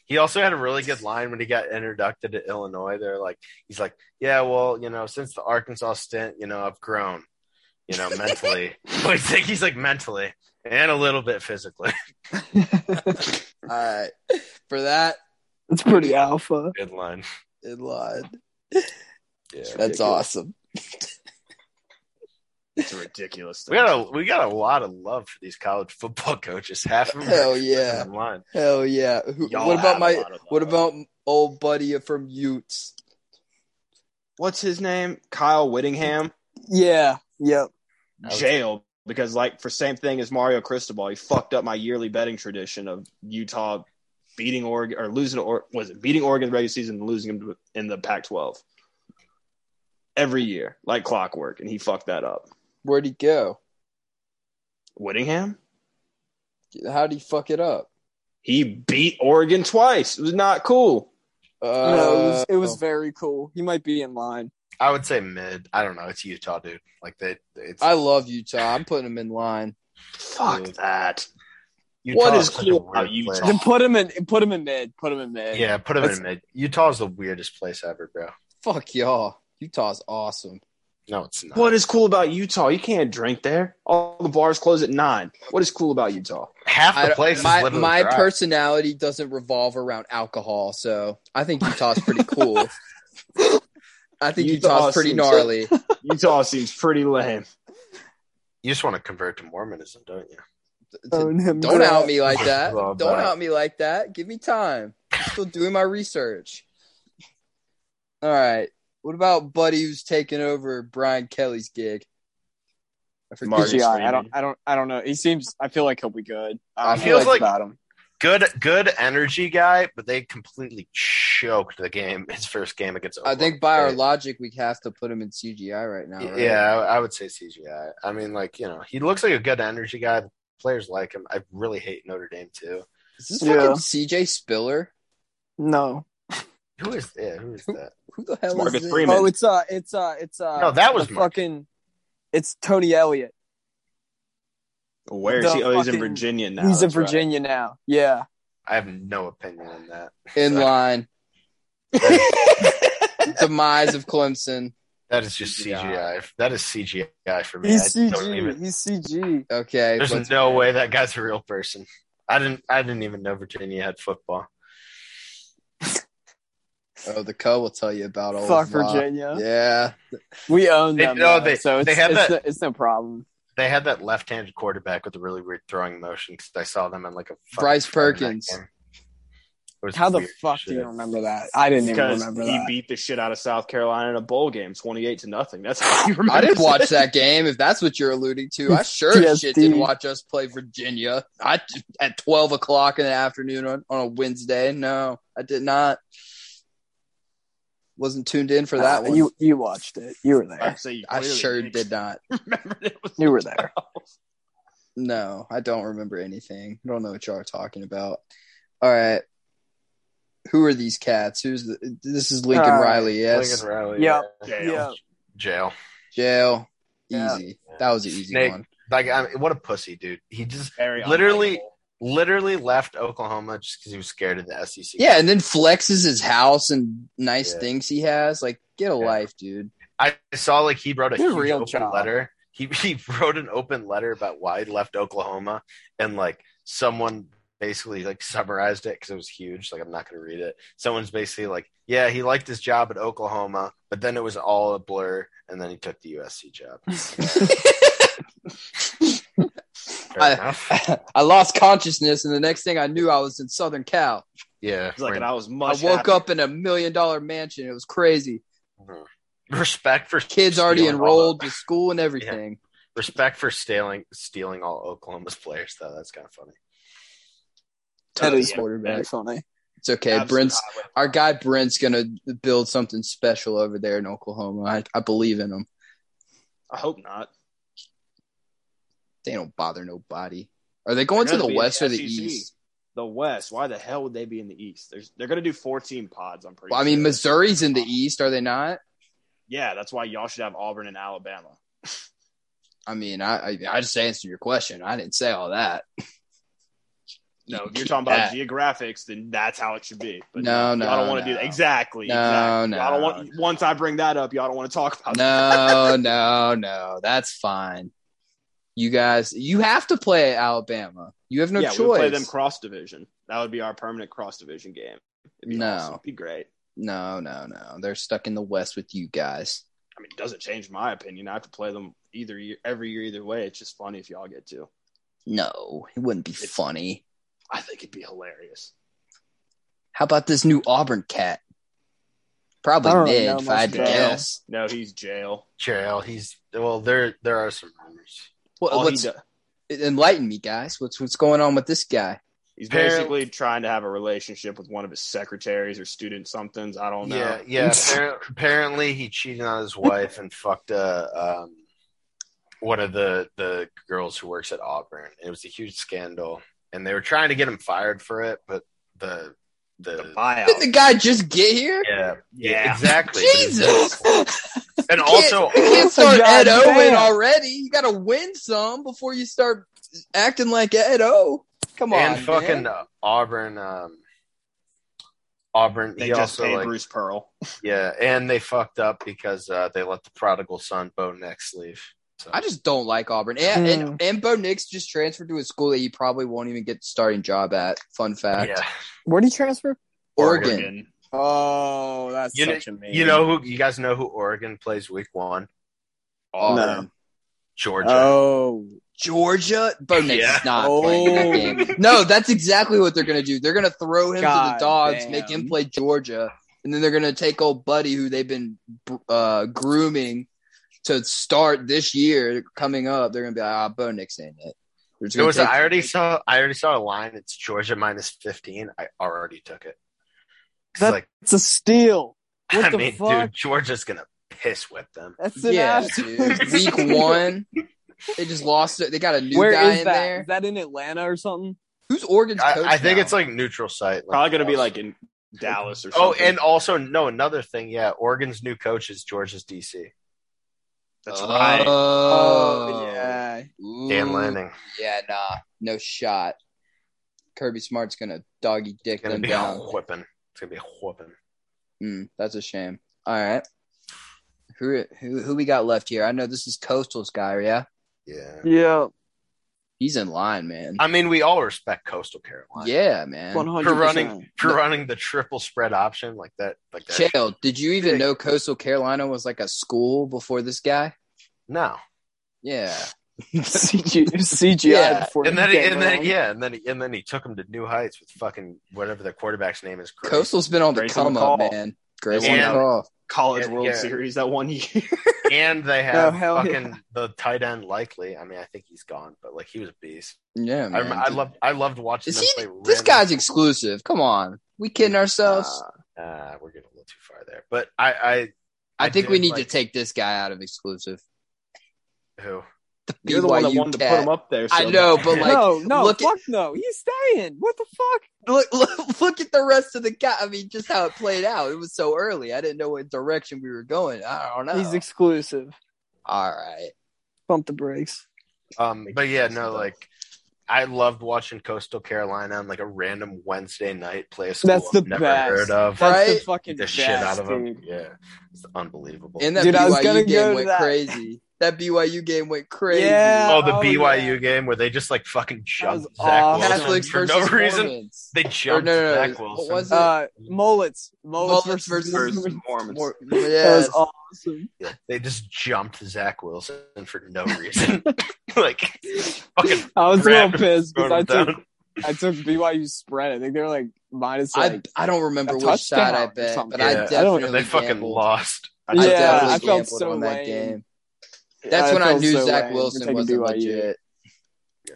He also had a really good line when he got introducted to Illinois. They're like, he's like, yeah, well, you know, since the Arkansas stint, you know, I've grown, you know, mentally. but he's like, he's like mentally and a little bit physically. All right. For that, It's pretty alpha. Good line. it lied. Yeah. That's awesome. It's ridiculous. We got a we got a lot of love for these college football coaches. Half of them Hell are yeah. online. Hell yeah. Who, Y'all what have a about my? lot of What love. about old buddy from Utes? what's his name? Kyle Whittingham. Yeah. Yep. That was- jail because like for same thing as Mario Cristobal, he fucked up my yearly betting tradition of Utah beating Oregon or losing to or was it beating Oregon in the regular season and losing him in the Pac-12 every year like clockwork, and he fucked that up. Where'd he go? Whittingham, How'd he fuck it up? he beat Oregon twice. It was not cool. no, it was, it Oh. Uh, was very cool. He might be in line. I would say mid. I don't know. It's Utah, dude. Like they, it's I love Utah. I'm putting him in line. Fuck Dude. that. Utah what is such a cool weird about Utah? place. Then put him in. Put him in mid. Put him in mid. Oh. Yeah, put him in That's- mid. Utah's the weirdest place ever, bro. Fuck y'all. Utah's awesome. No, it's not. What is cool about Utah? You can't drink there. All the bars close at nine. What is cool about Utah? Half I the don't- place is my literally my dry. personality doesn't revolve around alcohol, so I think Utah's pretty cool. I think Utah Utah's pretty seems- gnarly. Utah seems pretty lame. You just want to convert to Mormonism, don't you? Don't out me Oh, like that. Love Don't that. out me like that. Give me time. I'm still doing my research. All right. What about Buddy who's taking over Brian Kelly's gig? I forget. Marcus Yeah, I Freeman. don't, I don't, I don't know. He seems. I feel like he'll be good. I don't know Feels like- about him. Good, good energy guy, but they completely choked the game. His first game against. I Oklahoma think by our State. logic, we have to put him in CGI right now. right? Yeah, I I would say CGI. I mean, like you know, he looks like a good energy guy. The players like him. I really hate Notre Dame too. Is this Yeah. fucking CJ Spiller? No. Who is yeah? Who is that? Who the hell Marcus is this? Freeman. Oh, it's uh, it's uh, it's uh. No, that was the Mark. fucking. It's Tony Elliott. Where is the he? Oh, he's in fucking- Virginia now. He's in that's right. Virginia now. Yeah. I have no opinion on that. In line. Demise of Clemson. That is just CGI. That is CGI for me. He's I don't even. CG. He's CG. Okay. There's let's- no way that guy's a real person. I didn't. I didn't even know Virginia had football. Oh, the co will tell you about all Fuck of Ma. Virginia. Yeah. We own They- them. no, though, they- so it's, they have it's, that- no, it's no problem. They had that left-handed quarterback with a really weird throwing motion because I saw them in like a fucking Bryce Friday night Perkins. game. It was How the weird fuck shit. do you remember that? I didn't even Because remember he that. beat the shit out of South Carolina in a bowl game, twenty-eight to nothing. That's how you remember. I didn't watch that. that game. If that's what you're alluding to, I sure as shit TSD. didn't watch us play Virginia. I at twelve o'clock in the afternoon on, on a Wednesday. No, I did not. Wasn't tuned in for that Uh, one. You you watched it. You were I there. say you I clearly sure didn't did not. Remember it was You were there. No, I don't remember anything. I don't know what y'all are talking about. All right, who are these cats? Who's the? This is Lincoln All right. Riley. Yes, Lincoln Riley. Yep. yeah. Jail. Yeah. Jail. jail. Yeah. Easy. That was an easy Snake. one. Like, I mean, what a pussy, dude. He just Very Literally- unlikable. literally left Oklahoma just because he was scared of the E SEC. Yeah, and then flexes his house and nice Yeah. things he has. Like, get a Yeah. life, dude. I saw like he wrote a He's a huge real open child. letter. He he wrote an open letter about why he left Oklahoma, and like someone basically like summarized it because it was huge. Like I'm not gonna read it. Someone's basically like, yeah, he liked his job at Oklahoma, but then it was all a blur, and then he took the USC job. Fair I- enough. I lost consciousness, and the next thing I knew, I was in Southern Cal. Yeah, He's like, and we're- I was I much. woke happier. up in a million dollar mansion. It was crazy. Hmm. respect for Kids already stealing all enrolled the- to school and everything. respect for stealing stealing all Oklahoma's players though. That's kind of funny. That Oh, is yeah. very funny. It's okay. Absolute Brent's highway. our guy. Brent's gonna build something special over there in Oklahoma. I, I believe in him. I hope not. They don't bother nobody. Are they going to They're the gonna be in west the E or the SEC. east? The West. Why the hell would they be in the East? There's, they're going to do fourteen pods. I'm pretty. Well, I mean, sure. Uh, Missouri's in the east. Are they not? Yeah, that's why y'all should have Auburn and Alabama. I mean, I I, I just answered your question. I didn't say all that. No, if you're Keep talking about that. geographics, then that's how it should be. But No, no, I don't want to do no. that. Exactly. No, exactly. I don't no, want. Once I bring that up, y'all don't want to talk about. that. no, no, no. That's fine. You guys, you have to play Alabama. You have no yeah, choice. we would play them cross division. That would be our permanent cross division game. It'd be No. awesome. It'd be great. no, no, no. They're stuck in the West with you guys. I mean, it doesn't change my opinion. I have to play them either year, every year, either way. It's just funny if y'all get to. No, it wouldn't be funny. I think it'd be hilarious. How about this new Auburn cat? Probably I don't mid, know if much I had to about him. guess. No, he's jail. Jail. He's well. There there are some rumors. What, All he what's do- enlighten me, guys? What's what's going on with this guy? he's Apparently- basically trying to have a relationship with one of his secretaries or student somethings. I don't know. Yeah, yeah. appar- apparently, he cheated on his wife and fucked uh, um, one of the the girls who works at Auburn. It was a huge scandal, and they were trying to get him fired for it, but the the, The buyout. Didn't the guy just get here? yeah, Yeah. exactly. Jesus. and also. you Oh can't start Ed God Owen damn. already. You got to win some before you start acting like Ed O. Come on, and fucking uh, man. Auburn, um, Auburn. They he just also paid like, Bruce Pearl. yeah, and they fucked up because uh, they let the prodigal son Bo Nix leave. So I just don't like Auburn. And, and and Bo Nix just transferred to a school that he probably won't even get the starting job at. Fun fact: yeah, Where'd he transfer? Oregon. Oh, that's You know- such a meme. you know who you guys know who Oregon plays week one. Auburn. No. Georgia. Oh, Georgia? Bo Nix Yeah. is not playing that game. No, that's exactly what they're gonna do. They're gonna throw him to God the dogs, damn. make him play Georgia, and then they're gonna take old Buddy, who they've been uh, grooming to start this year coming up. They're gonna be like, ah, Bo Nix ain't it. They're just There gonna was. A, take- I already saw. I already saw a line. It's Georgia minus fifteen. I already took it. It's That- like it's a steal. what I the mean, fuck? dude, Georgia's gonna piss whip them. That's an yeah, absolute dude. Week one, they just lost it. They got a new Where guy is in that? there. Is that in Atlanta or something? Who's Oregon's coach? I, I think now? it's like neutral site. like- Probably going to be like in Dallas or something. Oh, and also no, another thing. Yeah, Oregon's new coach is Georgia's DC. that's oh, right. Oh, yeah. Ooh. Dan Lanning. Yeah, nah, no shot. Kirby Smart's gonna doggy dick It's gonna them be a down. whipping. It's gonna be a whipping. Mm, that's a shame. All right, who who who we got left here? I know this is Coastal's guy. Yeah, Yeah. Yeah, he's in line, man. I mean, we all respect Coastal Carolina. yeah, man. one hundred For running, percent. for running the triple spread option like that, like that. Chael, did you even know Coastal Carolina was like a school before this guy? No, Yeah, CGI Yeah, before and then, he he, came and then, around. yeah, and then, he, and then he took him to new heights with fucking whatever the quarterback's name is. Grace. Coastal's been on the Grayson come up, McCall. man. Grayson And- McCall. College Yeah, World yeah. Series that one year. and they have Oh, hell fucking the tight end likely. I mean, I think he's gone, but like he was a beast. Yeah, I, man. rem- I loved, I loved watching Is them he? play. This random- guy's exclusive. Come on, we kidding ourselves? Uh, we're getting a little too far there, but I, I, I, I think we did, need like- to take this guy out of exclusive. who? You're the one that BYU wanted to E cat. put him up there. So I know, but like, no, no, look fuck no. He's staying. What the fuck? look, look, look at the rest of the guy. I mean, just how it played out. It was so early. I didn't know what direction we were going. I don't know. He's exclusive. All right. Pump the brakes. Um, but yeah, sense, no, though. like I loved watching Coastal Carolina on like a random Wednesday night play. A school That's the I've never best. heard of. That- That's the Right? fucking Beat the shit out best, of them. dude. Yeah, it's unbelievable. And that Dude, BYU I was gonna game go to went that. crazy. That BYU game went crazy. Yeah. oh, the Oh, BYU yeah. game where they just like fucking jumped was Zach awesome. Wilson Catholics for versus no reason. Mormons. They Or jumped no, no, no. Zach Wilson. What was it? Uh, mullets, mullets, Mullets versus, versus Mormons. Mor- That yes. was awesome. Yeah, they just jumped Zach Wilson for no reason. like fucking I was a little Grab- pissed because throwing I him took down. I took BYU spread. I think they were like minus I, like I don't remember a which side I touchdown or bet, but something. I Yeah. definitely I don't- They fucking gambled. lost. I Yeah, definitely I felt gambled so on that lame. game. That's when I felt knew so Zach lame for Wilson taking wasn't BYU. legit. Yeah.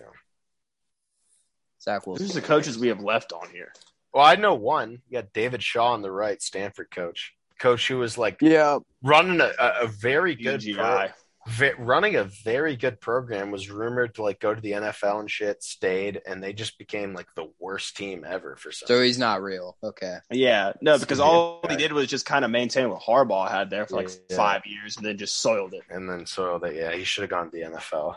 Zach Wilson. who's the coaches we have left on here? Well, I know one. You got David Shaw on the right, Stanford coach, coach who was like Yeah, running a, a, a very good pro, UGI. ve- running a very good program. Was rumored to like go to the NFL and shit, stayed, and they just became like the worst team ever for some. So he's not real. Okay. Yeah, no, because all Yeah. he did was just kind of maintain what Harbaugh had there for like Yeah. five years, and then just soiled it. and then so that yeah, he should have gone to the NFL.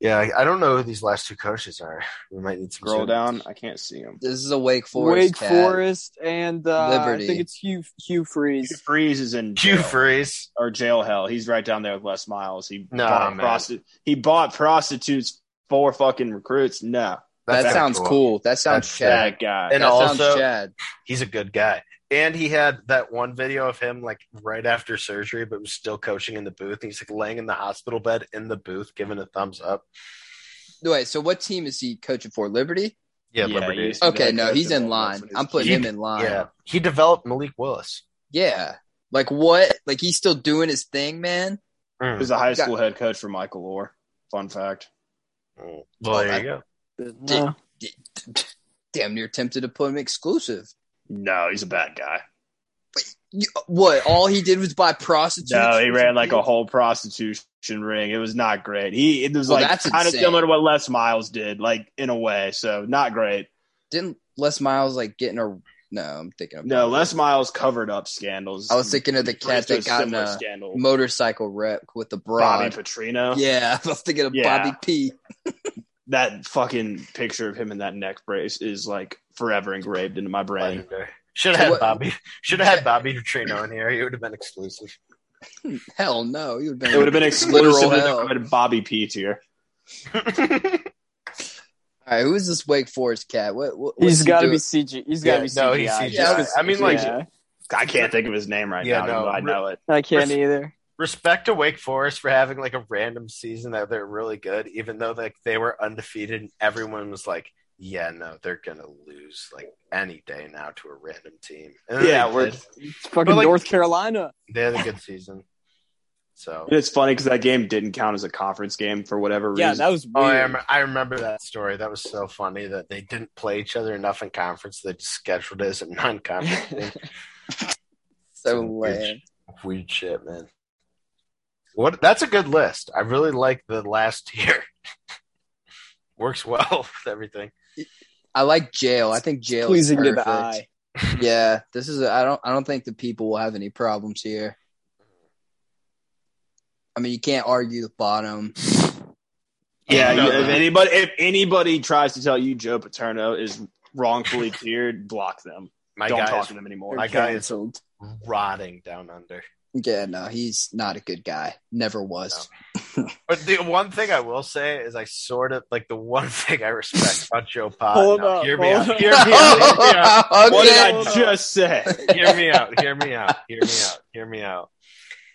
Yeah, I, I don't know who these last two coaches are. We might need some Scroll zoom. down, I can't see him. This is a Wake Forest. Wake cat. Forest and uh, Liberty. I think it's Hugh Hugh Hugh Freeze. Freeze is in Hugh jail, Freeze. or jail hell. He's right down there with Les Miles. He Nah, bought man. prosti- He bought prostitutes for fucking recruits. No, That That's sounds cool. That sounds That's Chad. that guy. And that sounds also- Chad. He's a good guy. And he had that one video of him like right after surgery, but was still coaching in the booth. And he's like laying in the hospital bed in the booth, giving a thumbs up. Wait, so what team is he coaching for? Liberty? Yeah, Yeah, Liberty. he's- Okay, like no, coaching he's in all line. those- I'm putting He- him in line. yeah, Yeah. he developed Malik Willis. Like what? Like he's still doing his thing, man. He Mm. was a high Got- school head coach for Michael Orr. Fun fact. Well, there you go. No. Damn near tempted to put him exclusive. No, he's a bad guy. You- what? All he did was buy prostitutes. No, he for ran some like a dude? whole prostitution ring. It was not great. He it was Well, like that's kind insane. of similar to what Les Miles did, like in a way. So not great. Didn't Les Miles like getting a? No, I'm thinking of No, Les Miles covered up scandals. I was thinking of the cat that First, a got in similar a scandal. motorcycle wreck with the Bobby broad. Petrino. Yeah, I was thinking of Yeah. Bobby P. That fucking picture of him in that neck brace is like forever engraved into my brain. Legendary. Should So have what- had Bobby. Should have had Bobby Petrino in here. He would have been exclusive. Hell no, he would have been. It would have been Literal exclusive to hell. the good Bobby P tier. All right, who is this Wake Forest cat? What? what what's he's he got to doing? be CG. He's got to Yeah, be no, CGI. just he's CGI. 'cause- I mean, like- yeah. I can't think of his name right Yeah, now, no, even though I know it. I can't either. respect to Wake Forest for having like a random season that they're really good, even though like they were undefeated and everyone was like, "Yeah, no, they're gonna lose like any day now to a random team." And then Yeah, they we're- did. It's fucking But, like- North Carolina. they had a good season. So And it's funny because that game didn't count as a conference game for whatever Yeah, reason. that was oh, I, weird. rem- I remember that story. That was so funny that they didn't play each other enough in conference. They just scheduled it as a non-conference. game. So Some weird lame. sh- Weird shit, man. What? That's a good list. I really like the last tier. Works well with everything. I like jail. I think jail Pleasing is to perfect. the eye. Yeah, this is. A, I don't. I don't think the people will have any problems here. I mean, you can't argue the bottom. Yeah, No, you- no. if anybody if anybody tries to tell you Joe Paterno is wrongfully tiered, block them. My Don't guy talk is to them They're anymore. My guy is- canceled. rotting down under. Yeah, no, he's not a good guy. Never was. But the one thing I will say is I sort of like the one thing I respect about Joe Pot. Hold no, up, hear me hold out. up. Hear me out. Hear me out. What did okay. I just say? hear me out. Hear me out. Hear me out. Hear me out.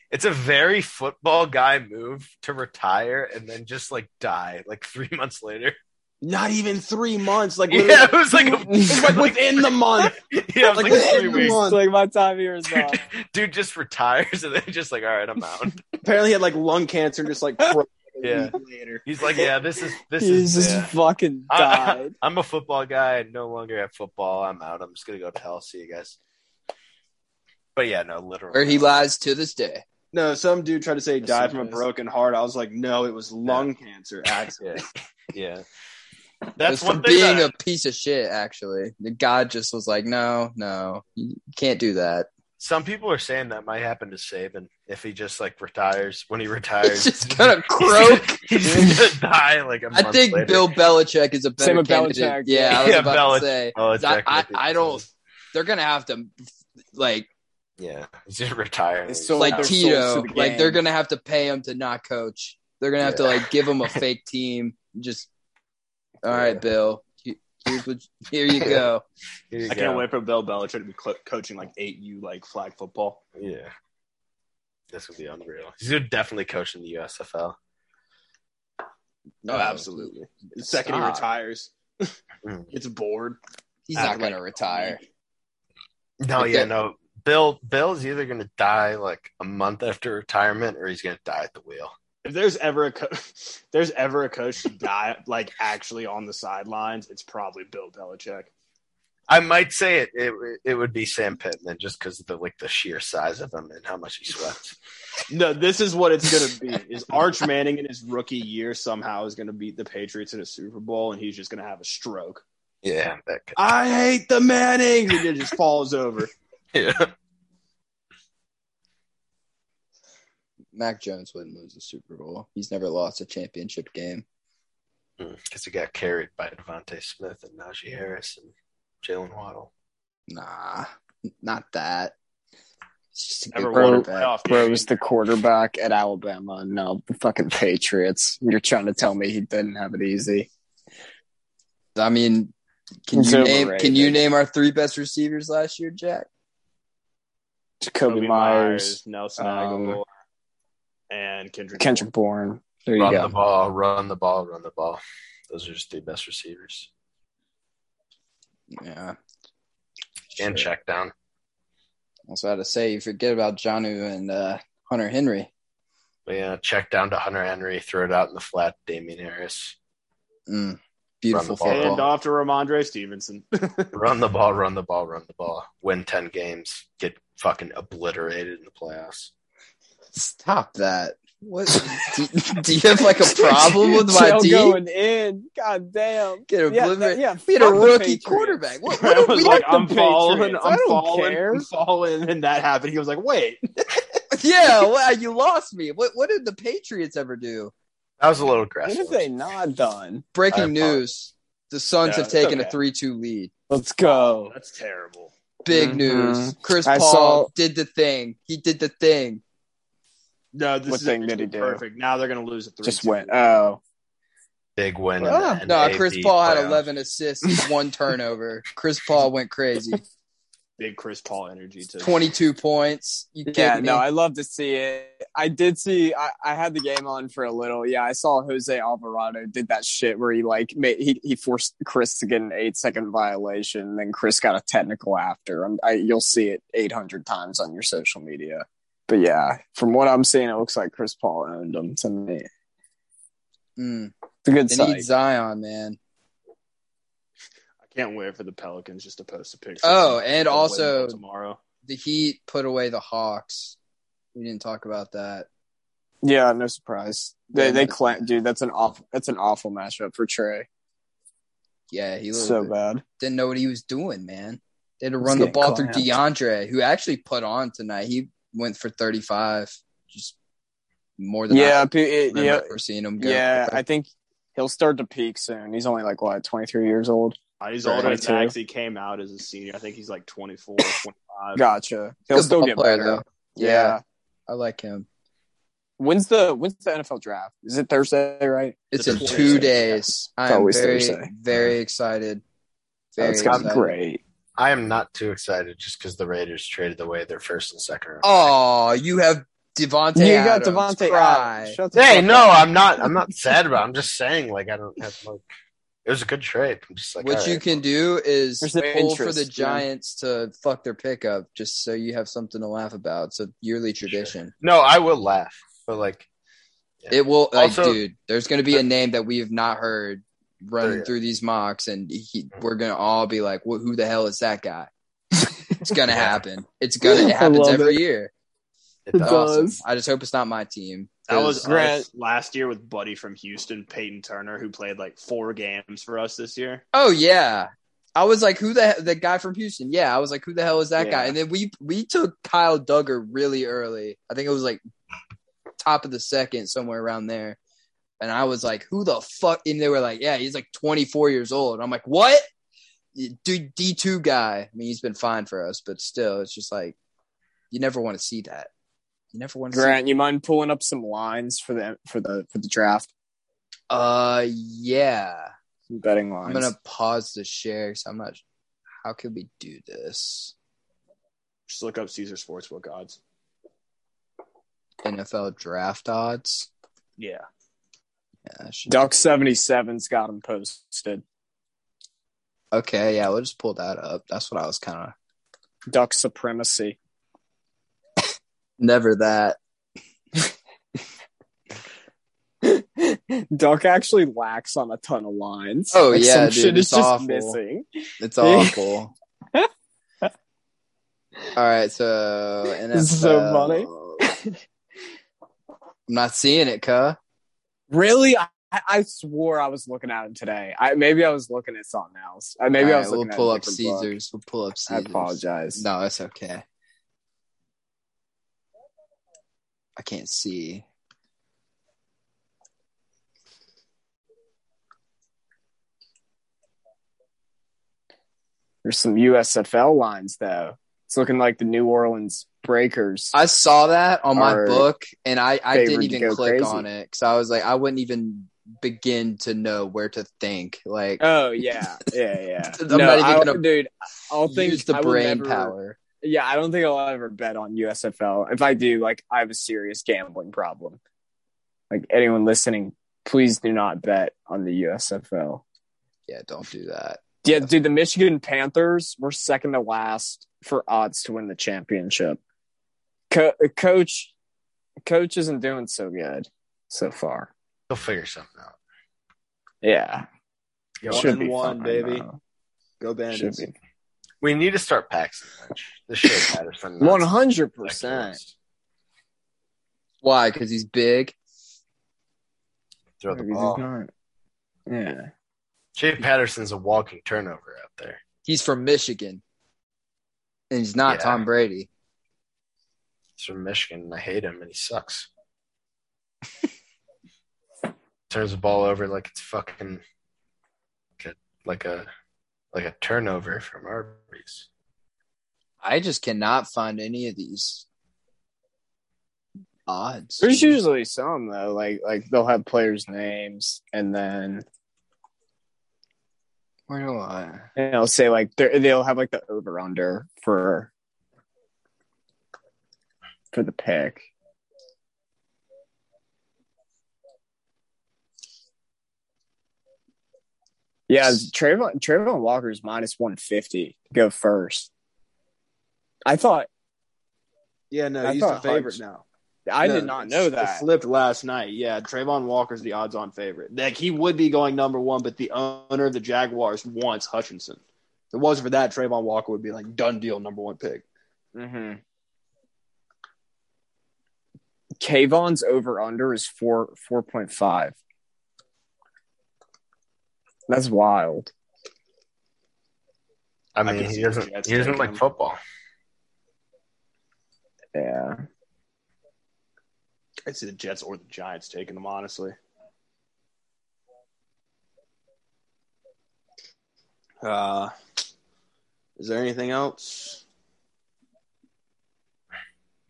It's a very football guy move to retire and then just like die like three months later. Not even three months. Like Yeah, it literally was like a, it's like within the month. yeah, it was like, Like, three come weeks. It's like my time here is up. Dude, dude just retires and then just like, all right, I'm out. Apparently, he had like lung cancer and just like broke a Yeah. week later. He's like, yeah, this is this He's is. just yeah. fucking died. I, am a football guy. I no longer at football. I'm out. I'm just gonna go to hell. See you guys. But yeah, no, literally. Or he lies to this day. No, some dude tried to say he That's died so from a pissed. broken heart. I was like, no, it was lung cancer accident. Yeah, yeah. That's That's one from thing. being that- a piece of shit. Actually, The God just was like, no, no, you can't do that. Some people are saying that might happen to Saban if he just like retires. When he It's retires, just gonna he's croak. gonna- He's just gonna die like a I month think later. Bill Belichick is a better Same with candidate. Belichick. Yeah, I was Yeah, about Belich- to say. Belichick I- I- might be- I don't- They're gonna have to, like, Yeah, he's just retiring. It's so like their souls to Tito, the like game. they're gonna have to pay him to not coach. They're gonna have to Yeah. like give him a fake team. Just all right, Yeah. Bill. he- Here's what, here you go. Here you I go. can't wait for Bill Belichick to be cl- coaching like eight U like flag football. Yeah, this would be unreal. He's gonna definitely coach in the USFL. No, Oh, Uh, The second he Stop. retires, Hmm. Mm. gets bored. He's not gonna retire. No, Like yeah, that- no. Bill Bill's either gonna die like a month after retirement or he's gonna die at the wheel. If there's ever a co- there's ever a coach to die like actually on the sidelines, it's probably Bill Belichick. I might say it it, it would be Sam Pittman just because of the like the sheer size of him and how much he sweats. No, this is what it's gonna be. Is Arch Manning in his rookie year somehow is gonna beat the Patriots in a Super Bowl and he's just gonna have a stroke. yeah, that could, I hate the Mannings and it just falls over. yeah. Mac Jones wouldn't lose a Super Bowl. He's never lost a championship game. Because Mm, he got carried by Devontae Smith and Najee Harris and Jalen Waddle. Nah, not that. He's just a Never good won a quarterback. playoff Bro game. was the quarterback at Alabama. No, the fucking Patriots. You're trying to tell me he didn't have it easy. I mean, can He's you name can you overrated. name our three best receivers last year, Jack? Jacoby, Kobe Myers, Myers, Nelson um, Aguilar, and Kendrick. Kendrick Bourne. There you Run go. the ball, run the ball, run the ball. Those are just the best receivers. Yeah. And check down. Also, I had to say, you forget about Janu and uh, Hunter Henry. But yeah, check down to Hunter Henry, throw it out in the flat, Damien Harris. Mm, beautiful Run the ball. football. Hand off to Ramondre Stevenson. Run the ball, run the ball, run the ball. Win 10 games, get fucking obliterated in the playoffs. Stop that. What? do, do you have like a problem with my Shell team? going in. God damn. Get Yeah, obliterated. that- yeah, we had a fuck the rookie Patriots. quarterback. What, I what did was we like, the I'm following, Patriots. I I'm don't following, care. I'm following, and that happened. He was like, wait, yeah, well, you lost me. What What did the Patriots ever do? That was a little What aggressive. have they not done? I Breaking apologize. news: the Suns No, have it's taken a okay. three-two lead. Let's go. that's terrible. Big Mhm. Mm-hmm. news. Chris I Paul saw- did the thing. He did the thing. No, this What is thing did he actually do? perfect. Now they're going to lose a three. Just went. Oh, Big win. Well, in the No, NAB Chris Paul had playoffs. 11 assists, one turnover. Chris Paul went crazy. big Chris Paul energy to Twenty-two points. You Yeah, kidding me? no, I love to see it. I did see. I, I had the game on for a little. Yeah, I saw Jose Alvarado did that shit where he like made, he he forced Chris to get an eight second violation, and then Chris got a technical after. I'm, I, you'll see it eight hundred times on your social media. But yeah, from what I'm seeing, it looks like Chris Paul owned him to me. It's Mm. a good They sight. need Zion, man. I can't wait for the Pelicans just to post a picture. Oh, and They're waiting also- till tomorrow. The Heat put away the Hawks. We didn't talk about that. Yeah, no surprise. They Yeah, they no cla- dude. That's an awful. That's an awful mashup for Trey. Yeah, he looked So bad. didn't know what he was doing, man. They had to He's run the getting ball through clamped. DeAndre, who actually put on tonight. He went for 35, just more than Yeah, I pe- it, remember yeah, ever seeing him go. Yeah, I think he'll start to peak soon. He's only like what, twenty three years old. He's Right. older than 22. Max. He came out as a senior. I think he's like 24, 25. Gotcha. He's a He'll still ball get player, better. though. Yeah. Yeah. I like him. When's the when's the NFL draft? Is it Thursday, right? It's The in 20th. two days. I am always very, Thursday. very excited. Very That's got excited. great. I am not too excited just because the Raiders traded away their first and second round. Oh, you have Devontae. you got Adams. Devontae Cry. Adams. Shut the Hey, fuck no, up. I'm not. I'm not sad about. It. I'm just saying, like, I don't have like. It was a good trade. I'm just like, what you can do is There's pull an for the interest, yeah. Giants to fuck their pickup, just so you have something to laugh about. It's a yearly tradition. No, I will laugh, but like, Yeah. It will, like, Also- dude. There's going to be a name that we have not heard running Oh, yeah. through these mocks, and he, we're going to all be like, well, "Who the hell is that guy?" it's going to happen. It's going to. It I happens love every year. it It's does. awesome. does. I just hope it's not my team. That was 'cause us last year with Buddy from Houston, Peyton Turner, who played like four games for us this year. Oh yeah. I was like, who the he- the guy from Houston? Yeah, I was like, who the hell is that guy? Yeah. And then we we took Kyle Duggar really early. I think it was like top of the second, somewhere around there. And I was like, who the fuck? And they were like, yeah, he's like 24 years old. And I'm like, what? Dude, D2 guy. I mean, he's been fine for us, but still, it's just like, you never want to see that. You never want to see Grant, you mind pulling up some lines for the for the for the draft? Uh, yeah. Some betting lines. I'm going to pause the share because I'm not. How can we do this? Just look up Caesar Sportsbook odds. NFL draft odds. Yeah. Yeah, I should- Duck seventy seven's got him posted. okay, yeah, we'll just pull that up. That's what I was kind of Duck supremacy. never that. Duck actually lacks on a ton of lines. Oh, Like, yeah, some dude, shit it's is just awful. missing. It's awful. All right, so NFL. This is so funny. I'm not seeing it, cuh. Really, I, I swore I was looking at him today. I maybe I was looking at something else. Uh, Maybe All I was right, we'll looking pull at a up different book. Caesars. We'll pull up I Caesars. apologize. No, it's okay. I can't see. There's some USFL lines though. It's looking like the New Orleans Breakers. I saw that on my Are book, and I, I didn't favored to even go click crazy. on it because I was like, I wouldn't even begin to know where to think. Like, oh yeah, yeah, yeah. I'm no, not even I, gonna dude. I'll think use the I will brain never- power. Yeah, I don't think I'll ever bet on USFL. If I do, like, I have a serious gambling problem. Like, anyone listening, please do not bet on the USFL. Yeah, don't do that. Yeah, dude, the Michigan Panthers were second to last for odds to win the championship. Co- coach, coach isn't doing so good so far. They'll figure something out. Yeah, Yo, One should and be one, fine, baby. though. Go Should Bandits. be we need to start Paxton Lynch. This shit Patterson. one hundred percent. Why? Because he's big. Throw the ball. Yeah, Jay Patterson's a walking turnover out there. He's from Michigan, and he's not Yeah. Tom Brady. He's from Michigan, and I hate him, and he sucks. Turns the ball over like it's fucking like a like a, like a turnover from Arby's. I just cannot find any of these odds. there's usually some though. Like, like they'll have players' names and then Where do I? And I'll say like they're- they'll have like the over under for for the pick. Yeah, Trayvon Trayvon Walker's minus one fifty. Go first. I thought Yeah, no, I he's the thought favorite Hutch- now. I No, did not know it that. slipped last night. Yeah, Trayvon Walker's the odds-on favorite. Like he would be going number one, but the owner of the Jaguars wants Hutchinson. If it wasn't for that, Trayvon Walker would be like done deal, number one pick. Mm-hmm. Kayvon's over under is four four point five. That's wild. I I mean, could see he the doesn't. Jets He doesn't taking like him. football. Yeah. I'd see the Jets or the Giants taking him, honestly. Uh, is there anything else?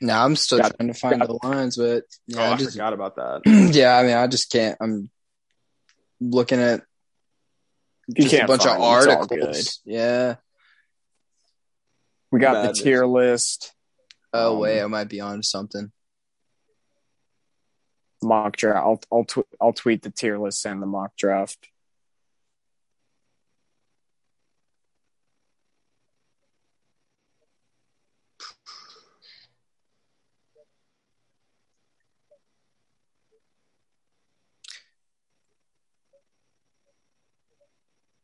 No, I'm still Got- trying to find got- the lines, but yeah, oh, I I just forgot about that. yeah, I mean, I just can't. I'm looking at You just a bunch of find them. It's all good. articles. Yeah. We got Bad the tier list, Oh Um, wait, I might be on something. mock draft. I'll I'll, tw- I'll tweet the tier list and the mock draft.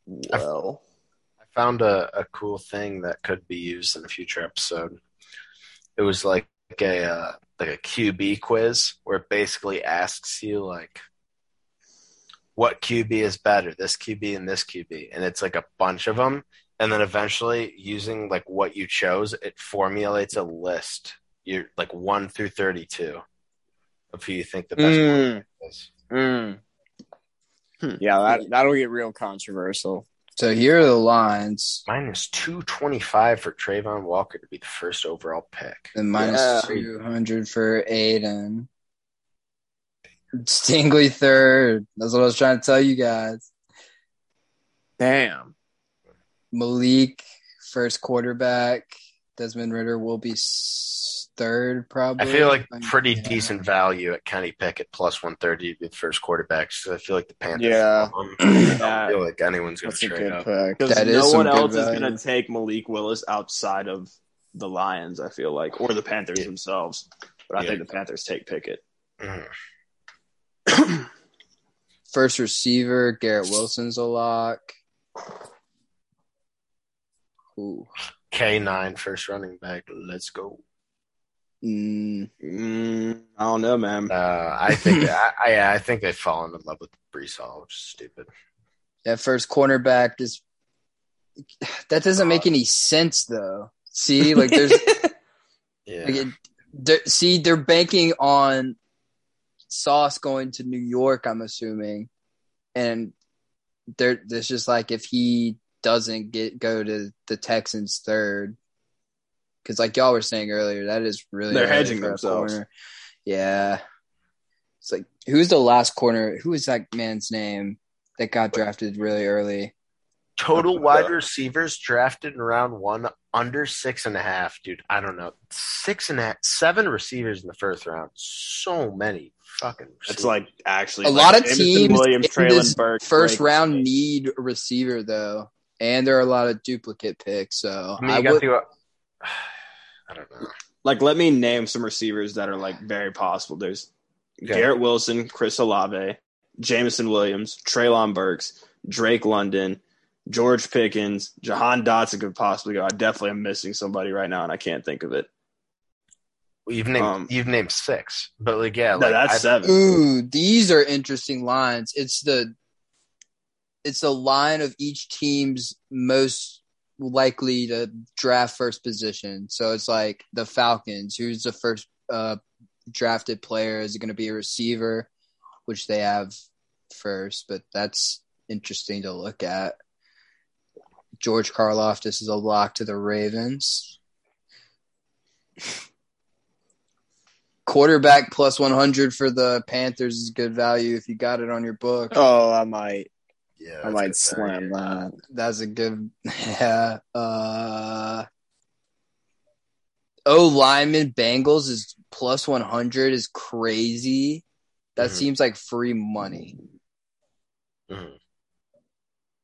Well, I found a, a cool thing that could be used in a future episode. It was like a uh, like a QB quiz where it basically asks you like what QB is better, this QB and this QB, and it's like a bunch of them, and then eventually using like what you chose, it formulates a list. You're like one through thirty-two of who you think the Hmm. best one is. Mm, Yeah, that that'll get real controversial. So here are the lines. Minus two twenty-five for Trayvon Walker to be the first overall pick. and minus Yeah. 200 for Aiden. Stingley third. That's what I was trying to tell you guys. Damn. Malik, first quarterback. Desmond Ritter will be s- third, I probably. feel like Um, pretty yeah. decent value at Kenny Pickett plus one thirty to be the first quarterback. So I feel like the Panthers. Yeah. um, I Yeah. don't feel like anyone's going to That's a trade good up. pick. because That is no some one good else is value. going to take Malik Willis outside of the Lions, I feel like, or the Panthers Yeah. themselves. But I Yeah. think the Panthers take Pickett. Mhm. First receiver, Garrett Wilson's a lock. Ooh. K nine first running back. Let's go. Mm, Mm, I don't know, man. Uh, I think I, I I think they've fallen in love with Brees Hall, which is stupid. that first cornerback is. That doesn't Uh, make any sense, though. See, like there's Yeah. Like it, they're, see, they're banking on Sauce going to New York. I'm assuming, and they're there's just like if he doesn't get go to the Texans third, because like y'all were saying earlier, that is really They're early hedging for a themselves. corner. Yeah, it's like who's the last corner? Who is that man's name that got drafted really early? Total wide receivers drafted in round one under six and a half, dude. I don't know. Six and a half, seven receivers in the first round. So many fucking. It's receivers. like actually a like lot of Jameson teams Williams, in this Traylon Burke, first Blake- round need a receiver though, and there are a lot of duplicate picks. So I I, mean, you got would. to. I don't know. Like, let me name some receivers that are like very possible. There's Okay. Garrett Wilson, Chris Olave, Jameson Williams, Traylon Burks, Drake London, George Pickens, Jahan Dotson could possibly go. I definitely am missing somebody right now, and I can't think of it. You've named Um, you've named six, but like yeah, No, like that's I- seven. Ooh, these are interesting lines. It's the it's the line of each team's most likely to draft first position. So it's like the Falcons, who's the first uh, drafted player? Is it going to be a receiver, which they have first? But that's interesting to look at. George Karloftis is a lock to the Ravens. Quarterback plus 100 for the Panthers is good value if you got it on your book. Oh, I might. Yeah, I that's might good. slam that. That's a good. Yeah. Uh, oh, Lyman Bengals is plus 100 is crazy. That Mhm. seems like free money. Mhm.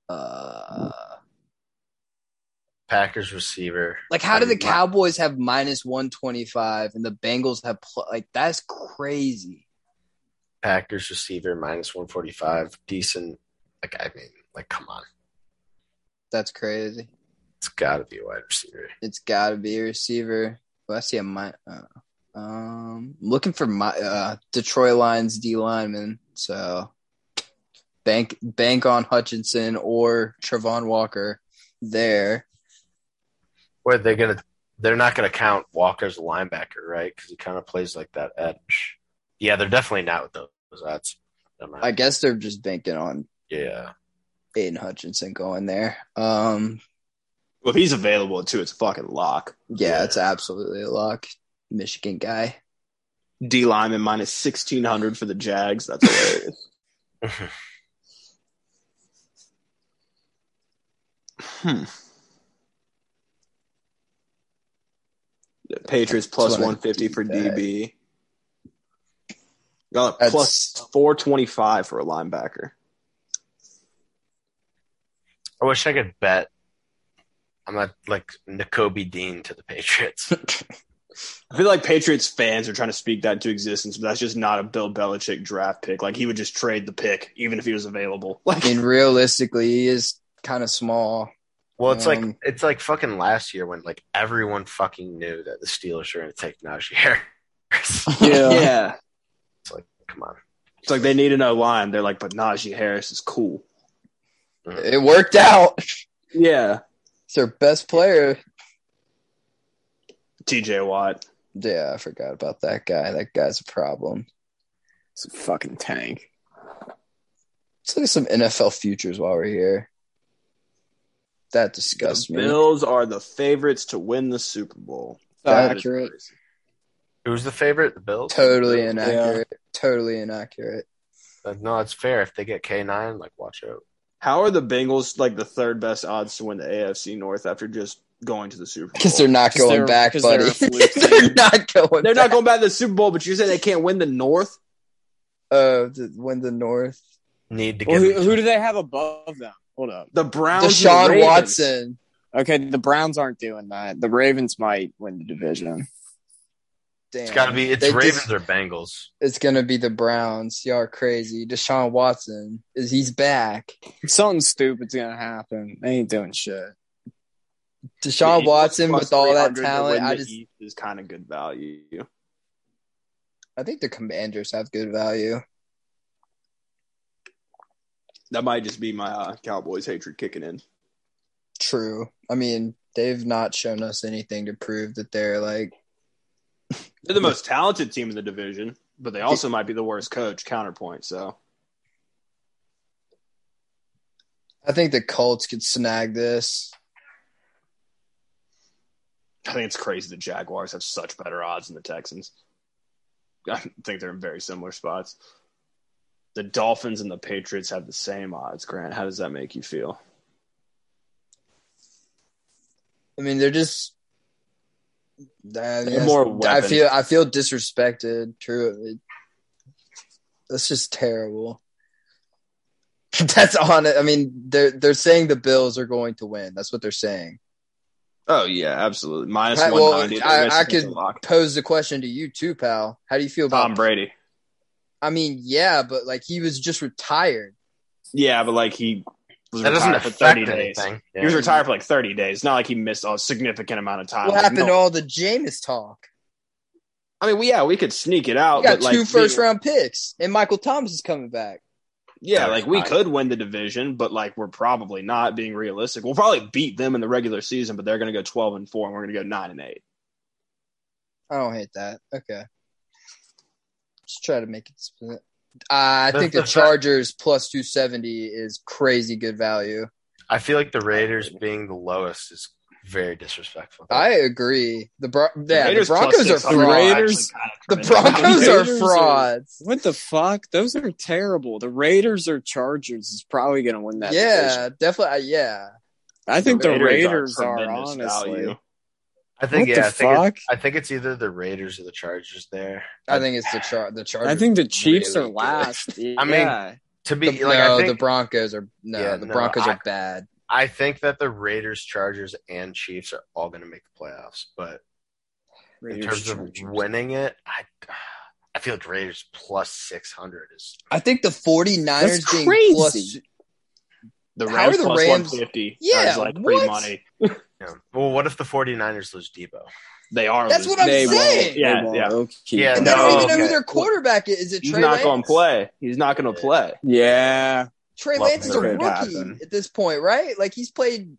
Uh, Packers receiver. like, how do the Like, my- Cowboys have minus 125 and the Bengals have pl- like that's crazy. Packers receiver minus one forty five. Decent. Like I mean, like come on, That's crazy. it's got to be a wide receiver. It's got to be a receiver. Well, I see a my. Uh, um, looking for my uh, Detroit Lions D lineman. So bank bank on Hutchinson or Travon Walker there. Where they're gonna, they're not gonna count Walker's a linebacker, right? Because he kind of plays like that edge. Yeah, they're definitely not with those. That's I guess they're just banking on yeah. Aiden Hutchinson going there. Um, Well, if he's available too, it's a fucking lock. yeah, it's absolutely a lock. Michigan guy. D Lyman minus sixteen hundred for the Jags. That's hilarious. hmm. The Patriots plus That's what I one fifty for think that- DB. Got a That's- plus four twenty five for a linebacker. I wish I could bet. I'm not like N'Kobe Dean to the Patriots. I feel like Patriots fans are trying to speak that into existence, but that's just not a Bill Belichick draft pick. Like he would just trade the pick even if he was available. Like I mean, realistically, he is kind of small. Well, it's like Um, it's like fucking last year when like everyone fucking knew that the Steelers were going to take Najee Harris. Yeah. yeah. it's like, come on, It's like they need an O line. They're like, but Najee Harris is cool. It worked out. Yeah. It's their best player. TJ Watt. Yeah, I forgot about that guy. That guy's a problem. It's a fucking tank. Let's look at some NFL futures while we're here. That disgusts the me. Bills are the favorites to win the Super Bowl. That is accurate. who's the favorite? The Bills. Totally inaccurate. Totally inaccurate. Like, no, it's fair. If they get K nine, like watch out. How are the Bengals like the third best odds to win the AFC North after just going to the Super Bowl? Because they're not 'Cause going they're- back, 'cause buddy. they're a fluke They're, team. not going. They're back. not going back to the Super Bowl, but you're saying they can't win the North? Uh, the, when the North. Need to Well, get who, who do they have above them? Hold up. The Browns. and the Deshaun Ravens. Watson. Okay, the Browns aren't doing that. The Ravens might win the division. Damn. it's got to be it's They Ravens just- or Bengals. it's gonna be the Browns. Y'all are crazy. Deshaun Watson is he's back. Something stupid's gonna happen. They ain't doing shit. Deshaun The Eagles Watson plus with all that 300 to talent. win I the just East is kind of good value. I think the Commanders have good value. That might just be my uh, Cowboys hatred kicking in. True. I mean, they've not shown us anything to prove that they're like They're the most talented team in the division, but they also might be the worst coach. Counterpoint. So I think the Colts could snag this. I think it's crazy the Jaguars have such better odds than the Texans. I think they're in very similar spots. The Dolphins and the Patriots have the same odds. Grant, how does that make you feel? I mean, they're just I mean, They're more that's- I weapon. feel I feel disrespected. True. It- that's just terrible. That's on it. I mean, they're they're saying the Bills are going to win. That's what they're saying. Oh yeah, absolutely. Minus Right, well, one ninety. I- I could- Pose the question to you too, pal. How do you feel about? Tom Brady. I mean, yeah, but like he was just retired. Yeah, but like he was That doesn't retired for thirty affect days. anything. He was Yeah. retired for like thirty days. Not like he missed a significant amount of time. What Like, happened no- to all the Jameis talk? I mean, we, yeah, we could sneak it out. We got Oh, but, like, two first we- round picks, and Michael Thomas is coming back. Yeah, like we could win the division, but like we're probably not being realistic. We'll probably beat them in the regular season, but they're going to go twelve and four, and we're going to go nine and eight. I don't hate that. Okay, just try to make it. Split. I That's think the the fact- Chargers plus two seventy is crazy good value. I feel like the Raiders being the lowest is Very disrespectful. I agree. The, Bro- yeah, the Raiders plus Broncos are six on the frauds. road actually Raiders- kinda the tremendous. Broncos are Raiders are- frauds. What the fuck? Those are terrible. The Raiders or Chargers is probably going to win that. division. Yeah, definitely. uh, Yeah, I think the Raiders, are are, tremendous honestly. value. I think what yeah. the I think, it- fuck? I think it's either the Raiders or the Chargers. There, I think it's the char the Chargers. I think the Chiefs really are good. last. I mean, Yeah. to The, be like, no, I think the Broncos are no. Yeah, the no, Broncos I- are bad. I think that the Raiders, Chargers, and Chiefs are all going to make the playoffs. But in Raiders, terms Chargers. of winning it, I I feel like Raiders plus six hundred is I think the 49ers That's being crazy. plus. The How Rams are the plus Rams- 150 Yeah, is like what? free money. you know, well. What if the 49ers lose Debo? They are. That's losing. what I'm They won't. saying. They Yeah, won't. yeah. Okay. Yeah, And they don't No, even know who okay. their quarterback is. Is it He's Trey not Lance? going to play. He's not going to play. Yeah. Trey Love Lance is a that. rookie Happen. at this point, right? Like he's played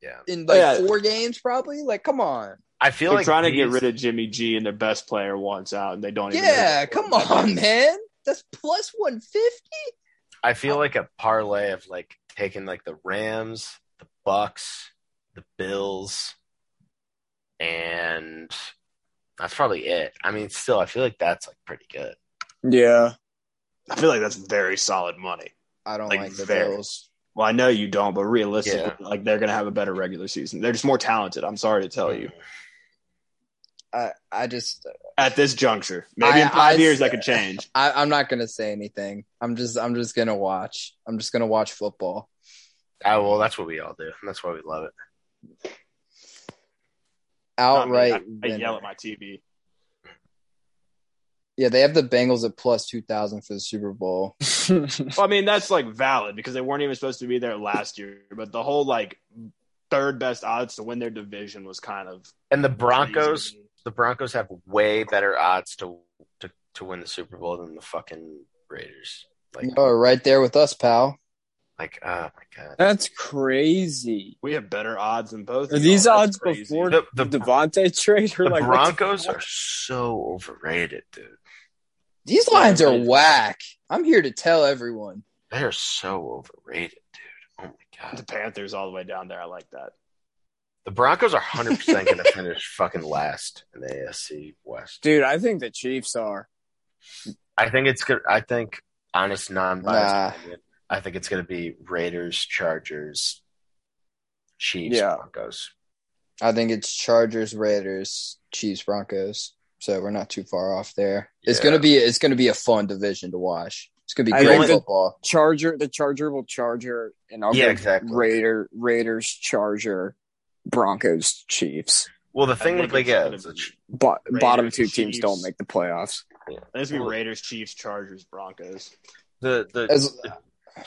Yeah, in like Yeah. four games, probably. Like, come on. I feel They're like trying to get these- rid of Jimmy G, and their best player wants out, and they don't. even Yeah, come on, man. That's plus one fifty. I feel like a parlay of like taking like the Rams, the Bucks, the Bills, and that's probably it. I mean, still, I feel like that's like pretty good. Yeah. I feel like that's very solid money. I don't like, Like, the very. Bills. Well, I know you don't, but realistically, like they're going to have a better regular season. They're just more talented. I'm sorry to tell you. I I just At this juncture, maybe in I- five I- years that could change. I, I'm not gonna say anything. I'm just I'm just gonna watch. I'm just gonna watch football. Ah, well, that's what we all do. That's why we love it. Outright. I, I winner. yell at my TV. Yeah, they have the Bengals at plus two thousand for the Super Bowl. Well, I mean that's like valid because they weren't even supposed to be there last year. But the whole like third best odds to win their division was kind of And the Broncos, the Broncos have way better odds to to, to win the Super Bowl than the fucking Raiders. Like, Oh, right there with us, pal. like, oh my god. That's crazy. We have better odds than both. Are of these y'all. That's odds crazy. before The- the, the- Devontae trade? Or The like, what the Broncos fuck? are so overrated, dude. These Yeah, lines are right. whack. I'm here to tell everyone. They are so overrated, dude. Oh my god. the Panthers all the way down there? I like that. The Broncos are 100% going to finish fucking last in the AFC West. Dude, I think the Chiefs are. I think it's good. I think, honest, non Nah. biased opinion, I think it's going to be Raiders, Chargers, Chiefs, Yeah. Broncos. I think it's Chargers, Raiders, Chiefs, Broncos. So we're not too far off there. It's Yeah. gonna be it's gonna be a fun division to watch. It's gonna be I great only- football. Charger, the Charger will Charger, and I'll yeah, go exactly. Raider, Raiders, Charger, Broncos, Chiefs. Well, the I thing with think like, it's yeah, gonna it's a be- ch- But Raiders, bottom two teams Chiefs. don't make the playoffs. I think it's gonna Well- be Raiders, Chiefs, Chargers, Broncos. the, the, As-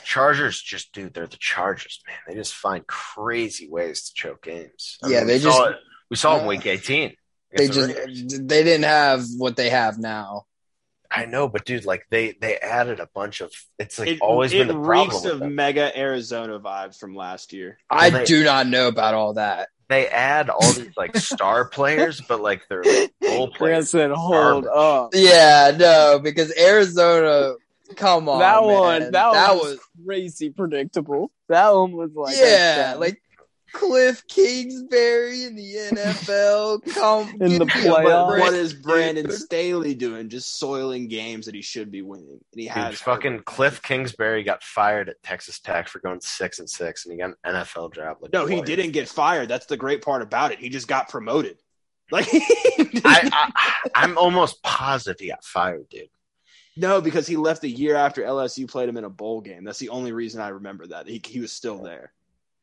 Chargers just, dude, they're the Chargers, man. They just find crazy ways to choke games. Yeah, we they just- Saw it, we saw it in Uh, week 18. they against the just Raiders. they didn't have what they have now. I know, but dude, like they they added a bunch of. It's like it always it been the problem. reeks with of them. mega Arizona vibes from last year. I Well, they- do not know about all that. They add all these like star players, but like they're like, role Chris players. said, hold Garbage. up. Yeah, no, because Arizona come on. that one, man. that, one was, crazy predictable. That one was like, yeah, okay. like Cliff Kingsbury in the NFL. Come In the give me a playoffs. break, what is Brandon dude. Staley doing? Just soiling games that he should be winning, and he Dude, has fucking Cliff Kingsbury got fired at Texas Tech for going six and six, and he got an NFL job. Like, No, he what? didn't get fired. That's the great part about it. He just got promoted. Like I, I I'm almost positive he got fired, dude. no, because he left the year after LSU played him in a bowl game. That's the only reason I remember that. He he was still there.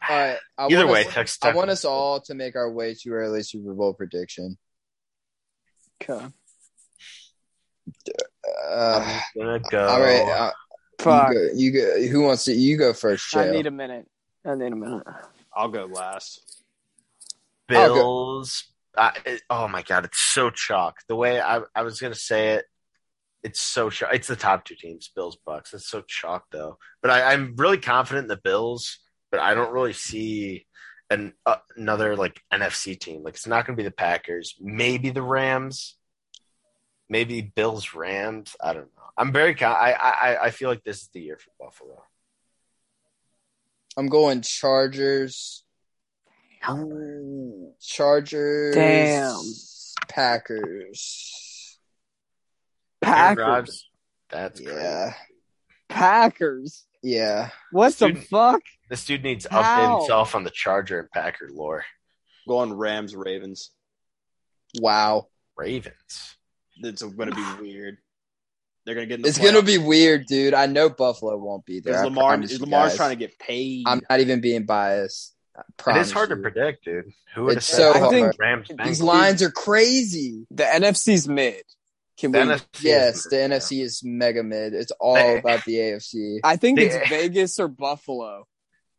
All right, I Either want way, us, Texas I Tech. want us all to make our way too early Super Bowl prediction. okay. Uh, I'm gonna go. all right, Um, uh, Fuck. you, go, you go. Who wants to? You go first, I Shale. need a minute. I need a minute. I'll go last. I'll go- Bills. I, it- oh my god, it's so chalk. The way I, I was gonna say it, it's so chalk. It's the top two teams, Bills Bucks. It's so chalk though. But I, I'm really confident in the Bills. But I don't really see an uh, another like NFC team. Like it's not gonna be the Packers. Maybe the Rams. Maybe Bills Rams. I don't know. I'm very. Con- I I I- I feel like this is the year for Buffalo. I'm going Chargers, Chargers. Damn. Packers. Aaron Packers. Rodgers. That's great. Yeah. Packers. Yeah. What the Dude. fuck? This dude needs to update How? himself on the Charger and Packer lore. Go on Rams Ravens. Wow. Ravens. It's going to be weird. They're going to get in the It's going to playoffs. be weird, dude. I know Buffalo won't be there. Because I Lamar, promise you Lamar's guys. trying to get paid. I'm not even being biased. I It promise is hard to you. predict, dude. Who would have It's so said fucking hard. Rams These Bengals? lines are crazy. The NFC's mid. Can The we? NFC is- Yes, the yeah. NFC is mega mid. It's all They- about the AFC. I think it's Yeah. Vegas or Buffalo.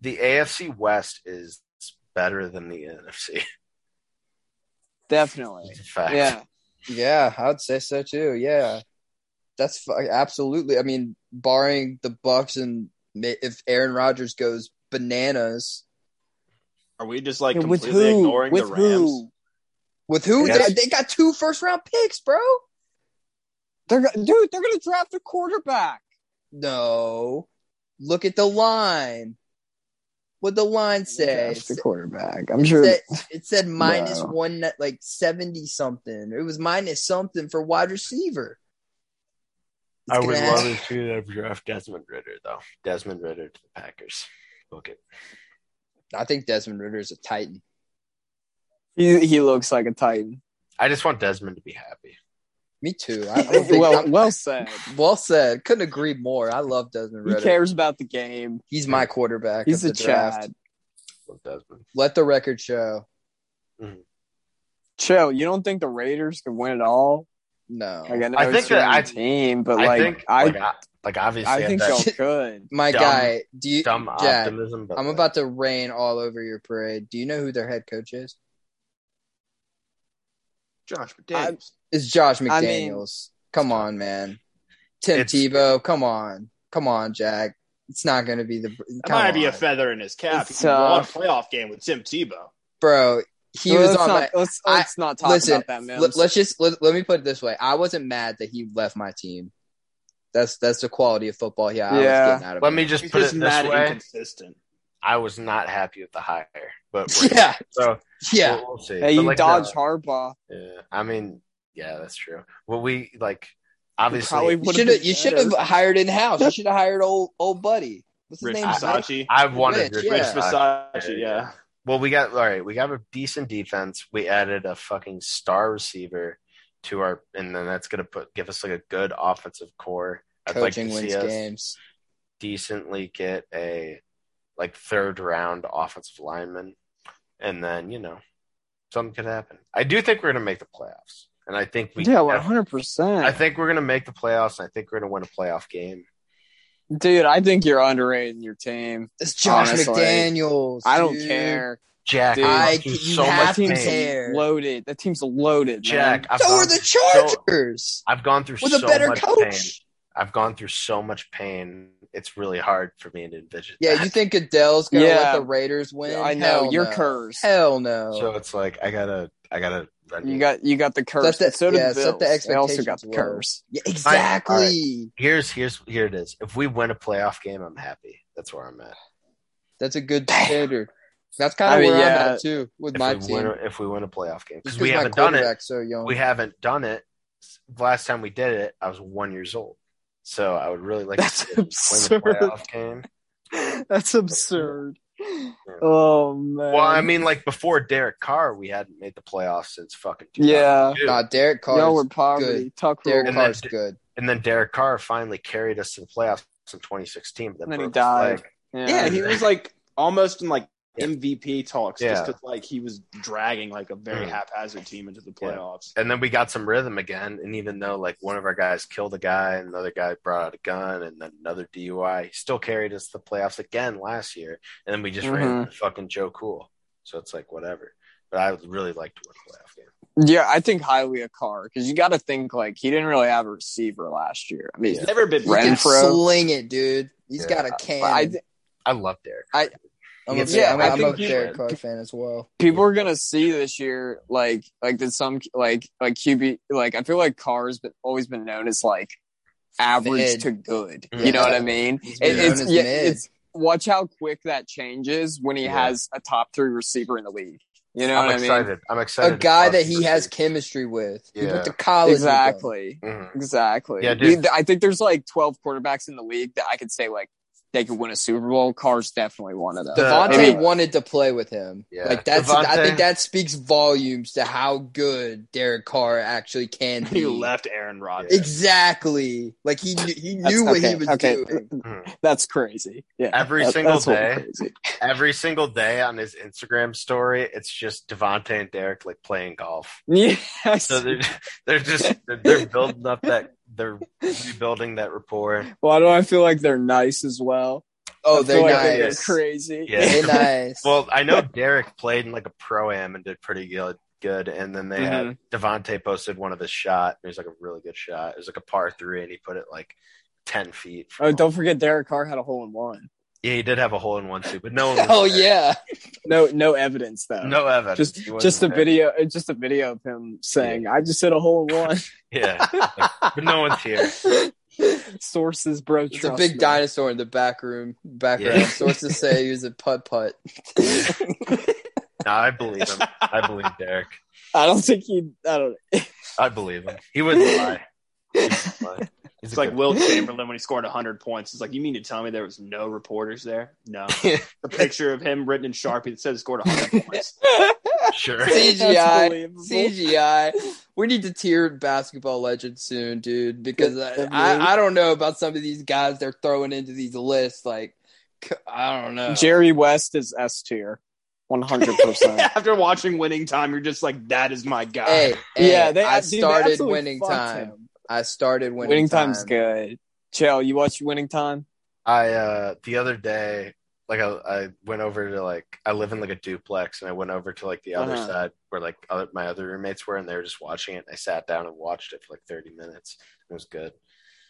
The AFC West is better than the NFC. Definitely. Fact. Yeah. Yeah, I'd say so too. Yeah, that's fu- absolutely. I mean, barring the Bucks and ma- if Aaron Rodgers goes bananas Are we just like Yeah, with completely who? ignoring With the Rams? who? with who Yes. they, they got two first round picks, bro. They're go- dude. They're gonna draft a quarterback. No, look at the line. What the line say? Draft a quarterback. I'm It sure. said, it said minus Wow. one, like seventy something. It was minus something for wide receiver. It's I would gonna love happen. to see them draft Desmond Ritter, though. Desmond Ritter to the Packers. Book it. I think Desmond Ritter is a Titan. He, he looks like a Titan. I just want Desmond to be happy. Me too. I, I don't think, well, I'm- well said. well said. Couldn't agree more. I love Desmond He Ritter. cares about the game. He's my quarterback. He's of a the draft. Chad. Love Desmond. Let the record show. Chill. You don't think the Raiders could win it all? No, Like, I know I it's think that your I- team, but I like, think, I, like, I, like obviously, I think I y'all have that- that could. my dumb- guy. Do you? dumb Jack, optimism. But I'm like, about to rain all over your parade. Do you know who their head coach is? Josh McDaniels. It's Josh I mean- McDaniels. come on, man. Tim It's- Tebow. Come on, come on, Jack. It's not going to be the. That come might be on. a feather in his cap. It's, He won a uh, playoff game with Tim Tebow. bro. He Well, was let's on not, my. Let's, I- let's not talk listen, about that, man. Let, us just let, let me put it this way. I wasn't mad that he left my team. That's that's the quality of football. Yeah, I Yeah. was getting out of let it. me just He's put just it mad this and way. inconsistent. I was not happy with the hire, but Yeah, so yeah. we'll, we'll see. hey, But, you like, uh, dodge no. Harbaugh. Yeah, I mean, yeah, that's true. Well, we like You obviously. probably You would should have. have you should have hired in house. You should have hired old old buddy. What's his Rich name? Versace. I've wanted Rich, Rich, yeah. Rich Versace. Versace, yeah. yeah. Well, we got all right. We got a decent defense. We added a fucking star receiver to our, and then that's gonna put give us like a good offensive core. I'd like Coaching to see wins us games. decently get a like third round offensive lineman, and then you know something could happen. I do think we're gonna make the playoffs, and I think we. Yeah, one hundred percent. I think we're gonna make the playoffs, and I think we're gonna win a playoff game. Dude, I think you're underrating your team. It's Josh Honestly. McDaniels. I don't dude. care. Jack, Dude, I I- love you you so have much. to Pain. take- care. loaded. That team's loaded, Jack, man. I've So gone, are the Chargers I've gone through with so a better much pain. coach. I've gone through so much pain. It's really hard for me to envision. Yeah, that. you think Goodell's gonna Yeah. let the Raiders win? I know Hell you're no. cursed. Hell no. so? It's like I gotta, I gotta. Run You got you got the curse. Set the- but so did yeah, the set the Bills. They also got expectations the low. curse. yeah, All right, exactly. here's here's here it is. If we win a playoff game, I'm happy. That's where I'm at. That's a good standard. That's kind of I mean, where I'm yeah. at too with If my we team. win, a- if we win a playoff game, Just because we my haven't done it. quarterback's So young. We haven't done it. Last time we did it, I was one years old. So I would really like That's to win absurd. a playoff game. That's absurd. Oh man. Well, I mean, like before Derek Carr, we hadn't made the playoffs since fucking Yeah. 2002. Nah, Derek Carr. y'all were is- poverty. good. Tuck rule. Derek And Carr's then- good. And then Derek Carr finally carried us to the playoffs in 2016. But then And then he broke his died. leg. Yeah, he was like almost in like Yeah. MVP talks just Yeah. because like he was dragging like a very Mm. haphazard team into the Yeah. playoffs. And then we got some rhythm again. And even though like one of our guys killed a guy, and another guy brought out a gun, and then another DUI, he still carried us to the playoffs again last year. And then we just ran Mhm. into fucking Joe Cool. So it's like whatever. But I would really like to win a playoff game. Yeah, I think highly of Carr because you got to think like he didn't really have a receiver last year. I mean, Yeah. He's never been He can Renfro. sling it, dude. He's Yeah. got a can. I I, th- I love Derek. am Yeah, a, yeah, I'm, a- I I'm a think you- Derek Carr fan as well. people are gonna see this year like like that some like like QB like I feel like Carr's been always been known as like average Mid. to good. Yeah. You know what I mean? He's It- been known it's as yeah, mid. it's watch how quick that changes when he Yeah. has a top three receiver in the league. You know I'm what I excited. mean? I'm excited. A guy to that watch he this has year. chemistry with. He Yeah. went to college. with him. Exactly. Mhm. Exactly. Yeah, dude. I think there's like 12 quarterbacks in the league that I could say like they could win a Super Bowl. Carr's definitely one of them. The- Devontae Maybe- wanted to play with him. Uh, Yeah. Like that's I Devontae- think that speaks volumes to how good Derek Carr actually can be. He left Aaron Rodgers. Exactly. Like he knew, he That's- knew what okay, he was okay. doing. That's crazy. Yeah. Every that- single that's what day. crazy. Every single day on his Instagram story, it's just Devontae and Derek like playing golf. Yes. So they're they're just they're, they're building up that they're rebuilding that rapport. Why do I feel like they're nice as well? Oh, I they're feel like they're nice. crazy. Yeah. They're nice. Well, I know Derek played in like a pro am and did pretty good. Good, and then they had Mm-hmm. Devontae posted one of his shot. It was like a really good shot. It was like a par three, and he put it like ten feet. from- Oh, don't forget Derek Carr had a hole in one. Yeah, he did have a hole in one too, but no one. was oh there. yeah. No, no evidence though. no evidence. just He wasn't just a there. video, uh, just a video of him saying, "I just hit a hole in one." Yeah, but no one's here. Sources, bro. It's a trust big me. dinosaur in the back room background. Yeah. Sources say he was a putt putt. No, I believe him. I believe Derek. I don't think he. I don't. I believe him. He wouldn't lie. He wouldn't lie. He's It's a like good- Will Chamberlain when he scored 100 points. It's like, you mean to tell me there was no reporters there? No. a picture of him written in Sharpie that says he scored 100 points. sure. That's CGI. believable. CGI. We need to tier basketball legends soon, dude, because I, Yeah, man. I, I don't know about some of these guys they're throwing into these lists. Like, c- I don't know. Jerry West is S tier, one hundred percent. After watching Winning Time, you're just like, that is my guy. Hey, hey, Yeah, they I dude, they started absolutely winning fucked time. him. I started winning, Winning, time's good. Chill. You watch Winning Time? I uh the other day, like I, I went over to like I live in like a duplex, and I went over to like the other Uh-huh. side where like other, my other roommates were, and they were just watching it. And I sat down and watched it for like thirty minutes. It was good.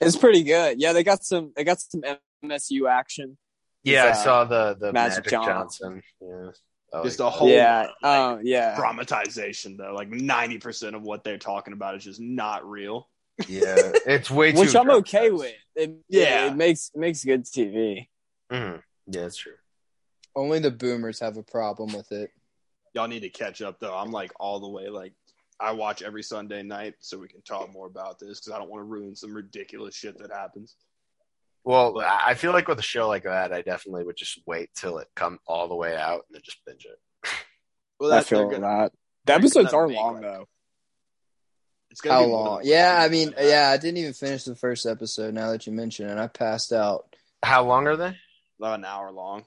It's pretty good. Yeah, they got some. They got some MSU action. Yeah, I uh, saw the the Magic, Magic Johnson. Yeah, I Just like a that. whole- yeah. Oh, yeah. Dramatization, though. Like 90% of what they're talking about is just not real. Yeah, it's way too. Which I'm dramatized. okay with. It, Yeah. yeah, it makes it makes good TV. Mhm. Yeah, that's true. Only the boomers have a problem with it. Y'all need to catch up, though. I'm like all the way, like, I watch every Sunday night so we can talk more about this because I don't want to ruin some ridiculous shit that happens. Well, I I feel like with a show like that, I definitely would just wait till it come all the way out and then just binge it. Well, I that's feel good. that. The they're episodes gonna are make, long like, though. It's gonna How be more than long? one Yeah, I season mean, than that. yeah, I didn't even finish the first episode. Now that you mention it, I passed out. How long are they? about an hour long.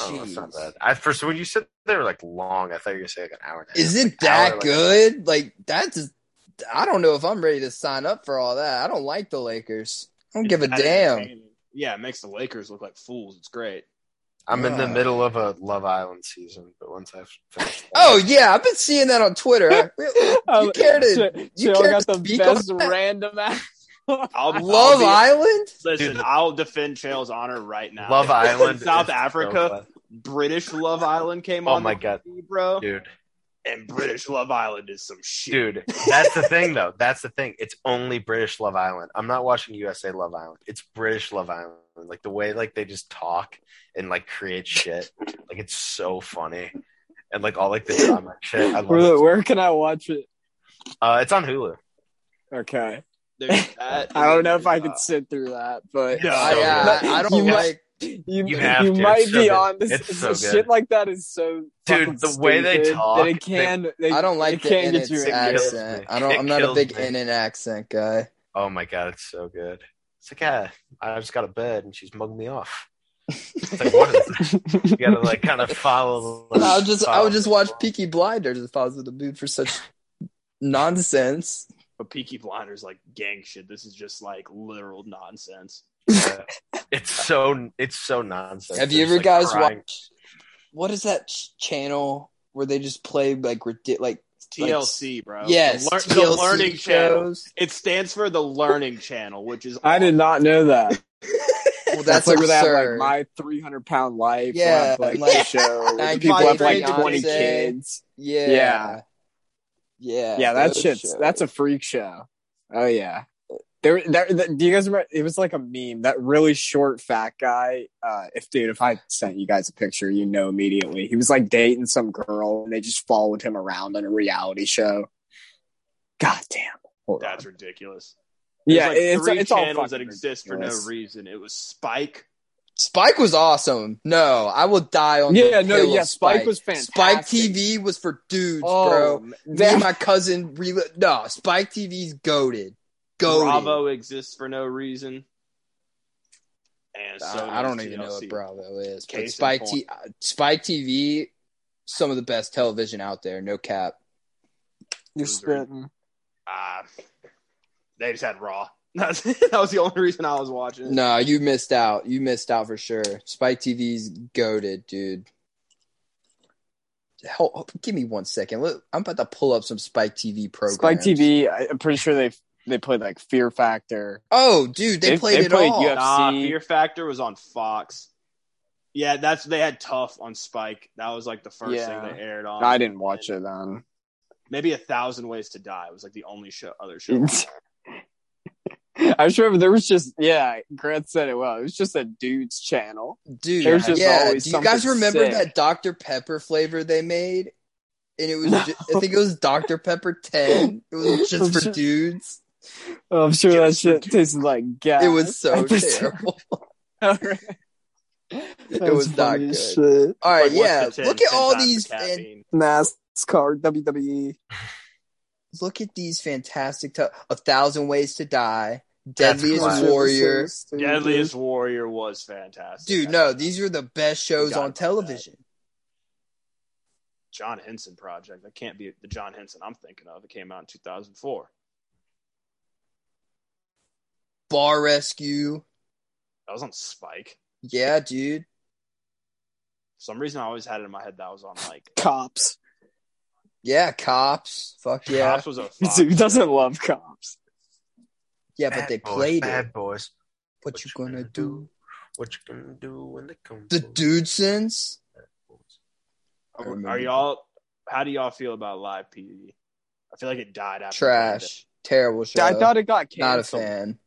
Oh, that's not Jeez. bad. I first when you said they were like long, I thought you were gonna say like an hour. And a half. Is it hour, that like- good? Like that's. just- I don't know if I'm ready to sign up for all that. I don't like the Lakers. I don't give a That damn. entertaining. Yeah, it makes the Lakers look like fools. It's great. I'm in the Ugh. middle of a Love Island season, but once I've finished, that- Oh yeah, I've been seeing that on Twitter. you care to Ch- you Chill care Oh, got to the speak on best that? random ass. I'll Love I'll Island? be- Listen, Dude. I'll defend Chael's honor right now. Love Island, South is Africa. so British Love Island came Oh on. my the God. TV, bro! fun. dude, And British Love Island is some shit. dude, that's the thing though. That's the thing. It's only British Love Island. I'm not watching USA Love Island. It's British Love Island. Like the way like they just talk and like create shit. Like it's so funny, and like all like the drama and shit. I love Where, it. where can I watch it? Uh, it's on Hulu. Okay, There's that, I don't know if I uh, could sit through that, but No. I, yeah, I, I don't You might- like you, You have you to. might It's so be good. on this. It's so this good. shit like that is so Dude, fucking the way they stupid talk, that it can. They, I don't like it the can't in get its you. It kills accent. me. I don't. It I'm not a kills big me. in and accent guy. Oh my god, it's so good. It's like, yeah, I just got a bed and she's mugged me off. It's like, what is that? You gotta like kind of follow. the- I would just. I Oh, would just watch follow the- Peaky Blinders if I was with a dude for such nonsense. But Peaky Blinders like gang shit. This is just like literal nonsense. Yeah. It's so it's so nonsense. Have you They're ever guys just, like, crying. watched? What is that ch- channel where they just play like ridi- like TLC, bro. yes the, lear- the TLC learning channel. shows? It stands for the learning channel, which is I did not know that. Well, that's, like where they have absurd. like my 300 pound life. Yeah, where I have, and, like, like, show. I people have like Beyonce. 20 kids. yeah, yeah, Yeah. Yeah, that those shit's that's a shows. freak show. Oh yeah. There, there, th- do you guys remember? It was like a meme. That really short fat guy. Uh, if dude, if I sent you guys a picture, you know immediately. He was like dating some girl, and they just followed him around on a reality show. God damn! Hold on. That's ridiculous. There's yeah, like it's three it's all channels that fucking exist for no ridiculous. reason. It was Spike. Spike was awesome. No, I will die on. Yeah, the no, hill yeah, of Spike was Spike fantastic. TV was for dudes, Oh, bro. man, Me that- and my cousin, rel no, Spike TV's goaded, goaded. Bravo exists for no reason. And so I, I don't does even know TLC. what Bravo is, but Case in Spike point. T, uh, Spike TV, some of the best television out there. No cap. You're Loser. spitting. Uh, they just had Raw. That's, that was the only reason I was watching. it. No, you missed out. You missed out for sure. Spike TV's goaded, dude. Hel- oh, give me one second. Look, I'm about to pull up some Spike TV programs. Spike TV. I, I'm pretty sure they they played like Fear Factor. Oh, dude, they, They- played they it played all. UFC. Nah, Fear Factor was on Fox. Yeah, that's they had Tough on Spike. That was like the first Yeah. thing they aired on. I didn't watch it then. Maybe a thousand ways to die was like the only show, other show. I just remember there was just yeah. Grant said it well. It was just a dude's channel. Dude, There's just yeah. always Do you guys something remember sick. that Dr. Pepper flavor they made? And it was, No. ju- I think it was Dr. Pepper 10. It was just for Just- dudes. Oh, I'm sure that shit tasted like gas. It was so That terrible. That It was funny not as shit. All right, Like, what's yeah. the 10? Look at 10 all times for these, and caffeine. NASCAR, E. WWE. look at these fantastic, t- A Thousand Ways to Die, That's Deadliest classic. Warrior. Deadliest Warrior was fantastic. Dude, no, these are the best shows gotta on do that. television. John Henson project. That can't be the John Henson I'm thinking of. It came out in 2004. Bar Rescue. That was on Spike. Yeah, dude. For some reason, I always had it in my head that was on like cops. Yeah, Cops. Fuck yeah. Cops was a Fox. Dude doesn't love cops. Yeah, but Bad they boys, played it. Bad boys. What, you gonna, do? What you gonna do when they come? The for Dudesons? bad boys? I Are, remember are y'all? How do y'all feel about live PD? I feel like it died after Trash. Terrible show. I thought it got Not a canceled. fan.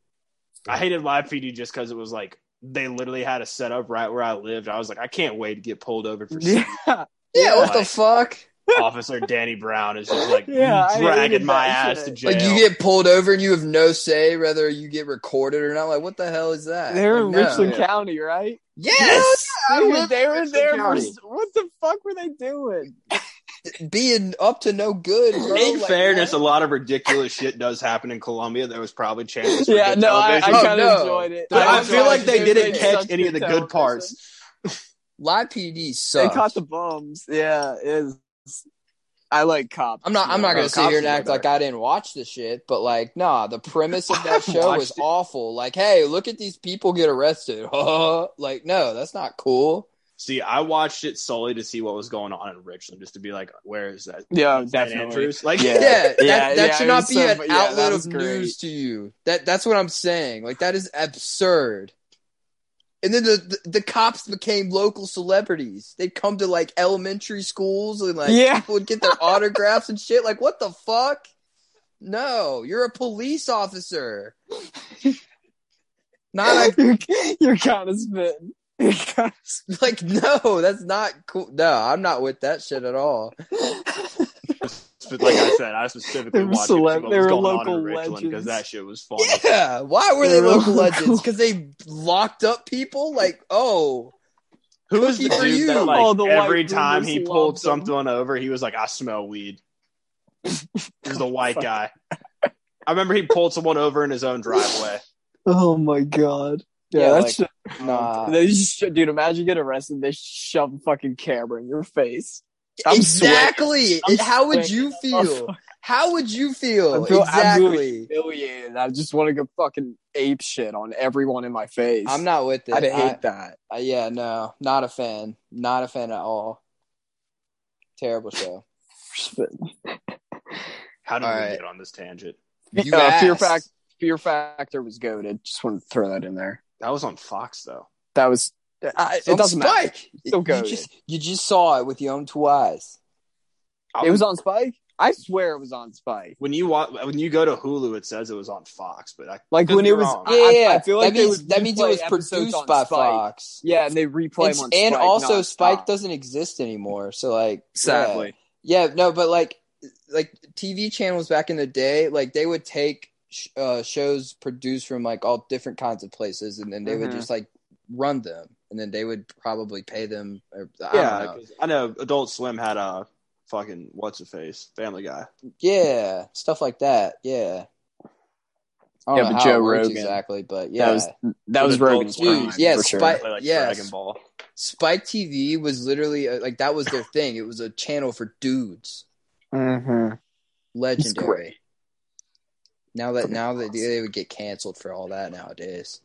I hated live PD just because it was like they literally had a setup right where I lived. I was like, I can't wait to get pulled over for Yeah, Yeah, what the Like- fuck? Officer Danny Brown is just like Yeah, I hated dragging my that ass shit. to jail. Like you get pulled over and you have no say whether you get recorded or not. Like what the hell is that? they were in Like, no. Richland County, right? Yes, Dude, they were Richland there. For, County. s- what the fuck were they doing? being up to no good. Bro. in Like, fairness, what? a lot of ridiculous shit does happen in Colombia. There was probably chances. For Yeah, good no, I, I television. Oh, kind of no. enjoyed it. But I I, feel like they It didn't made catch any of the good parts. live PD They sucks. caught the bums. Yeah, it is. I like cops. I'm not. I'm not more. gonna sit here and Cops act like I didn't watch the shit, but like, nah, the premise of that I've show was watched it. awful. Like, hey, look at these people get arrested. like, no, that's not cool. See, I watched it solely to see what was going on in Richland, just to be like, where is that? Yeah, St. definitely. Andrews? Like, Yeah, Yeah. that, Yeah, that yeah, should it not was be so an fu- yeah, that outlet was of news to you. That that's what I'm saying. Like, that is absurd. And then the, the the cops became local celebrities. They'd come to like elementary schools and like Yeah. people would get their autographs and shit. Like, what the fuck? No, you're a police officer. Not a you're, kind of spitting. You're kind like no that's not cool no i'm not with that shit at all of... But like I said, I specifically They were watched it to see celeb- what they was were going local on in Richland legends. because that shit was funny. yeah why were they They're local all legends cool. because they locked up people like oh Who was Lucky the for you. dude that like All the every white time he boomers pulled loved something over, he was like, "I smell weed." It was the white guy. I remember he pulled someone over in his own driveway. Oh my god. Yeah, Yeah, that's like, shit. nah. They just, sho- dude, imagine you get arrested. They shove a fucking camera in your face. I'm exactly I'm how would sweating. you Oh, feel fuck. how would you feel, I feel exactly Humiliated. I just want to go fucking ape shit on everyone in my face. i'm not with it I'd hate I- that. I- yeah no not a fan not a fan at all terrible show How did All we right. get on this tangent? you Uh, Fear asked. Fact- Fear Factor was goaded. Just want to throw that in there. That was on Fox though. That was. I, It's it on doesn't matter. spike Still you goated. just you just saw it with your own two eyes I It was on Spike. I swear it was on Spike. When you watch, when you go to Hulu, it says it was on Fox, but I Like Could when be it was, wrong. I- I- yeah, I feel like that they means would that means it replay was episodes produced on by Spike. Fox. Yeah, and they replay It's- them on Spike. and also nonstop. Spike doesn't exist anymore. So like, yeah. Sadly, yeah, no, but like, like TV channels back in the day, like they would take sh- uh, shows produced from like all different kinds of places, and then they would Mhm. just like run them, and then they would probably pay them. Or, I yeah, don't know. 'cause I know Adult Swim had a fucking what's a face Family Guy. yeah, stuff like that. Yeah. I don't Yeah, know but how Joe it works Rogan. exactly, but yeah, That was that But was Adult Rogan's Swim, prime. Dude, yeah, for sure. Spy- play, like Uh, yes. Dragon Ball. Spike TV was literally uh, like that was their thing. It was a channel for dudes. Mm-hmm. Mhm. legendary. Now that Fucking now that they would get canceled for all that nowadays.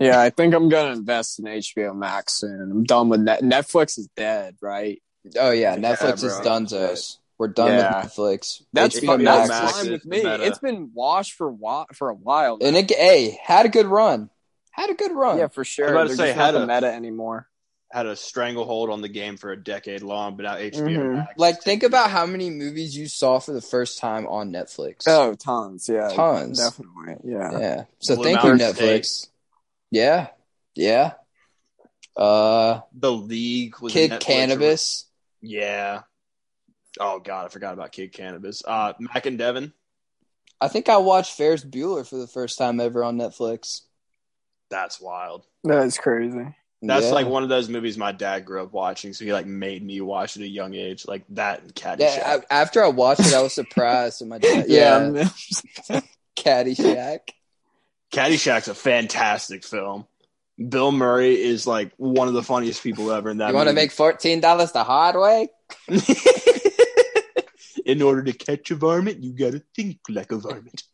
Yeah, I I think I'm gonna invest in HBO Max soon. I'm done with Net- Netflix is dead, right? Oh yeah, Yeah, Netflix is bro. Dunzos. We're done Yeah. with Netflix. That's HBO fucking Max. that's Max fine is with the me. meta. It's been washed for wa- for a while. now. And it, hey, had a good run. Had a good run. yeah, for sure. I was about to They're say, just not how the to- meta anymore. Had a stranglehold on the game for a decade long, but now HBO. Mhm. Max is Mm-hmm. Like think taking- about how many movies you saw for the first time on Netflix. Oh, tons. Yeah, Tons. definitely. Yeah. Yeah. So Blue thank you, Mountain Netflix. Yeah. Yeah. Uh the league was a Kid Netflix ori- Cannabis. Yeah. Oh God, I forgot about Kid Cannabis. Uh, Mac and Devin. I think I watched Ferris Bueller for the first time ever on Netflix. That's wild. That is crazy. That's Yeah. like one of those movies my dad grew up watching, so he like made me watch at a young age, like that and Caddyshack. Yeah, I, after I watched it, I was surprised. And my dad, yeah, Yeah. Caddyshack. Caddyshack's a fantastic film. Bill Murray is like one of the funniest people ever in that. You want to movie. make fourteen dollars the hard way? in order to catch a varmint, you gotta think like a varmint.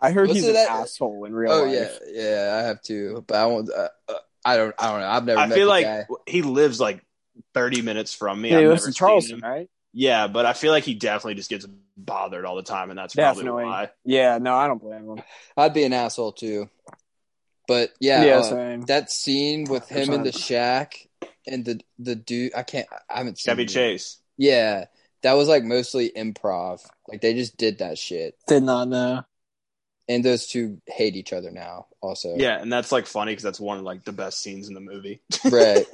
I heard What's he's it an that- asshole in real Oh life. yeah, yeah, I have to, but I won't. Uh, uh, I don't. I don't know. I've never I met feel the like guy. he lives like thirty minutes from me. Yeah, I've he lives never in seen Charleston, him. right? Yeah, but I feel like he definitely just gets bothered all the time, and that's probably Definitely. why. Yeah, no, I don't blame him. I'd be an asshole too. But yeah, Yeah, uh, same. that scene with him in the shack and the the dude. I can't. I haven't seen Chevy it. Chase. Yeah, that was like mostly improv. Like they just did that shit, Did not know. and those two hate each other now. Also, Yeah, and that's like funny because that's one of like the best scenes in the movie. Right.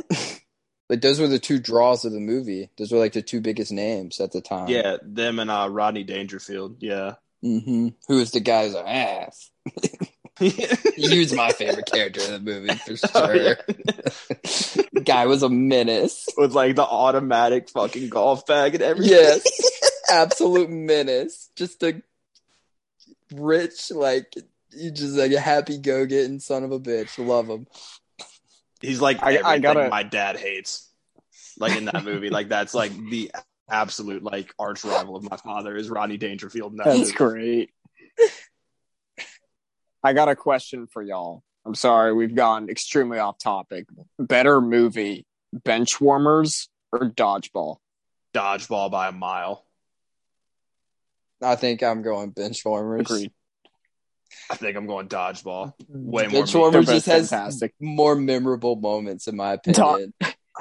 like those were the two draws of the movie. Those were like the two biggest names at the time. yeah, them and uh, Rodney Dangerfield. Yeah, Mm-hmm. Who was the guy who's like, ass? he was my favorite character in the movie for sure. Oh, yeah. guy was a menace. with like the automatic fucking golf bag and everything. Yes. Absolute menace. Just a rich, like you just like a happy go getting son of a bitch. Love him. he's like I- I everything gotta- my dad hates. Like in that movie, like that's like the absolute like arch rival of my father is Rodney Dangerfield. in that That's movie. great. I got a question for y'all. I'm sorry, we've gone extremely off topic. Better movie, Benchwarmers or Dodgeball? Dodgeball by a mile. I think I'm going benchwarmers. Agreed. I think I'm going dodgeball. Way more. Benchwarmers They're Warmers both just has- fantastic. more memorable moments in my Dod- opinion.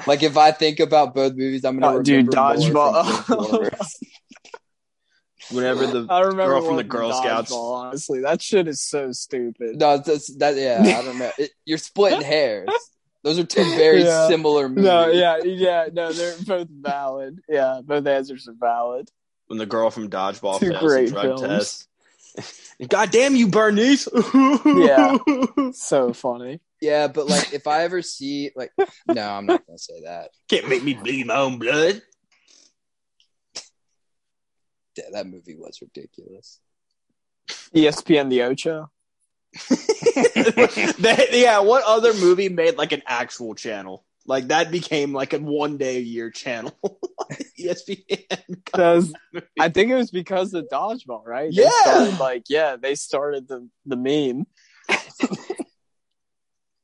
like if I think about both movies, I'm gonna Uh, dude, remember more Dodgeball. from Transformers. Whenever the I remember Girl from the watching Girl Scouts. Dodgeball, honestly, that shit is so stupid. no, that's that. Yeah, I don't know. It, you're splitting hairs. Those are two very Yeah. similar movies. No, yeah, yeah, no, they're both valid. Yeah, both answers are valid. when the girl from Dodgeball Two fails great the drug films. test. God damn you, Bernice! Yeah. So funny. yeah. But like, if I ever see like, no, I'm not gonna say that. Can't make me bleed my own blood. Yeah, that movie was ridiculous. ESPN The Ocho. That- yeah, what other movie made like an actual channel? Like that became like a one day a year channel. E ESPN. That was- I think it was because of dodgeball, right? Yeah. They started, like, yeah, they started the, the meme.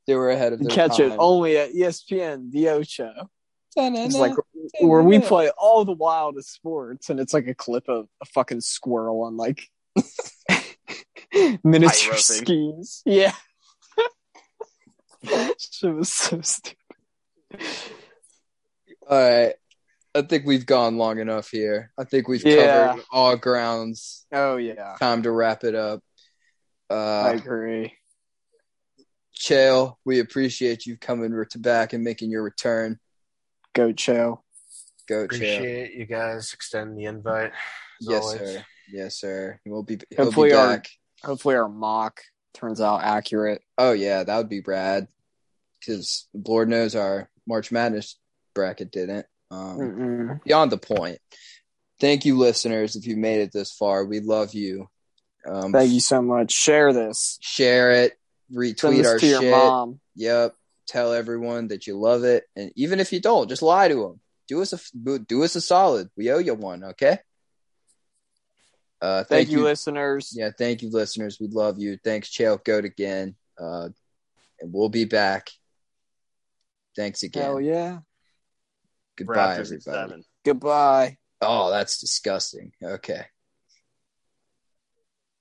They were ahead of their Catch time. it only at E ESPN The Ocho. It's like na, where we na. play all the wildest sports, and it's like a clip of a fucking squirrel on like miniature High roping. skis. Yeah, shit was so stupid. All right. I think we've gone long enough here. I think we've Yeah. covered all grounds. Oh yeah, Time to wrap it up. I Uh, agree. Chael, we appreciate you coming re- to back and making your return. Go, Cho. Go, Chael. Appreciate you guys extending the invite. as Yes, always. sir. Yes, sir. We'll be. He'll Hopefully be our- back. Hopefully our mock turns out accurate. Oh yeah, that would be rad. Because Lord knows our March Madness bracket didn't. Um, Mm-mm. Beyond the point. Thank you, listeners. If you made it this far, we love you. Um, Thank you so much. Share this. Share it. Send Retweet this our to your shit. mom. Yep. Tell everyone that you love it, and even if you don't, just lie to them. Do us a do us a solid. We owe you one. Okay. Uh, Thank, you, listeners. yeah, thank you, listeners. We love you. Thanks, Chael Goat again. Uh, and we'll be back. Thanks again. Hell yeah. Goodbye, Raptors in everybody. seven. Goodbye. Oh, that's disgusting. Okay.